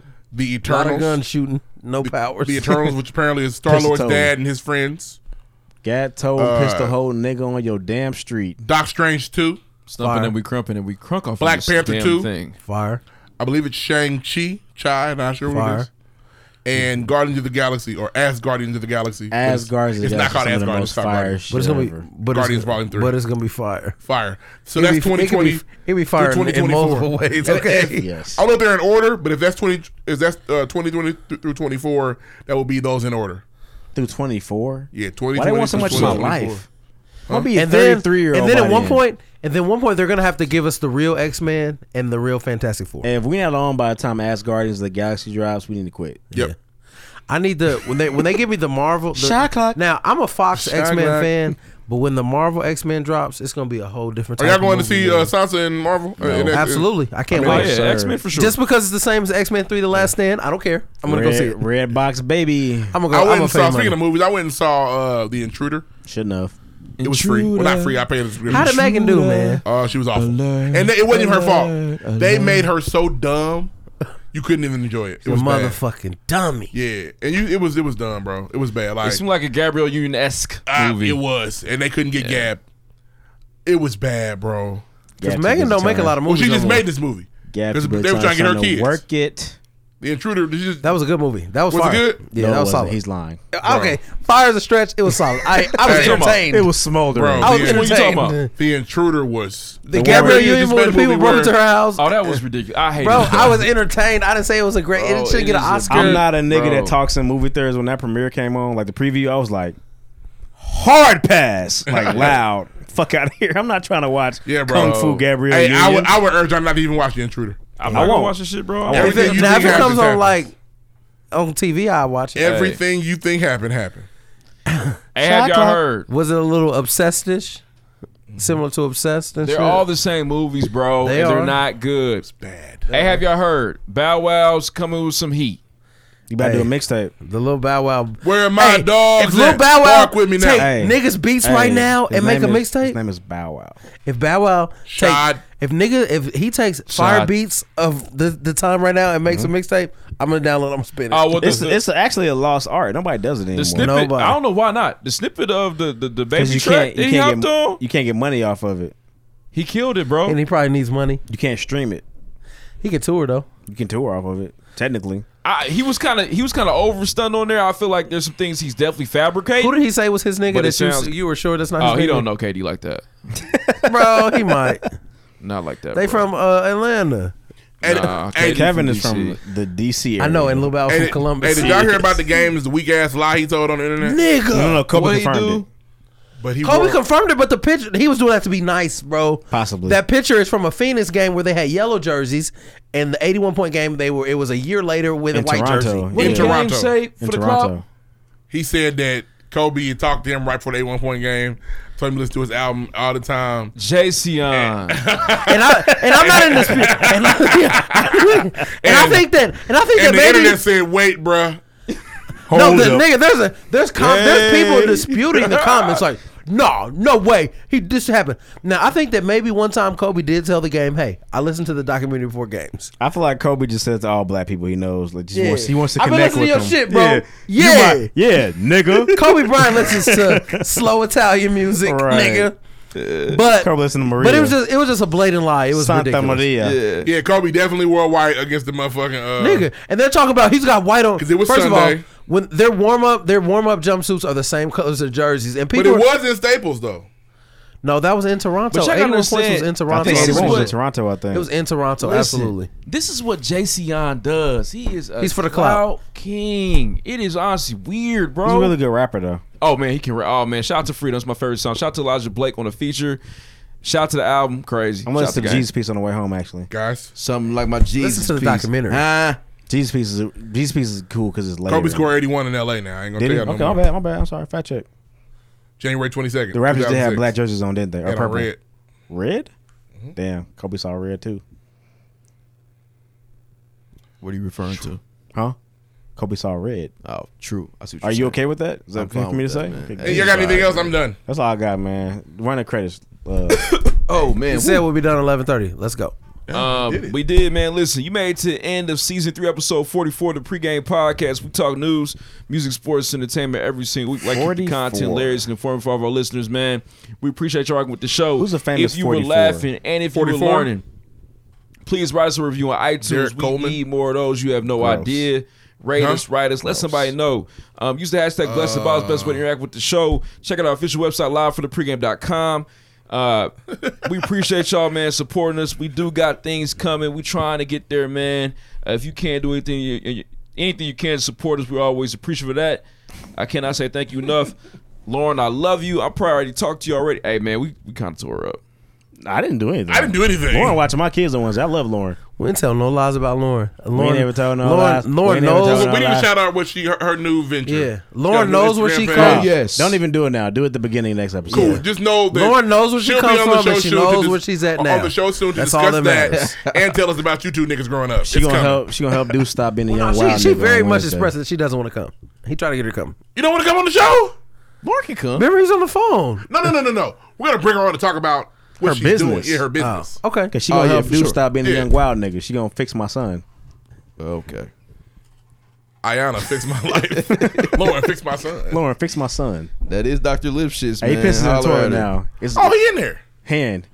D: A
H: The
D: lot of gun
H: Eternals.
D: shooting, no powers.
H: The Eternals, which apparently is Star Lord's
I: Pistol.
H: dad and his friends.
I: Gat told
H: Uh,
I: pistol hold nigga on your damn street.
H: Doc Strange two.
L: Stumping
D: Fire.
L: and we crumping and we crunk off
H: Black
L: of this
H: Panther
L: damn
H: 2.
L: thing.
D: Fire.
H: I believe it's Shang Chi. Chai. Not sure what
D: Fire.
H: it is. And Guardians of the Galaxy, or As Guardians of the Galaxy. but it's-
I: Asgard's
H: It's not called
I: Asgard.
H: Asgard. It's
I: most
H: called
I: fire
H: Guardians.
I: shit
D: But it's gonna be.
I: ever.
D: But
H: Guardians
D: it's,
H: Volume three.
D: But it's gonna be fire.
H: Fire. So
D: It'd
H: that's
D: be- it could be-
H: 2020.
D: it'd be fire in- in multiple ways,
H: And-
D: okay.
H: and-
I: Yes.
H: I don't know if they're in order, but if that's 20, is that's uh, 2020 th- through 24, that will be those in order.
I: through twenty four.
H: Yeah,
I: Why
H: 2020
I: they want so much of my
H: 24.
I: life? I'll be a
D: And then,
I: thirty three year old.
D: and then at one point, and then one point, they're gonna have to give us the real X Men and the real Fantastic Four.
I: if we not on by the time Asgardians of the Galaxy drops, we need to quit.
H: Yep.
D: I need the when they when they give me the Marvel the,
I: Shot clock.
D: Now I'm a Fox
H: Shot
D: X Men
H: clock.
D: fan, but when the Marvel X Men drops, it's gonna be a whole different.
H: Are
D: Type
H: y'all
D: of
H: going to
D: movie,
H: see uh,
D: man.
H: Sansa and Marvel? Uh, in that-
D: Absolutely, I can't
L: Oh,
D: wait.
L: yeah,
I: sir.
L: X Men for sure.
D: Just because it's the same as X Men Three: The Last Stand, I don't care. I'm gonna
I: red,
D: go see it.
I: Red Box Baby.
D: I'm gonna
H: I
D: go. I'm a
H: went
D: Oh,
H: and saw,
D: fan.
H: speaking of movies, I went and saw uh, The Intruder.
I: Shouldn't have.
H: It was free. Well, not free. I paid a
D: How did
H: subscription.
D: Megan do, man?
H: Uh, she was awful. and it wasn't even her fault. They made her so dumb, you couldn't even enjoy it. It was bad.
D: motherfucking dummy.
H: Yeah, and you, it was it was dumb, bro. It was bad.
L: It
H: Like
L: seemed like a Gabriel Union esque
H: Ah,
L: movie.
H: It was, and they couldn't get Gab. It was bad, bro.
D: Because Megan don't make a lot of
H: Well,
D: movies.
H: she just
D: no
H: made
D: more.
H: this movie.
I: Gab
H: Because they were trying to get her kids.
I: Work it.
H: The intruder. she just-
D: That was a good movie. That was,
H: Was it
D: fire.
H: good?
D: Yeah,
I: No, it
D: that was
I: wasn't.
D: solid.
I: He's lying.
D: okay, fire is a stretch. It was solid. I I was
H: Hey, come on.
D: entertained.
I: It was smoldering.
H: bro,
D: I was
H: the,
L: What you talking about?
D: entertained.
H: the intruder was.
D: The
H: one
D: Gabrielle
H: where she
D: Union
H: just
D: movie,
H: made a
D: people brought it to her
H: where-
D: house.
L: Oh, that was ridiculous. I hate
D: Bro,
L: it.
D: I was entertained. I didn't say it was a
H: Oh,
D: great.
L: Bro,
D: it shouldn't
L: it
D: get an
L: is a-
D: Oscar.
L: Good
I: I'm not a nigga
L: bro.
I: that talks in movie theaters. When that premiere came on, like the preview, I was like, hard pass, like loud. Fuck out of here! I'm not trying to watch
H: Yeah, bro.
I: Kung Fu Gabrielle.
H: Hey, I
I: Union.
H: would, I would urge y'all not to even watch The Intruder.
I: I'm not I won't. watch this shit, bro. I won't.
H: Everything you
D: now
H: think
D: if it
H: happens
D: comes on
H: happens.
D: like on TV, I watch it.
H: everything you think happened happened.
L: Hey, have y'all heard?
D: Was it a little obsessed-ish? Similar to obsessed. And
L: They're
D: shit?
L: all the same movies, bro.
D: They
L: and
D: are.
L: They're not good. It's bad. Hey, have y'all heard? Bow Wow's coming with some heat.
I: You about to do a mixtape?
D: The little Bow Wow.
H: Where are my dogs?
D: If Lil
H: at?
D: Bow Wow
H: Bark with me now.
D: take niggas beats right now
I: his
D: and make a
I: name is-
D: mixtape,
I: His name is Bow Wow.
D: if Bow Wow take, if nigga if he takes fire
I: Shot.
D: beats of the, the time right now and makes a mixtape, I'm gonna download. I'm gonna spin it.
L: Oh, well, the-
I: It's, it's actually a lost art. Nobody does it anymore.
L: The snippet. I don't know why not. The snippet of the the, the
I: Because
L: baby
I: you
L: track
I: can't,
L: that
I: you
L: he
I: can't
L: hopped
I: get
L: on.
I: you can't get money off of it.
L: He killed it, bro.
D: and he probably needs money.
I: You can't stream it.
D: He can tour though.
I: You can tour off of it technically.
L: I, he was kind of he was kind of overstunned on there. I feel like there's some things he's definitely fabricating.
D: Who did he say was his nigga
L: But it
D: that you,
L: sounds-
D: you were sure that's not?
L: Oh,
D: his
L: he
D: nigga?
L: don't know KD like that.
D: bro. He might.
L: Not like that.
D: They
L: bro.
D: from uh, Atlanta.
L: Nah, KD
I: Kevin
L: from
I: is from
L: DC.
I: the DC. Area.
D: I know, and Lil Bow
H: Hey,
D: from
H: did-
D: Columbus.
H: Hey, did y'all hear about the games? The weak ass lie he told on the internet.
D: Nigga. No,
I: Mm-hmm.
D: no, no, Kobe
H: What'd he
D: confirmed
H: do? But he
D: Kobe
H: wore-
D: confirmed it, but the picture he was doing that to be nice, bro.
I: Possibly.
D: That picture is from a Phoenix game where they had yellow jerseys, and the eighty-one point game they were. It was a year later with a
I: In
D: white
I: Toronto,
D: jersey.
I: What yeah. did
H: In Toronto.
L: say
I: for In the club? Toronto.
H: He said that Kobe had talked to him right before the 81 point game. Told him to listen to his album all the time.
L: Jason.
D: and I and I'm not in this. And I, and, I think that and I think
H: And
D: that
H: the
D: maybe
H: internet said, wait, bruh.
D: no,
H: Hold
D: the,
H: up.
D: nigga, there's a there's com- there's people
H: Hey.
D: disputing the comments like, no, no way, he this happened. Now I think that maybe one time Kobe did tell the game, hey, I listened to the documentary before games.
I: I feel like Kobe just says to all black people he knows. Like, just wants, he wants to
D: I've been
I: connect
D: listening
I: with
D: to your
I: them.
D: shit, bro.
I: You
D: Yeah.
I: my- yeah, nigga.
D: Kobe Bryant listens to slow Italian music,
I: Right.
D: nigga. But
I: Kobe listen to Maria.
D: But it was just it was just a blatant lie. It was
I: Santa
D: ridiculous.
I: Maria.
H: Yeah. Kobe definitely wore white against the motherfucking. Uh,
D: nigga. And they're talking about he's got white on.
H: it was
D: First of
H: Sunday.
D: all, when their warm up, their warm up jumpsuits are the same colors of jerseys, and
H: But
D: people.
H: it
D: are-
H: was in Staples, though.
D: no, that was in Toronto.
L: But y'all gotta
D: 81 points was
L: understand-
D: in
I: I
D: Toronto.
I: think
L: This is
I: 81 was in
L: what-
I: Toronto. I think
D: It was in Toronto,
L: Listen,
D: absolutely.
L: This is what Jason does. He is a
D: He's for the clout.
L: king. It is honestly weird, bro.
I: He's a really good rapper though.
L: Oh man, he can. Ra- oh man, shout out to Freedom. It's my favorite song. Shout out to Elijah Blake on the feature. Shout out to the album. Crazy.
I: I'm
L: Shout
I: gonna
L: out
I: listen to
L: Gang.
I: Jesus piece on the way home. Actually,
H: guys,
G: something like my Jesus.
D: to the
G: piece.
D: documentary.
I: Ah.
G: Huh?
I: Jesus piece is Jesus piece is cool because it's later.
H: Kobe scored 81 in LA now. I ain't going to
I: Did
H: tell
I: he?
H: y'all no
I: Okay, my
H: more.
I: bad. My bad. I'm sorry. Fat check.
H: January 22nd.
I: The Raptors did have
H: 2006.
I: black jerseys on, didn't they? Or
H: And Mm-hmm. a
I: purple?
H: red.
I: Red? Damn, Kobe saw red too.
L: What are you referring to?
I: Huh? Kobe saw red.
L: Oh, true. I see what
I: Are
L: you're
I: you
L: saying.
I: okay with that? Is that
L: I'm
I: okay
L: fine
I: for me to
L: with
I: say?
L: that, man.
I: Okay,
H: Hey,
I: good.
H: y'all got anything else? I'm done.
I: That's all I got, man. Run the credits. Uh,
G: Oh man,
D: He said we'll be done at eleven thirty. Let's go.
L: Um, we did, man. Listen, you made it to the end of season three, episode forty-four of the pregame podcast. We talk news, music, sports, entertainment every single week. Like keep the
I: 44.
L: content, lyrics, and informative for all of our listeners, man. We appreciate your argument with the show.
I: Who's a famous
L: If you
I: 44?
L: were laughing and if you
H: 44?
L: were learning, please write us a review on iTunes.
H: Derek
L: we
H: Coleman?
L: need more of those. You have no
I: Gross.
L: idea. Rate
H: Huh?
L: us, write us, let somebody know. Um, use the hashtag Blessed uh, best way to interact with the show. Check out our official website live for the pregame.com. Uh, we appreciate y'all, man, supporting us. We do got things coming. We trying to get there, man. Uh, if you can't do anything, you, you- anything you can to support us, we're always appreciative of that. I cannot say thank you enough, Lauren. I love you. I probably already talked to you already. Hey, man, we we kind of tore up.
I: I didn't do anything.
H: I didn't do anything.
I: Lauren watching my kids on Wednesday. I love Lauren.
D: We didn't tell no lies about Lauren. Lauren
I: never told no
D: Lauren,
I: lies. We
D: Lauren
I: ain't never
D: knows.
I: told
H: We
I: no
H: didn't
I: lies.
H: even shout out what she her, her new venture.
D: Yeah.
H: She
D: Lauren
H: got a new
D: knows where
H: Instagram
D: she
H: page.
D: come- Oh,
G: yes.
I: Don't even do it now. Do it at the beginning of next episode.
H: Cool. Just know that
D: Lauren knows where she
H: she'll be
D: comes
H: on the
D: from
H: show
D: and she
H: soon to
D: knows
H: dis-
D: where she's at
H: On
D: now.
H: the show soon to
D: That's all
H: discuss
D: that matters.
H: that and tell us about you two niggas growing up.
I: She
H: It's
I: gonna
H: coming.
I: help. She gonna help Deuce stop being a young
D: No,
I: wild.
D: she she
I: nigga
D: very
I: on
D: much
I: Wednesday.
D: expressed that she doesn't want to come. He tried to get her to come.
H: You don't want to come on the show?
G: Lauren can come.
D: Remember, he's on the phone.
H: No, no, no, no, no. We're gonna bring her on to talk about what
I: Her
H: she's
I: business.
D: Oh.
H: doing. Yeah, her business.
D: Okay.
I: Cause she
G: Oh,
I: gonna
G: yeah,
I: help
G: for
I: Deuce
G: sure.
I: stop being a
H: Yeah.
I: young wild nigga. She gonna fix my son.
G: Okay.
H: Ayana, fix my life. Lauren, fix my son.
I: Lauren, fix my son.
G: That is Dr. Lipschitz,
I: Hey,
G: man.
I: he pisses on
G: Holler at
I: Twitter
G: him.
I: now. It's
H: Oh, he in there.
I: hand.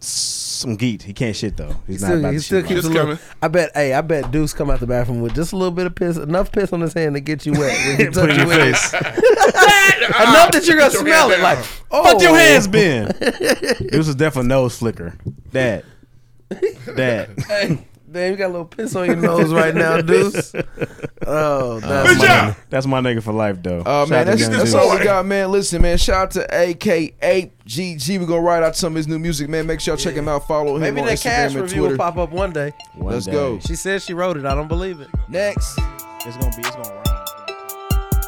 I: Some geet. He can't shit though. He's
D: He
I: not
D: still,
I: about
D: he
I: to
D: still
I: shit.
D: keeps
H: It's
D: a little.
H: coming.
D: I bet. Hey, I bet Deuce come out the bathroom with just a little bit of piss, enough piss on his hand to get you wet. When he touch
I: in
D: you
I: your
D: with it.
I: face.
D: enough that you're gonna
H: Put your
D: smell
H: hand
D: it. Like,
H: down.
D: oh,
I: Fuck your hands been. this was definitely a nose flicker. Dad. Dad.
D: Damn, you got a little piss on your nose right now, Deuce. Oh,
U: that's my, that's my nigga for life, though. Shout
L: Oh
U: out
L: man,
U: to
L: that's,
U: Young
L: that's
U: Juice.
L: all we got, man. Listen, man, shout out to AK8GG. We're gonna write out some of his new music, man. Make sure y'all check him out. Follow him
D: Maybe
L: on
D: that
L: Instagram
D: cash
L: and
D: review
L: Twitter.
D: will pop up one day.
L: One Let's day. go.
D: She said she wrote it. I don't believe it.
L: Next.
U: It's gonna be. It's gonna rhyme.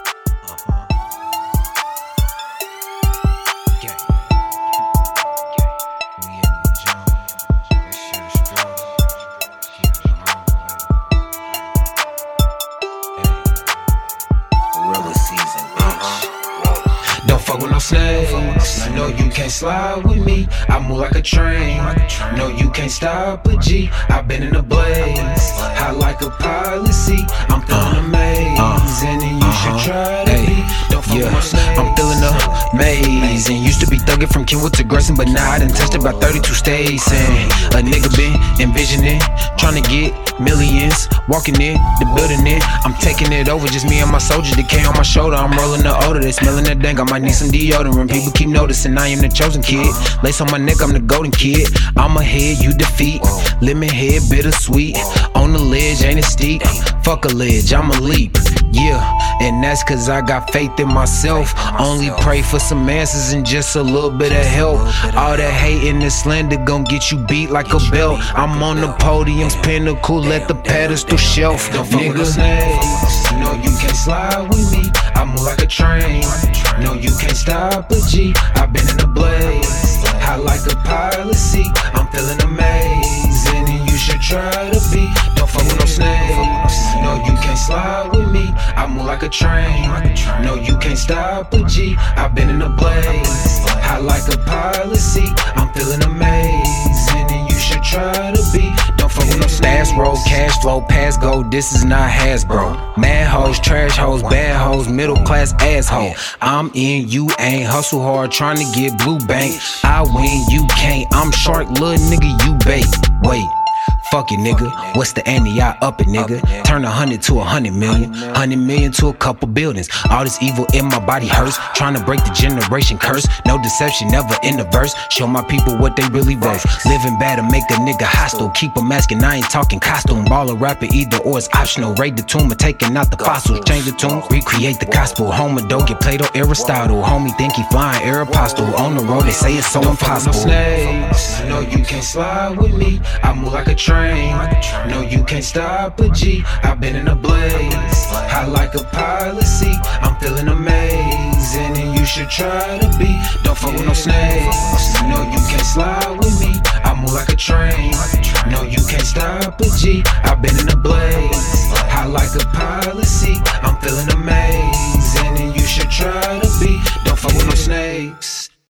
I: Gorilla season, bitch. Don't fuck with no snakes. No, you can't slide with me. I move like a train. No, you can't stop a G. I've been in the blaze. Hot like a policy. I'm throwing a maze. And then you should try to be. Don't fuck with no snakes. I'm feeling the maze. And used to be thugging from Kenwood to Grayson, but now I done touched about 32 states. And a nigga been envisioning, trying to get millions. Walking in, the building in. I'm taking it over, just me and my soldiers. The K on my shoulder, I'm rolling the odor. They smelling that dank. I might need some deodorant. People keep noticing I am the chosen kid. Lace on my neck, I'm the golden kid. I'm a head, you defeat. Lemon head, bittersweet. On the ledge, ain't it steep? Fuck a ledge, I'm a leap. Yeah, and that's cause I got faith in myself. Only pray for some answers and just a little bit of help. All that hate and the slander gon' get you beat like a belt. I'm on the podium's pinnacle at the pedestal shelf. Don't fuck with the snakes. No, you can't slide with me. I move like a train. No, you can't stop a G. I've been in the blaze. Hot like a policy. I'm feeling amazing and you should try to be. Don't fuck with no snakes. No, you can't slide with me. I move like a train. No, you can't stop a G. I've been in the blaze. Hot like a policy. I'm feeling amazing and you should try to be. Don't fuck with no snakes. Fast roll, cash flow, pass go. This is not Hasbro. Mad hoes, trash hoes, bad hoes, middle class asshole. I'm in, you ain't. Hustle hard, trying to get blue bank. I win, you can't. I'm shark, little nigga, you bait. Wait. Fuck it, nigga. What's the ante? I up it, nigga. Turn a hundred to a hundred million. Hundred million to a couple buildings. All this evil in my body hurts. Trying to break the generation curse. No deception, never in the verse. Show my people what they really worth. Living bad to make a nigga hostile. Keep 'em asking. I ain't talking costume. Ball or rapper, either or it's optional. Raid the tomb or taking out the fossils. Change the tune, recreate the gospel. Homer, don't get Plato, Aristotle. Homie, think he flying Aeropostale. On the road, they say it's so impossible. No, you can't slide with me. I move like a train. No, you can't stop a G. I've been in a blaze. Hot like a policy. I'm feeling amazing, and you should try to be. Don't fuck with no snakes. No, you can't slide with me. I move like a train. No, you can't stop a G. I've been in a blaze. Hot like a policy. I'm feeling amazing.